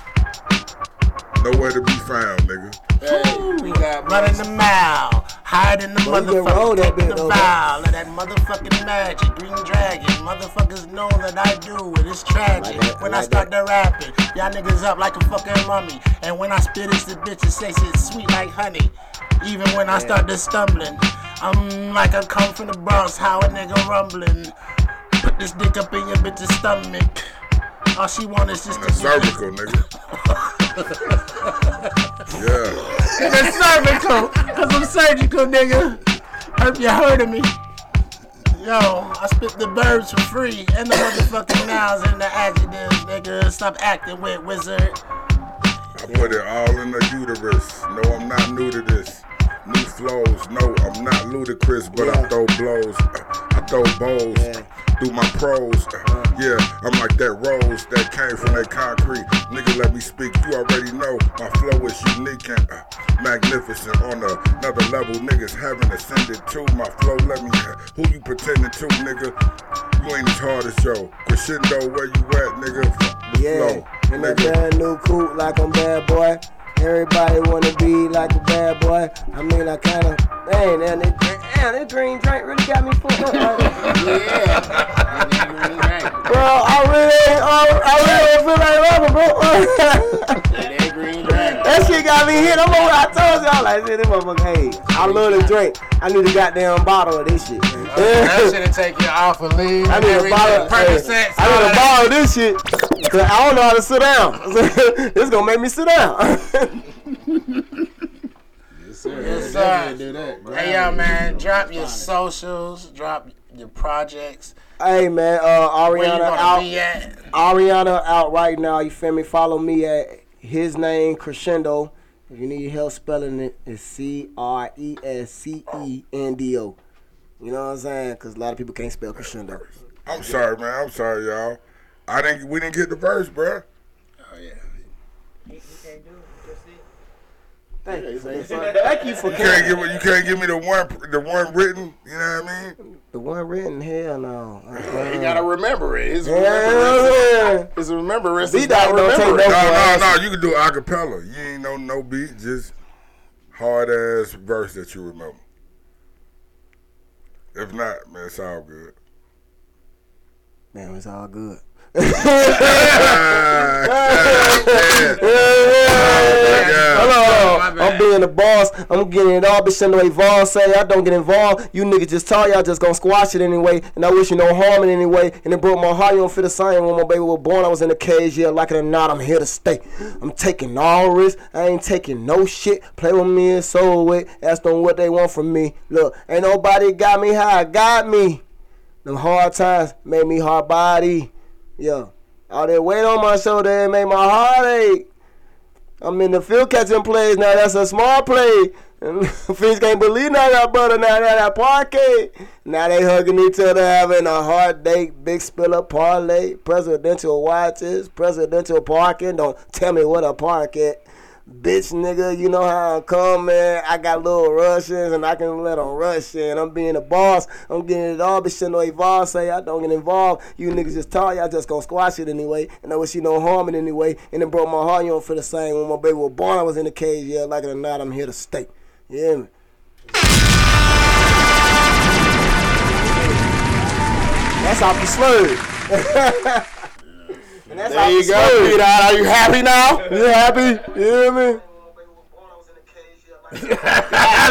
D: Nowhere to be found, nigga.
B: we got blood in the mouth, hide in the
D: Well, you can roll
B: motherfucker,
D: that
B: taking
D: bit,
B: the
D: though,
B: vial of that motherfucking magic, green dragon. Motherfuckers know that I do it, it's tragic. when I start to rapping, y'all niggas up like a fucking mummy. And when I spit, it's the bitches say shit sweet like honey. Even when I start to stumbling, I'm like I come from the Bronx, how a nigga rumbling. Put this dick up in your bitch's stomach. All she want is just to get the-
D: Cervical, nigga. Yeah.
B: in the cervical, cause I'm surgical, nigga. Hope you heard of me. Yo, I spit the verbs for free and the motherfucking nouns and the adjectives, nigga. Stop acting with wizard.
D: I put it all in the uterus. No, I'm not new to this. New flows. No, I'm not ludicrous, but I throw blows. Uh, I throw bowls through my pros. Uh,
A: Uh-huh.
D: Yeah, I'm like that rose that came from that concrete. Nigga, let me speak. You already know my flow is unique and uh, magnificent on a- another level. Niggas haven't ascended to my flow. Let me. Who you pretending to, nigga? You ain't as hard as Joe. Crescendo, where you at, nigga? F- The
A: Yeah,
D: flow,
A: in that
D: nigga.
A: brand new coupe like I'm bad boy. Everybody wanna be like a bad boy. I mean, I kinda, man, and it, damn, that green drink really got me fucked up. Like, yeah. Bro, I really, ain't- I, I really don't feel like rapping, bro. that shit got me hit. I'm over. I told y'all, like, shit, this motherfucker. Hey, I love the drink. I need a goddamn bottle of this shit.
C: That shit'll take you off of leave.
A: I need to
C: everything.
A: borrow.
C: Perfect
A: hey,
C: sense.
A: I need to borrow this shit. 'Cause I don't know how to sit down. this gonna make me sit down.
B: Yes,
N: They
B: sir.
N: did do that, bro.
B: Hey, yo, man, drop your socials, drop your projects.
A: hey man, uh,
B: Where you
A: Ariana
B: gonna
A: out.
B: be at?
A: Ariana out right now. You feel me? Follow me at his name crescendo. If you need help spelling it, it's C R E S C E N D O. You know what I'm saying? Cause a lot of people can't spell crescendo.
D: I'm sorry, man. I'm sorry, y'all. I didn't. We didn't get the verse, bruh.
B: Oh,
A: Thank you for this. Thank you for
D: You can't give. me- You can't give me the one. The one written. You know what I mean?
A: The one written, hell no.
N: You gotta remember it. It's
A: Hell yeah.
N: remembrance. It's remembrance. It's not remembering.
D: No, no, no. You can do acapella. You ain't no no beat. Just hard ass verse that you remember. If not, man, it's all good.
A: Man, it's all good. Hello, I'm being the boss. I'm getting it all. Bitch, the way Vaughn say, I don't get involved. You niggas just talk, y'all just gonna squash it anyway. And I wish you no harm in any way. And it broke my heart. You don't feel the same when my baby was born. I was in the cage, yeah, like it or not, I'm here to stay. I'm taking all risks. I ain't taking no shit. Play with me and soul with. Ask them what they want from me. Look, ain't nobody got me how I got me. Them hard times made me hard body. Yeah. All that weight on my shoulder, it made my heart ache. I'm in the field catching plays now. That's a small play. And Fish can't believe now that butter now that parquet. Now they hugging each other, having a heartache. Big spiller parlay, presidential watches, presidential parking. Don't tell me what a park at. Bitch, nigga, you know how I'm coming. I got little Russians and I can let them rush in. I'm being a boss. I'm getting it all, but shit no evolve. Say I don't get involved. You niggas just talk. Y'all just gonna squash it anyway. And I wish you no harm in anyway. And it broke my heart. You don't feel the same. When my baby was born, I was in the cage. Yeah, like it or not, I'm here to stay. You hear me? That's off the slur. and that's
B: There
A: off
B: you
A: the
B: go,
A: slur.
B: Pete Dot. Are you happy now?
A: You happy? You hear me?
B: Damn,
C: God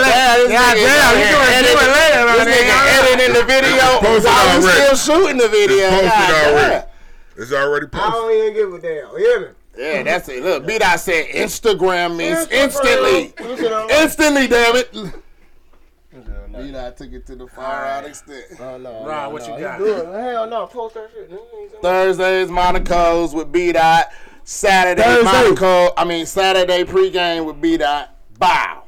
C: damn, you doing- you doing later,
B: this
C: man.
B: nigga editing the video
D: Post it
B: while you
D: already.
B: still shooting the video.
D: It's posted
B: God damn.
D: already. It's already
A: I
D: posted.
A: don't even give a damn. You hear me?
B: Yeah, that's it. Look, B Dot said Instagram means instantly.
A: Instagram.
B: Instantly, damn it. B Dot took it to the far out extent.
A: Oh, no.
B: Ron, what you got?
A: Good. Hell no. Post that shit. nigga.
B: Thursdays, Monaco's with B Dot. Saturday,
A: Thursday.
B: Monaco. I mean, Saturday pregame with B Dot. Bow.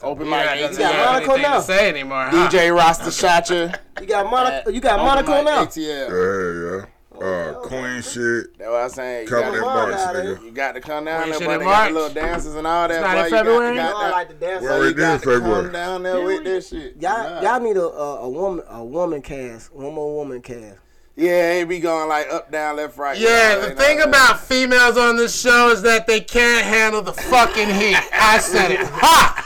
B: Open
C: Yeah,
B: mic.
C: doesn't
B: 8
C: have
A: Monaco
C: anything to
A: now.
C: say anymore. huh?
B: DJ Rasta Shacha.
A: You got Monaco. You got
B: Open
A: Monaco
B: mic,
A: now.
B: ATL.
D: Yeah, yeah. Uh, Queen shit.
B: That's what I'm saying. You
D: Coming
B: gotta
D: in
B: come
D: March,
B: down there.
D: nigga.
B: You got to come down
C: Queen
B: there,
C: shit
B: bro.
C: in
B: They got the
C: March.
B: little dances and all that.
C: It's
B: bro.
C: not in
B: You got-
C: February?
B: You
A: You know I
B: got,
A: like to dance.
D: Where
B: you
D: it is
B: got to come
D: February.
B: down there with that shit.
A: Y'all, y'all need a, a a woman a woman cast. One more woman cast.
B: Yeah, ain't be going like up, down, left, right.
C: Yeah,
B: You know,
C: the
B: you know
C: thing
B: what I'm
C: about females on this show is that they can't handle the fucking heat. I said it. Ha!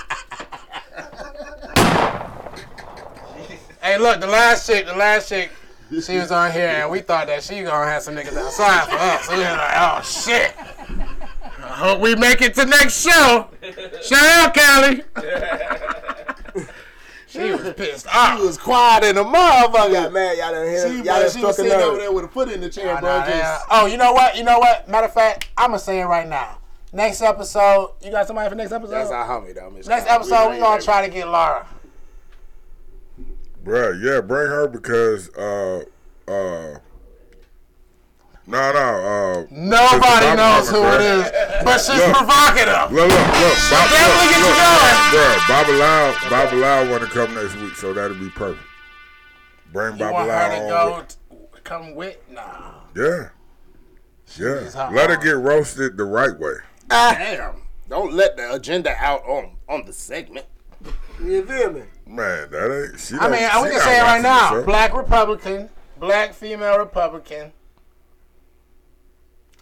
C: hey, look, the last chick, the last chick, she was on here, and we thought that she gonna have some niggas outside for us. We was like, oh shit. I hope we make it to next show. Shout out, Callie. she was pissed off.
B: She was quiet in the
A: I got
B: motherfucker.
A: mad. Y'all done
B: She,
A: hear. y'all done
B: bro, she was
A: struck a
B: sitting over
A: nerve.
B: there with a foot in the chair,
C: Nah,
B: bro.
C: nah, yeah.
B: Just,
C: Oh, you know what? You know what? Matter of fact, I'm gonna say it right now. Next episode, you got somebody for next episode?
B: that's our homie, though. Miss
C: next
B: Kyle. know
C: episode, we
B: you
C: gonna
B: baby.
C: try to get Laura.
D: Bruh, yeah, bring her because uh uh no no uh
C: Nobody knows who it
D: bruh.
C: is, but she's
D: Look.
C: provocative.
D: Look, look, look, Bob,
C: Definitely
D: look,
C: get
D: look,
C: you going.
D: bruh, Baba Lau, Baba Lau want to come next week, so that'll be perfect. Bring
C: You
D: Baba
C: want her to
D: Lau
C: go
D: on.
C: t- come with? Nah.
D: Yeah,
C: needs her
D: yeah. Let her
C: on.
D: get roasted the right way.
B: Damn. Don't let the agenda out on on the segment.
A: You feel me?
D: Man, that ain't. She
C: I mean,
D: don't-
C: we
D: she
C: can
D: not
C: say it right
D: watching
C: now.
D: this, huh?
C: Black Republican, black female Republican.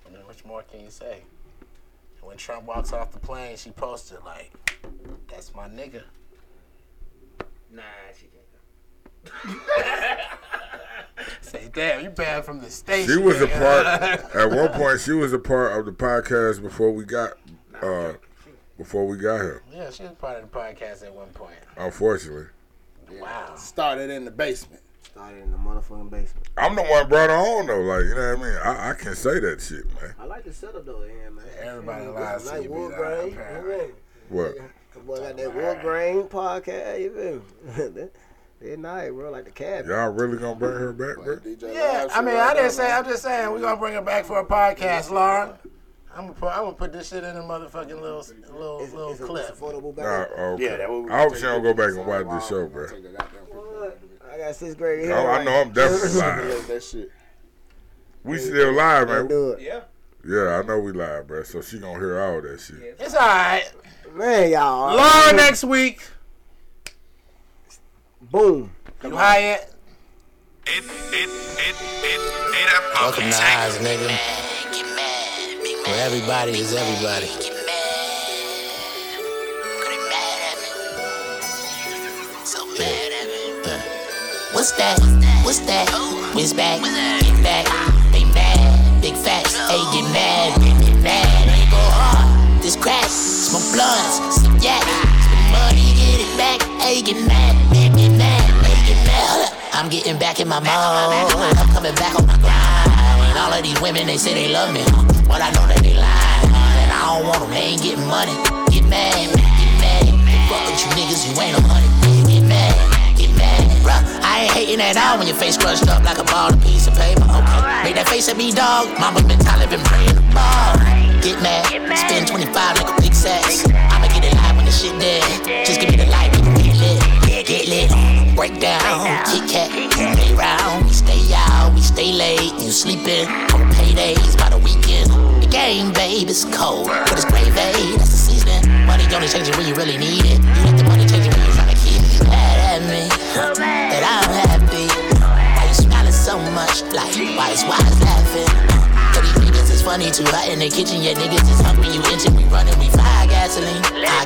M: I mean, which more can you say? And When Trump walks off the plane, she posted like, "That's my nigga."
F: Nah, she can't.
M: Say, "Damn, you banned from the station."
D: She was a
M: nigga."
D: part. at one point, she was a part of the podcast before we got uh before we got here.
M: yeah, she was part of the podcast at one point.
D: Unfortunately,
M: Wow.
B: Started in the basement.
A: Started in the motherfucking basement.
D: I'm the one brought her on though. Like you know what I mean? I, I can say that shit, man.
A: I like the setup though, yeah, man.
M: Everybody lies to
A: Like
M: you,
A: wood
M: be
A: grain.
M: lying,
A: you feel me?
D: What?
A: The boy got that wood grain podcast. You feel me? they nice, bro. Like the cab.
D: Y'all really gonna bring her back, bro?
B: DJ
M: Yeah,
B: Live
M: I mean,
B: shit
M: I
B: right
M: didn't
B: now,
M: say. I'm just saying we're gonna bring her back for a podcast, Lauren. I'm gonna put. I'm gonna put this shit in a motherfucking little little
A: It's,
M: little
A: it's a, it's
M: clip.
A: affordable
D: Nah,
A: bag.
D: okay.
B: Yeah, that what we
D: I hope
B: take
D: she don't go back and watch this show, bro.
A: I got sixth grade here.
D: Oh, I know I'm definitely
B: man.
D: live.
B: That shit.
D: We still live, man.
A: Do it.
F: Yeah.
D: Yeah, I know we live, bro. So she gonna hear all that shit.
M: It's all right.
A: Man, y'all.
C: Laura next week.
A: Boom.
M: You hired.
E: Welcome to Eyes, nigga. Where everybody is everybody.
P: What's that? What's that? Whiz back, get back, they mad, big facts, hey get mad, get mad, they go hard. This crack, smoke blunts, some yak, spend money, get it back, hey get mad, get mad, hey get mad. Hold up. I'm getting back in my mode, I'm coming back on my grind. And all of these women, they say they love me, but I know that they lying. And I don't want them, they ain't getting money. Get mad, get mad, fuck with you niggas, you ain't no money. Get mad, get mad.
I: bad, bruh. I ain't hating at all when your face crushed up like a ball and piece of paper. Okay, make that face at me, dog. Mama been tired, been praying the ball. Get mad, spend 25 like a big sass. I'ma get it live when the shit dead. Just give me the light, we can get lit. Yeah, get lit. Breakdown, Kit Kat, stay round, we stay out, we stay late. You sleeping on paydays by the weekend. The game, babe, is cold, but it's gravy, that's the season. Money only changes when you really need it. You let the money change it when you tryna keep it. Mad at me, that I'm happy. Why you smiling so much? Like, why is why is laughing? Uh, But these niggas is funny too hot in the kitchen, yet niggas is hungry. You inching, we running, we fire gasoline. I got